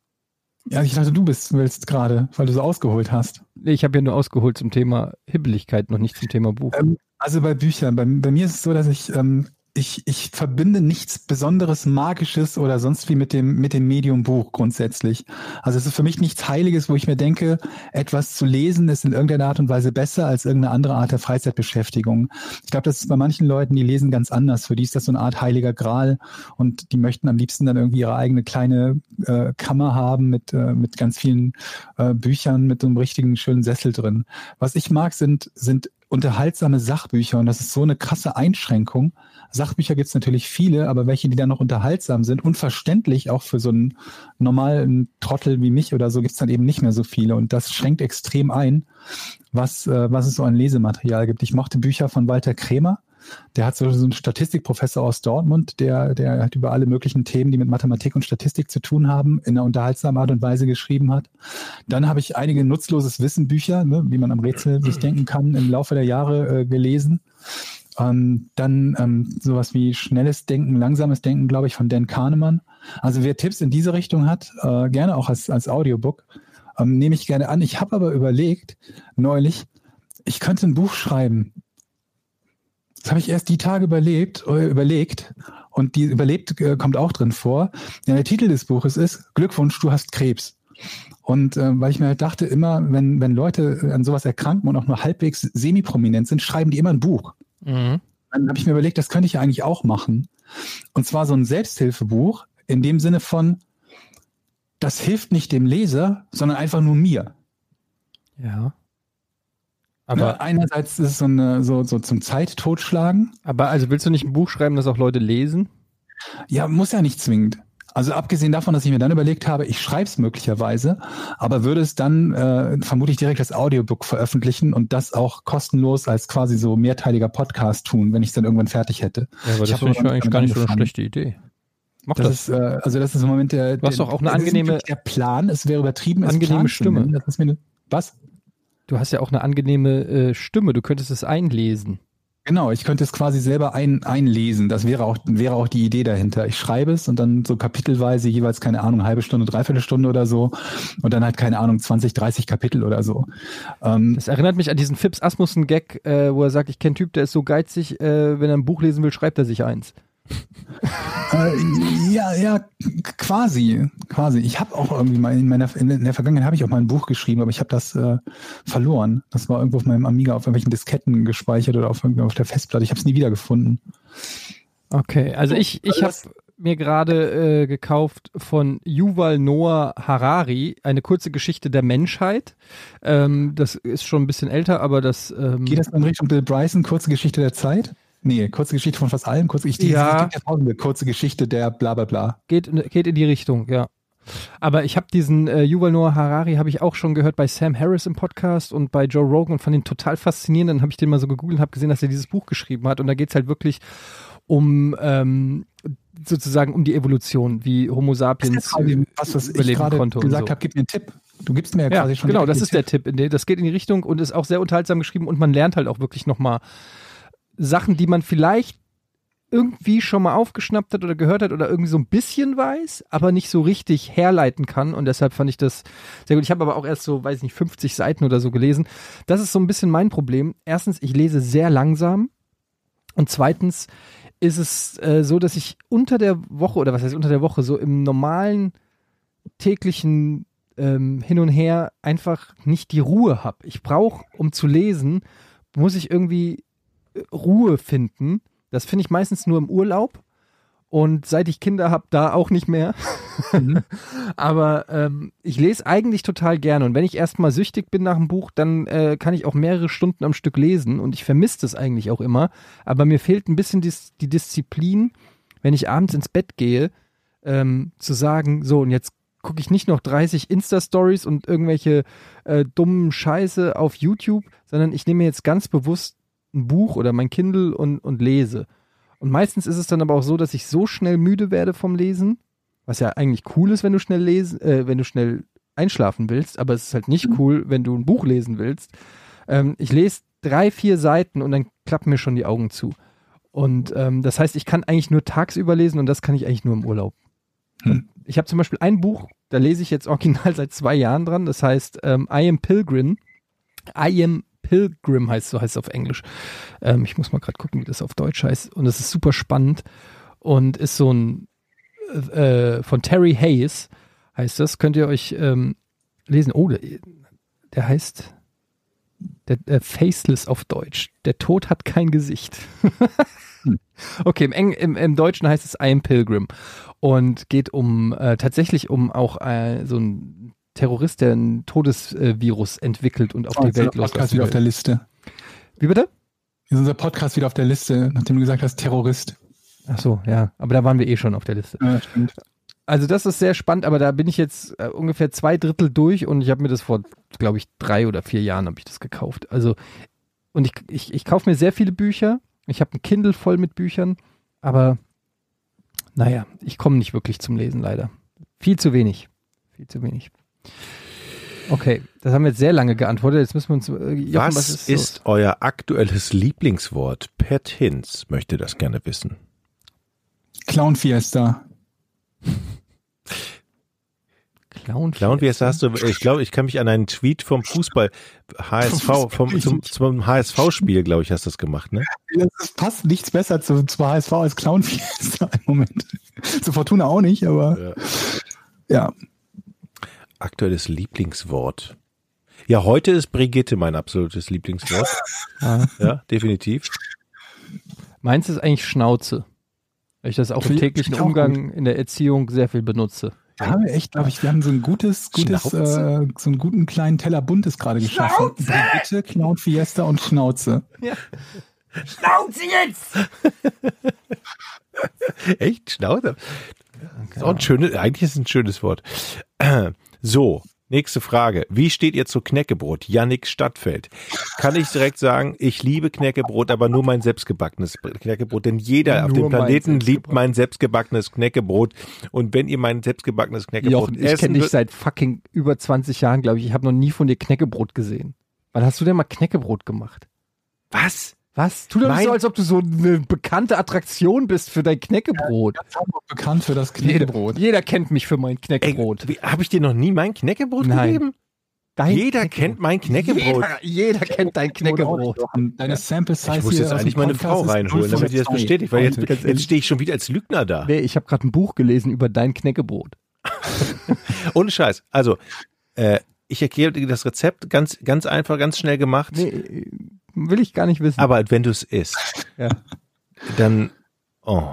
Ja, ich dachte, du bist willst gerade, weil du so ausgeholt hast. Nee, ich habe ja nur ausgeholt zum Thema Hippeligkeit, noch nicht zum Thema Buch. Ähm, Also bei Büchern, bei, bei mir ist es so, dass ich, ähm, ich, ich verbinde nichts Besonderes, Magisches oder sonst wie mit dem, mit dem Medium Buch grundsätzlich. Also es ist für mich nichts Heiliges, wo ich mir denke, etwas zu lesen ist in irgendeiner Art und Weise besser als irgendeine andere Art der Freizeitbeschäftigung. Ich glaube, das ist bei manchen Leuten, die lesen ganz anders. Für die ist das so eine Art heiliger Gral und die möchten am liebsten dann irgendwie ihre eigene kleine äh, Kammer haben mit, äh, mit ganz vielen äh, Büchern, mit so einem richtigen schönen Sessel drin. Was ich mag, sind, sind unterhaltsame Sachbücher und das ist so eine krasse Einschränkung. Sachbücher gibt es natürlich viele, aber welche, die dann noch unterhaltsam sind und verständlich auch für so einen normalen Trottel wie mich oder so, gibt es dann eben nicht mehr so viele und das schränkt extrem ein, was, äh, was es so an Lesematerial gibt. Ich mochte Bücher von Walter Kremer. Der hat so so einen Statistikprofessor aus Dortmund, der, der halt über alle möglichen Themen, die mit Mathematik und Statistik zu tun haben, in einer unterhaltsamen Art und Weise geschrieben hat. Dann habe ich einige nutzloses Wissenbücher, ne, wie man am Rätsel sich denken kann, im Laufe der Jahre äh, gelesen. Ähm, dann ähm, sowas wie schnelles Denken, langsames Denken, glaube ich, von Dan Kahnemann. Also wer Tipps in diese Richtung hat, äh, gerne auch als, als Audiobook, ähm, nehme ich gerne an. Ich habe aber überlegt, neulich, ich könnte ein Buch schreiben. Das habe ich erst die Tage überlebt, äh, überlegt und die überlebt äh, kommt auch drin vor. Ja, der Titel des Buches ist Glückwunsch, du hast Krebs. Und äh, weil ich mir halt dachte, immer, wenn, wenn Leute an sowas erkranken und auch nur halbwegs semi-prominent sind, schreiben die immer ein Buch. Mhm. Dann habe ich mir überlegt, das könnte ich ja eigentlich auch machen. Und zwar so ein Selbsthilfebuch in dem Sinne von, das hilft nicht dem Leser, sondern einfach nur mir. Ja. Aber Aber, Ne? einerseits ist es so, eine, so, so zum Zeittotschlagen. aber also willst du nicht ein Buch schreiben, das auch Leute lesen? Ja, muss ja nicht zwingend. Also abgesehen davon, dass ich mir dann überlegt habe, ich schreibe es möglicherweise, aber würde es dann äh, vermutlich direkt als Audiobook veröffentlichen und das auch kostenlos als quasi so mehrteiliger Podcast tun, wenn ich es dann irgendwann fertig hätte. Ja, aber Ich hab aber noch nicht angefangen. Idee. Mach Das, das. ist äh, also das ist im Moment der. Du hast der, doch auch eine das ist angenehme- natürlich der Plan. Es wäre übertrieben, es angenehme Plan Stimme. Zu nennen. das ist mir eine, was? Du hast ja auch eine angenehme äh, Stimme, du könntest es einlesen. Genau, ich könnte es quasi selber ein, einlesen. Das wäre auch, wäre auch die Idee dahinter. Ich schreibe es und dann so kapitelweise jeweils, keine Ahnung, halbe Stunde, dreiviertel Stunde oder so. Und dann halt, keine Ahnung, 20, 30 Kapitel oder so. Ähm, Das erinnert mich an diesen Fips Asmussen-Gag, äh, wo er sagt, ich kenne einen Typ, der ist so geizig, äh, wenn er ein Buch lesen will, schreibt er sich eins. Äh, ja, ja, k- quasi, quasi. Ich habe auch irgendwie mal in meiner in der Vergangenheit habe ich auch mal ein Buch geschrieben, aber ich habe das äh, verloren. Das war irgendwo auf meinem Amiga auf irgendwelchen Disketten gespeichert oder auf, irgendeiner- auf der Festplatte. Ich habe es nie wiedergefunden. Okay, also ich, ich habe mir gerade äh, gekauft von Yuval Noah Harari eine kurze Geschichte der Menschheit. Ähm, das ist schon ein bisschen älter, aber das ähm, Geht das in Richtung Bill Bryson, kurze Geschichte der Zeit? Nee, kurze Geschichte von fast allem, kurze, ich, die- Ja. es gibt ja tausende, kurze Geschichte der bla bla bla. geht, in- geht in die Richtung, ja. Aber ich habe diesen äh, Yuval Noah Harari habe ich auch schon gehört bei Sam Harris im Podcast und bei Joe Rogan und fand ihn total faszinierend. Dann habe ich den mal so gegoogelt und habe gesehen, dass er dieses Buch geschrieben hat. Und da geht's halt wirklich um ähm, sozusagen um die Evolution, wie Homo Das sapiens äh, ist quasi äh, was, was ich überleben gerade konnte und gesagt so. habe, gib mir einen Tipp. Du gibst mir ja, Ja, quasi schon genau, direkt das den ist der Tipp. In der, das geht in die Richtung und ist auch sehr unterhaltsam geschrieben und man lernt halt auch wirklich nochmal Sachen, die man vielleicht irgendwie schon mal aufgeschnappt hat oder gehört hat oder irgendwie so ein bisschen weiß, aber nicht so richtig herleiten kann und deshalb fand ich das sehr gut. Ich habe aber auch erst so, weiß nicht, 50 Seiten oder so gelesen. Das ist so ein bisschen mein Problem. Erstens, ich lese sehr langsam und zweitens ist es äh, so, dass ich unter der Woche oder was heißt unter der Woche so im normalen täglichen ähm, hin und her einfach nicht die Ruhe habe. Ich brauche, um zu lesen, muss ich irgendwie äh, Ruhe finden. Das finde ich meistens nur im Urlaub. Und seit ich Kinder habe, da auch nicht mehr. Aber ähm, ich lese eigentlich total gerne. Und wenn ich erstmal süchtig bin nach einem Buch, dann äh, kann ich auch mehrere Stunden am Stück lesen. Und ich vermisse das eigentlich auch immer. Aber mir fehlt ein bisschen dis die Disziplin, wenn ich abends ins Bett gehe, ähm, zu sagen, so und jetzt gucke ich nicht noch 30 Insta-Stories und irgendwelche äh, dummen Scheiße auf YouTube, sondern ich nehme jetzt ganz bewusst ein Buch oder mein Kindle und, und lese. Und meistens ist es dann aber auch so, dass ich so schnell müde werde vom Lesen, was ja eigentlich cool ist, wenn du schnell lesen, äh, wenn du schnell einschlafen willst, aber es ist halt nicht cool, wenn du ein Buch lesen willst. Ähm, ich lese drei, vier Seiten und dann klappen mir schon die Augen zu. Und ähm, das heißt, ich kann eigentlich nur tagsüber lesen und das kann ich eigentlich nur im Urlaub. Hm. Ich habe zum Beispiel ein Buch, da lese ich jetzt original seit zwei Jahren dran, das heißt ähm, I Am Pilgrim. I Am Pilgrim heißt so heißt es auf Englisch. Ähm, ich muss mal gerade gucken, wie das auf Deutsch heißt. Und es ist super spannend und ist so ein äh, von Terry Hayes heißt das. Könnt ihr euch ähm, lesen? Oh, der, der heißt der, der Faceless auf Deutsch. Der Tod hat kein Gesicht. okay, im, Eng, im, im Deutschen heißt es I am Pilgrim und geht um äh, tatsächlich um auch äh, so ein Terrorist, der ein Todesvirus entwickelt und auf Tipp. Oh, die jetzt ist Welt unser Podcast wieder auf loslässt. der Liste. Wie bitte? Ist unser Podcast wieder auf der Liste, nachdem du gesagt hast, Terrorist. Ach so, ja. Aber da waren wir eh schon auf der Liste. Ja, stimmt. Also das ist sehr spannend, aber da bin ich jetzt äh, ungefähr zwei Drittel durch und ich habe mir das vor, glaube ich, drei oder vier Jahren habe ich das gekauft. Also und ich, ich, ich kaufe mir sehr viele Bücher. Ich habe ein Kindle voll mit Büchern, aber naja, ich komme nicht wirklich zum Lesen leider. Viel zu wenig. Viel zu wenig. Okay, das haben wir jetzt sehr lange geantwortet. Jetzt müssen wir uns. Äh, Jochen, ne? Was, ist, los? euer aktuelles Lieblingswort? Pat Hinz möchte das gerne wissen. Clown Fiesta. Clown? Clown, wie es hast du? Ich glaube, ich kann mich an einen Tweet vom Fußball HSV vom zum, zum HSV-Spiel, glaube ich, hast du das gemacht, ne? Es passt nichts besser zu, zu HSV als Clown Fiesta im Moment. Zu Fortuna auch nicht, aber Ja. ja. Aktuelles Lieblingswort. Ja, heute ist Brigitte mein absolutes Lieblingswort. Ah. Ja, definitiv. Meins ist eigentlich Schnauze. Weil ich das auch im Finde ich täglichen auch Umgang in der Erziehung sehr viel benutze. Da haben wir echt, glaube ich, wir haben so ein gutes, gutes, äh, Schnauze? so einen guten kleinen Teller Buntes gerade geschaffen. Brigitte, Clown Fiesta und Schnauze. Schnauze jetzt! Echt? Schnauze? Ist genau. auch ein schönes, eigentlich ist es ein schönes Wort. So, nächste Frage. Wie steht ihr zu Knäckebrot? Yannick Stadtfeld. Kann ich direkt sagen, ich liebe Knäckebrot, aber nur mein selbstgebackenes Knäckebrot, denn jeder auf Nur dem mein Planeten liebt selbstgebackenes. mein selbstgebackenes Knäckebrot. Und wenn ihr mein selbstgebackenes Knäckebrot Jochen, ich essen kenne dich würdet, seit fucking über 20 Jahren, glaube ich. Ich habe noch nie von dir Knäckebrot gesehen. Wann hast du denn mal Knäckebrot gemacht? was? Was? Tu doch nicht Nein. so, als ob du so eine bekannte Attraktion bist für dein Knäckebrot. Hamburg bekannt für das Jeder, Knäckebrot. jeder kennt mich für mein Ey, Knäckebrot. Habe ich dir noch nie mein Knäckebrot Nein. gegeben? Dein Jeder kennt mein Knäckebrot. Jeder, jeder kennt dein Knäckebrot. Deine Sample Size Ich muss jetzt hier aus dem eigentlich meine Podcast Frau ist reinholen, damit die das 0,2. bestätigt, weil jetzt, Und jetzt stehe ich schon wieder als Lügner da. Nee, ich habe gerade ein Buch gelesen über dein Knäckebrot. Ohne Scheiß. Also, äh, ich erkläre dir das Rezept ganz, ganz einfach, ganz schnell gemacht. Nee, will ich gar nicht wissen. Aber wenn du es isst, Ja. dann, oh,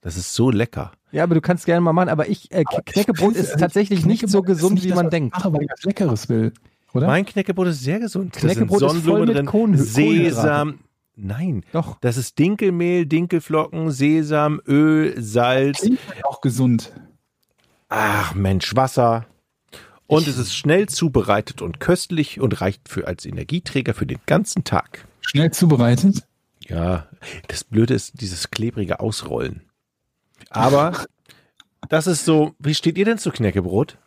das ist so lecker. ja, aber du kannst gerne mal machen. Aber ich, äh, Knäckebrot find's- ist tatsächlich Knäckebrot nicht so ist gesund, nicht wie das, man was denkt. ich mache, weil ich was Leckeres will, oder? Mein Knäckebrot ist sehr gesund. Da sind Knäckebrot ist voll Sonnenblumen mit drin, Kohlen- Sesam. Nein, Doch. das ist Dinkelmehl, Dinkelflocken, Sesam, Öl, Salz. Klingt halt auch gesund. Ach Mensch, Wasser. Und es ist schnell zubereitet und köstlich und reicht für als Energieträger für den ganzen Tag. Schnell zubereitet. Ja, das Blöde ist dieses klebrige Ausrollen. Aber das ist so, wie steht ihr denn zu Knäckebrot?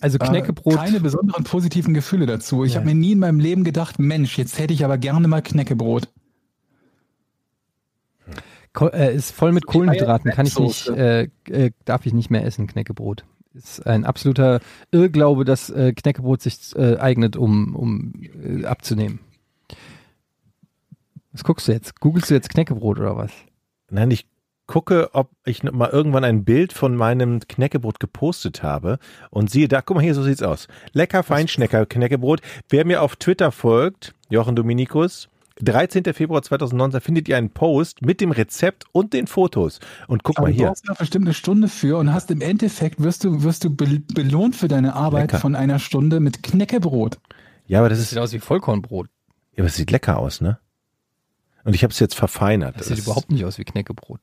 Also Äh, Knäckebrot. Keine besonderen positiven Gefühle dazu. Ich Ja. habe mir nie in meinem Leben gedacht, Mensch, jetzt hätte ich aber gerne mal Knäckebrot. Ko äh, ist voll mit Kohlenhydraten, kann ich nicht, Soße. äh, äh, darf ich nicht mehr essen, Knäckebrot. Ist ein absoluter Irrglaube, dass äh, Knäckebrot sich äh, eignet, um, um äh, abzunehmen. Was guckst du jetzt? Googlest du jetzt Knäckebrot oder was? Nein, ich gucke, ob ich noch mal irgendwann ein Bild von meinem Knäckebrot gepostet habe und siehe da, guck mal hier, so sieht's aus. Lecker Feinschnecker Knäckebrot. Wer mir auf Twitter folgt, Jochen Dominikus, 13. Februar 2019 findet ihr einen Post mit dem Rezept und den Fotos. Und guck Aber mal du hier. brauchst da bestimmt eine Stunde für und hast im Endeffekt wirst du, wirst du bel- belohnt für deine Arbeit Lecker. von einer Stunde mit Knäckebrot. Ja, aber das ist, ja, aus wie Vollkornbrot. aber es sieht lecker aus, ne? Und ich habe es jetzt verfeinert. Das sieht überhaupt nicht aus wie Knäckebrot.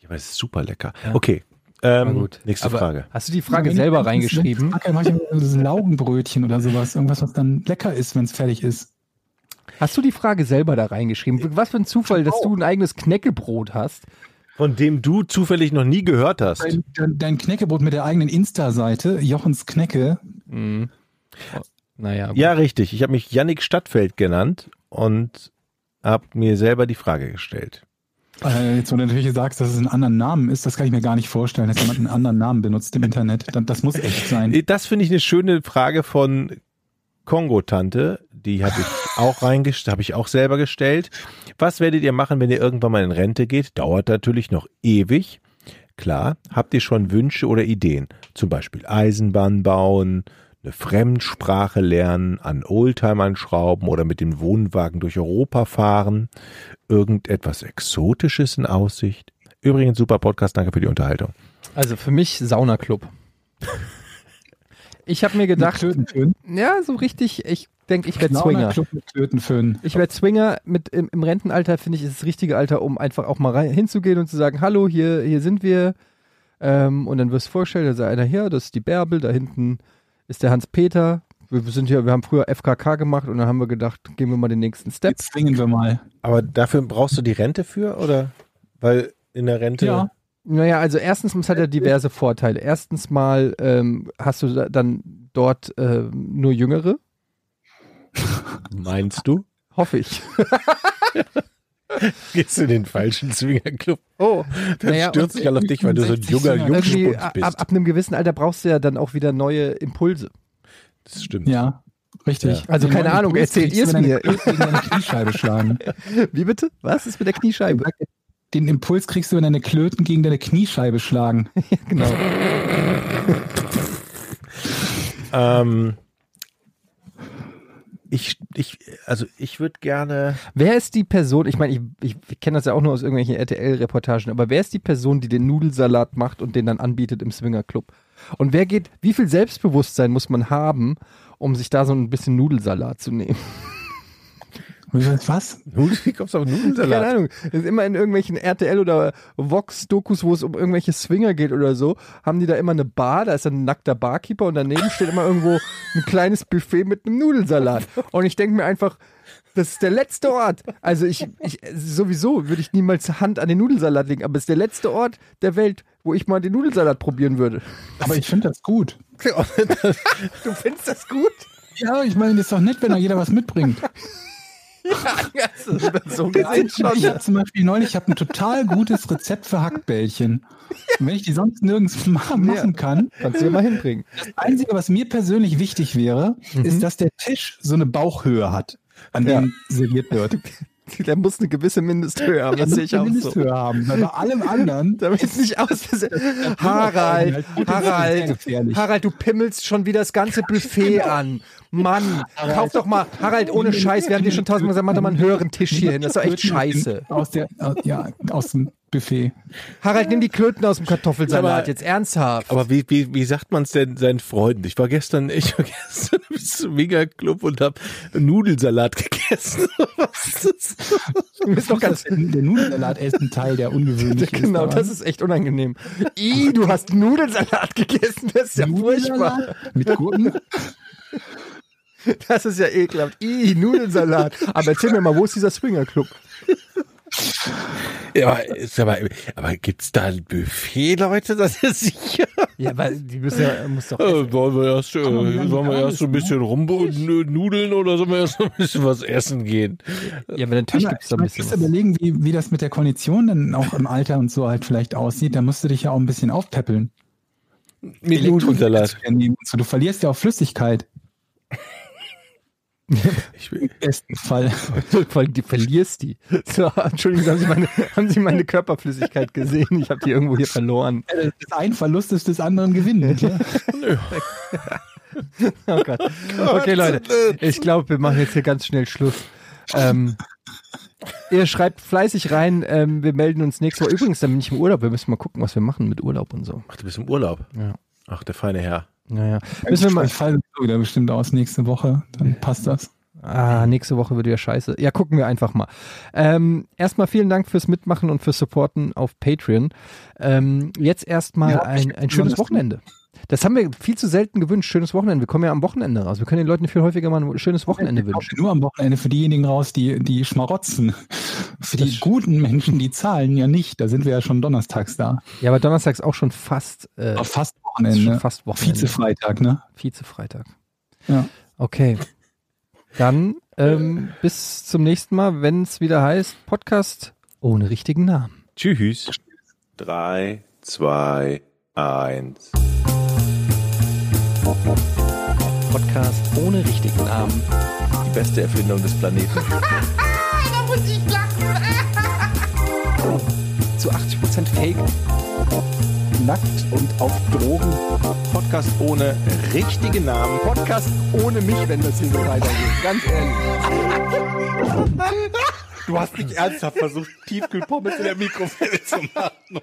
Ja, aber es ist super lecker. Okay. Ähm, Na gut. Nächste Aber Frage. Hast du die Frage selber reingeschrieben? Dann mache ich immer so ein Laugenbrötchen oder sowas. Irgendwas, was dann lecker ist, wenn es fertig ist. Hast du die Frage selber da reingeschrieben? Was für ein Zufall, dass du ein eigenes Knäckebrot hast. Von dem du zufällig noch nie gehört hast. Dein, dein, dein Knäckebrot mit der eigenen Insta-Seite, Jochens Knäcke. Mhm. Naja. gut. Ja, richtig. Ich habe mich Yannick Stadtfeld genannt und habe mir selber die Frage gestellt. Äh, jetzt, wo du natürlich sagst, dass es einen anderen Namen ist, das kann ich mir gar nicht vorstellen, dass jemand einen anderen Namen benutzt im Internet. Dann, das muss echt sein. Äh, Das finde ich eine schöne Frage von Kongo-Tante. Die habe ich auch reingestellt, habe ich auch selber gestellt. Was werdet ihr machen, wenn ihr irgendwann mal in Rente geht? Dauert natürlich noch ewig. Klar, habt ihr schon Wünsche oder Ideen? Zum Beispiel Eisenbahn bauen, eine Fremdsprache lernen, an Oldtimern schrauben oder mit dem Wohnwagen durch Europa fahren. Irgendetwas Exotisches in Aussicht. Übrigens, super Podcast, danke für die Unterhaltung. Also für mich Saunaclub. Ich habe mir Mit gedacht, Klötenföhn. ja, so richtig, ich denke, ich werde Launer Zwinger. Club mit Klötenföhn. Ich werde Zwinger mit im, im Rentenalter, finde ich, ist das richtige Alter, um einfach auch mal rein, hinzugehen und zu sagen, hallo, hier, hier sind wir. Ähm, und dann wirst du vorstellen, da sei einer hier, das ist die Bärbel, da hinten ist der Hans-Peter. Wir sind hier, wir haben früher FKK gemacht und dann haben wir gedacht, gehen wir mal den nächsten Step. Jetzt singen wir mal. Aber dafür brauchst du die Rente für, oder? Weil in der Rente. Ja. Naja, also erstens es hat er diverse Vorteile. Erstens mal ähm, hast du da, dann dort ähm, nur Jüngere, Meinst du? hoffe ich. Gehst du in den falschen Zwingerclub? Oh, dann Naja, stürzt sich alle auf dich, weil du so ein 60 junger Jahre irgendwie Jungspund ab, bist. ab einem gewissen Alter brauchst du ja dann auch wieder neue Impulse. Das stimmt. Ja, richtig. Ja. Also keine Ahnung, erzählt ihr's mir. Den Impuls kriegst du, wenn deine Klöten gegen deine Kniescheibe schlagen. Wie bitte? Was ist mit der Kniescheibe? Den Impuls kriegst du, wenn deine Klöten gegen deine Kniescheibe schlagen. Genau. Ähm, ich, ich, also ich würde gerne. Wer ist die Person, ich meine, ich, ich, kenne das ja auch nur aus irgendwelchen RTL-Reportagen, aber wer ist die Person, die den Nudelsalat macht und den dann anbietet im Swingerclub? Und wer geht, wie viel Selbstbewusstsein muss man haben, um sich da so ein bisschen Nudelsalat zu nehmen? Was? Nudel- Wie kommst du auf Keine Nudelsalat? Ahnung. Das ist immer in irgendwelchen RTL oder Vox-Dokus, wo es um irgendwelche Swinger geht oder so, haben die da immer eine Bar, da ist dann ein nackter Barkeeper und daneben steht immer irgendwo ein kleines Buffet mit einem Nudelsalat. Und ich denke mir einfach, das ist der letzte Ort. Also ich, ich sowieso würde ich niemals Hand an den Nudelsalat legen, aber es ist der letzte Ort der Welt, wo ich mal den Nudelsalat probieren würde. Aber ich finde das gut. Du findest das gut? Ja, ich meine, das ist doch nett, wenn da jeder was mitbringt. ja, so gesehen schon. Ich habe zum Beispiel neulich, ich habe ein total gutes Rezept für Hackbällchen. Und wenn ich die sonst nirgends ma machen kann, Kannst du ja mal hinbringen. das Einzige, was mir persönlich wichtig wäre, ist, dass der Tisch so eine Bauchhöhe hat, an dem serviert wird. Der muss eine gewisse Mindesthöhe haben, das muss sehe ich eine auch so. Mindesthöhe haben. Weil bei allem anderen, Damit es nicht aus. Harald, Gut, das ist sehr Harald, gefährlich. Harald, du pimmelst schon wieder das ganze Buffet an. Mann, kauf doch mal, Harald, ohne Scheiß, wir haben dir schon tausendmal gesagt, mach doch mal einen höheren Tisch hier hin, das ist doch echt scheiße. Aus der, äh, ja, aus dem Buffet. Harald, nimm die Klöten aus dem Kartoffelsalat, Aber- jetzt ernsthaft. Aber wie, wie, wie sagt man es denn seinen Freunden? Ich war gestern, ich war gestern bis zum Mega-Club und habe Nudelsalat gegessen. Was ist das? du bist doch ganz. Der Nudelsalat ist ein Teil, der ungewöhnlich ist. Genau, daran. das ist echt unangenehm. I, du hast Nudelsalat gegessen, das ist ja furchtbar. Nudelsalat mit Gurken. Das ist ja ekelhaft. I, Nudelsalat. Aber erzähl mir mal, wo ist dieser Swingerclub? Ja, aber, ist aber, aber gibt's da ein Buffet, Leute? Das ist sicher. Ja, weil die müssen ja, muss doch. Äh, wollen wir erst, äh, Aber wir haben ne? sollen wir gar erst so ein nichts, bisschen rum und äh, nudeln oder sollen wir erst so ein bisschen was essen gehen? Ja, aber natürlich gibt es da ein Ich bisschen. muss was. überlegen, wie, wie das mit der Kondition dann auch im Alter und so halt vielleicht aussieht. Da musst du dich ja auch ein bisschen aufpäppeln. Mit Elektrolyte Nudelsalat. zu dir nehmen und so. Du verlierst ja auch Flüssigkeit Ich will, im besten Fall. Vor allem, die verlierst die. So, Entschuldigung, haben Sie, meine, haben Sie meine Körperflüssigkeit gesehen? Ich habe die irgendwo hier verloren. Das ein Verlust ist des anderen Gewinn. Ja. Oh Gott. Okay, Leute. Ich glaube, wir machen jetzt hier ganz schnell Schluss. Ähm, ihr schreibt fleißig rein. Ähm, wir melden uns nächste Woche. Übrigens, dann bin ich im Urlaub. Wir müssen mal gucken, was wir machen mit Urlaub und so. ach, du bist im Urlaub. Ja. Ach, der feine Herr. Naja. Müssen wir mal. Ich falle so wieder bestimmt aus nächste Woche. Dann passt das. Ah, nächste Woche wird wieder scheiße. Ja, gucken wir einfach mal. Ähm, erstmal vielen Dank fürs Mitmachen und fürs Supporten auf Patreon. Ähm, jetzt erstmal Ja, ich- ein, ein schönes besonders- Wochenende. Das haben wir viel zu selten gewünscht, schönes Wochenende. Wir kommen ja am Wochenende raus. Wir können den Leuten viel häufiger mal ein schönes Wochenende Ich wünschen. glaube, nur am Wochenende für diejenigen raus, die, die schmarotzen. Für die guten Menschen, die zahlen ja nicht. Da sind wir ja schon donnerstags da. Ja, aber donnerstags auch schon fast, äh, Auf fast ist schon Wochenende. fast Wochenende. Vize-Freitag, ne? Vize-Freitag. Ja. Okay. Dann ähm, bis zum nächsten Mal, wenn es wieder heißt Podcast ohne richtigen Namen. Tschüss. Drei, zwei, eins. Podcast ohne richtigen Namen. Die beste Erfindung des Planeten. da muss ich lachen. Zu 80% Fake. Nackt und auf Drogen. Podcast ohne richtigen Namen. Podcast ohne mich, wenn das hier so weitergeht. Ganz ehrlich. Du hast nicht ernsthaft versucht, Tiefkühlpommes in der Mikrofile zu machen.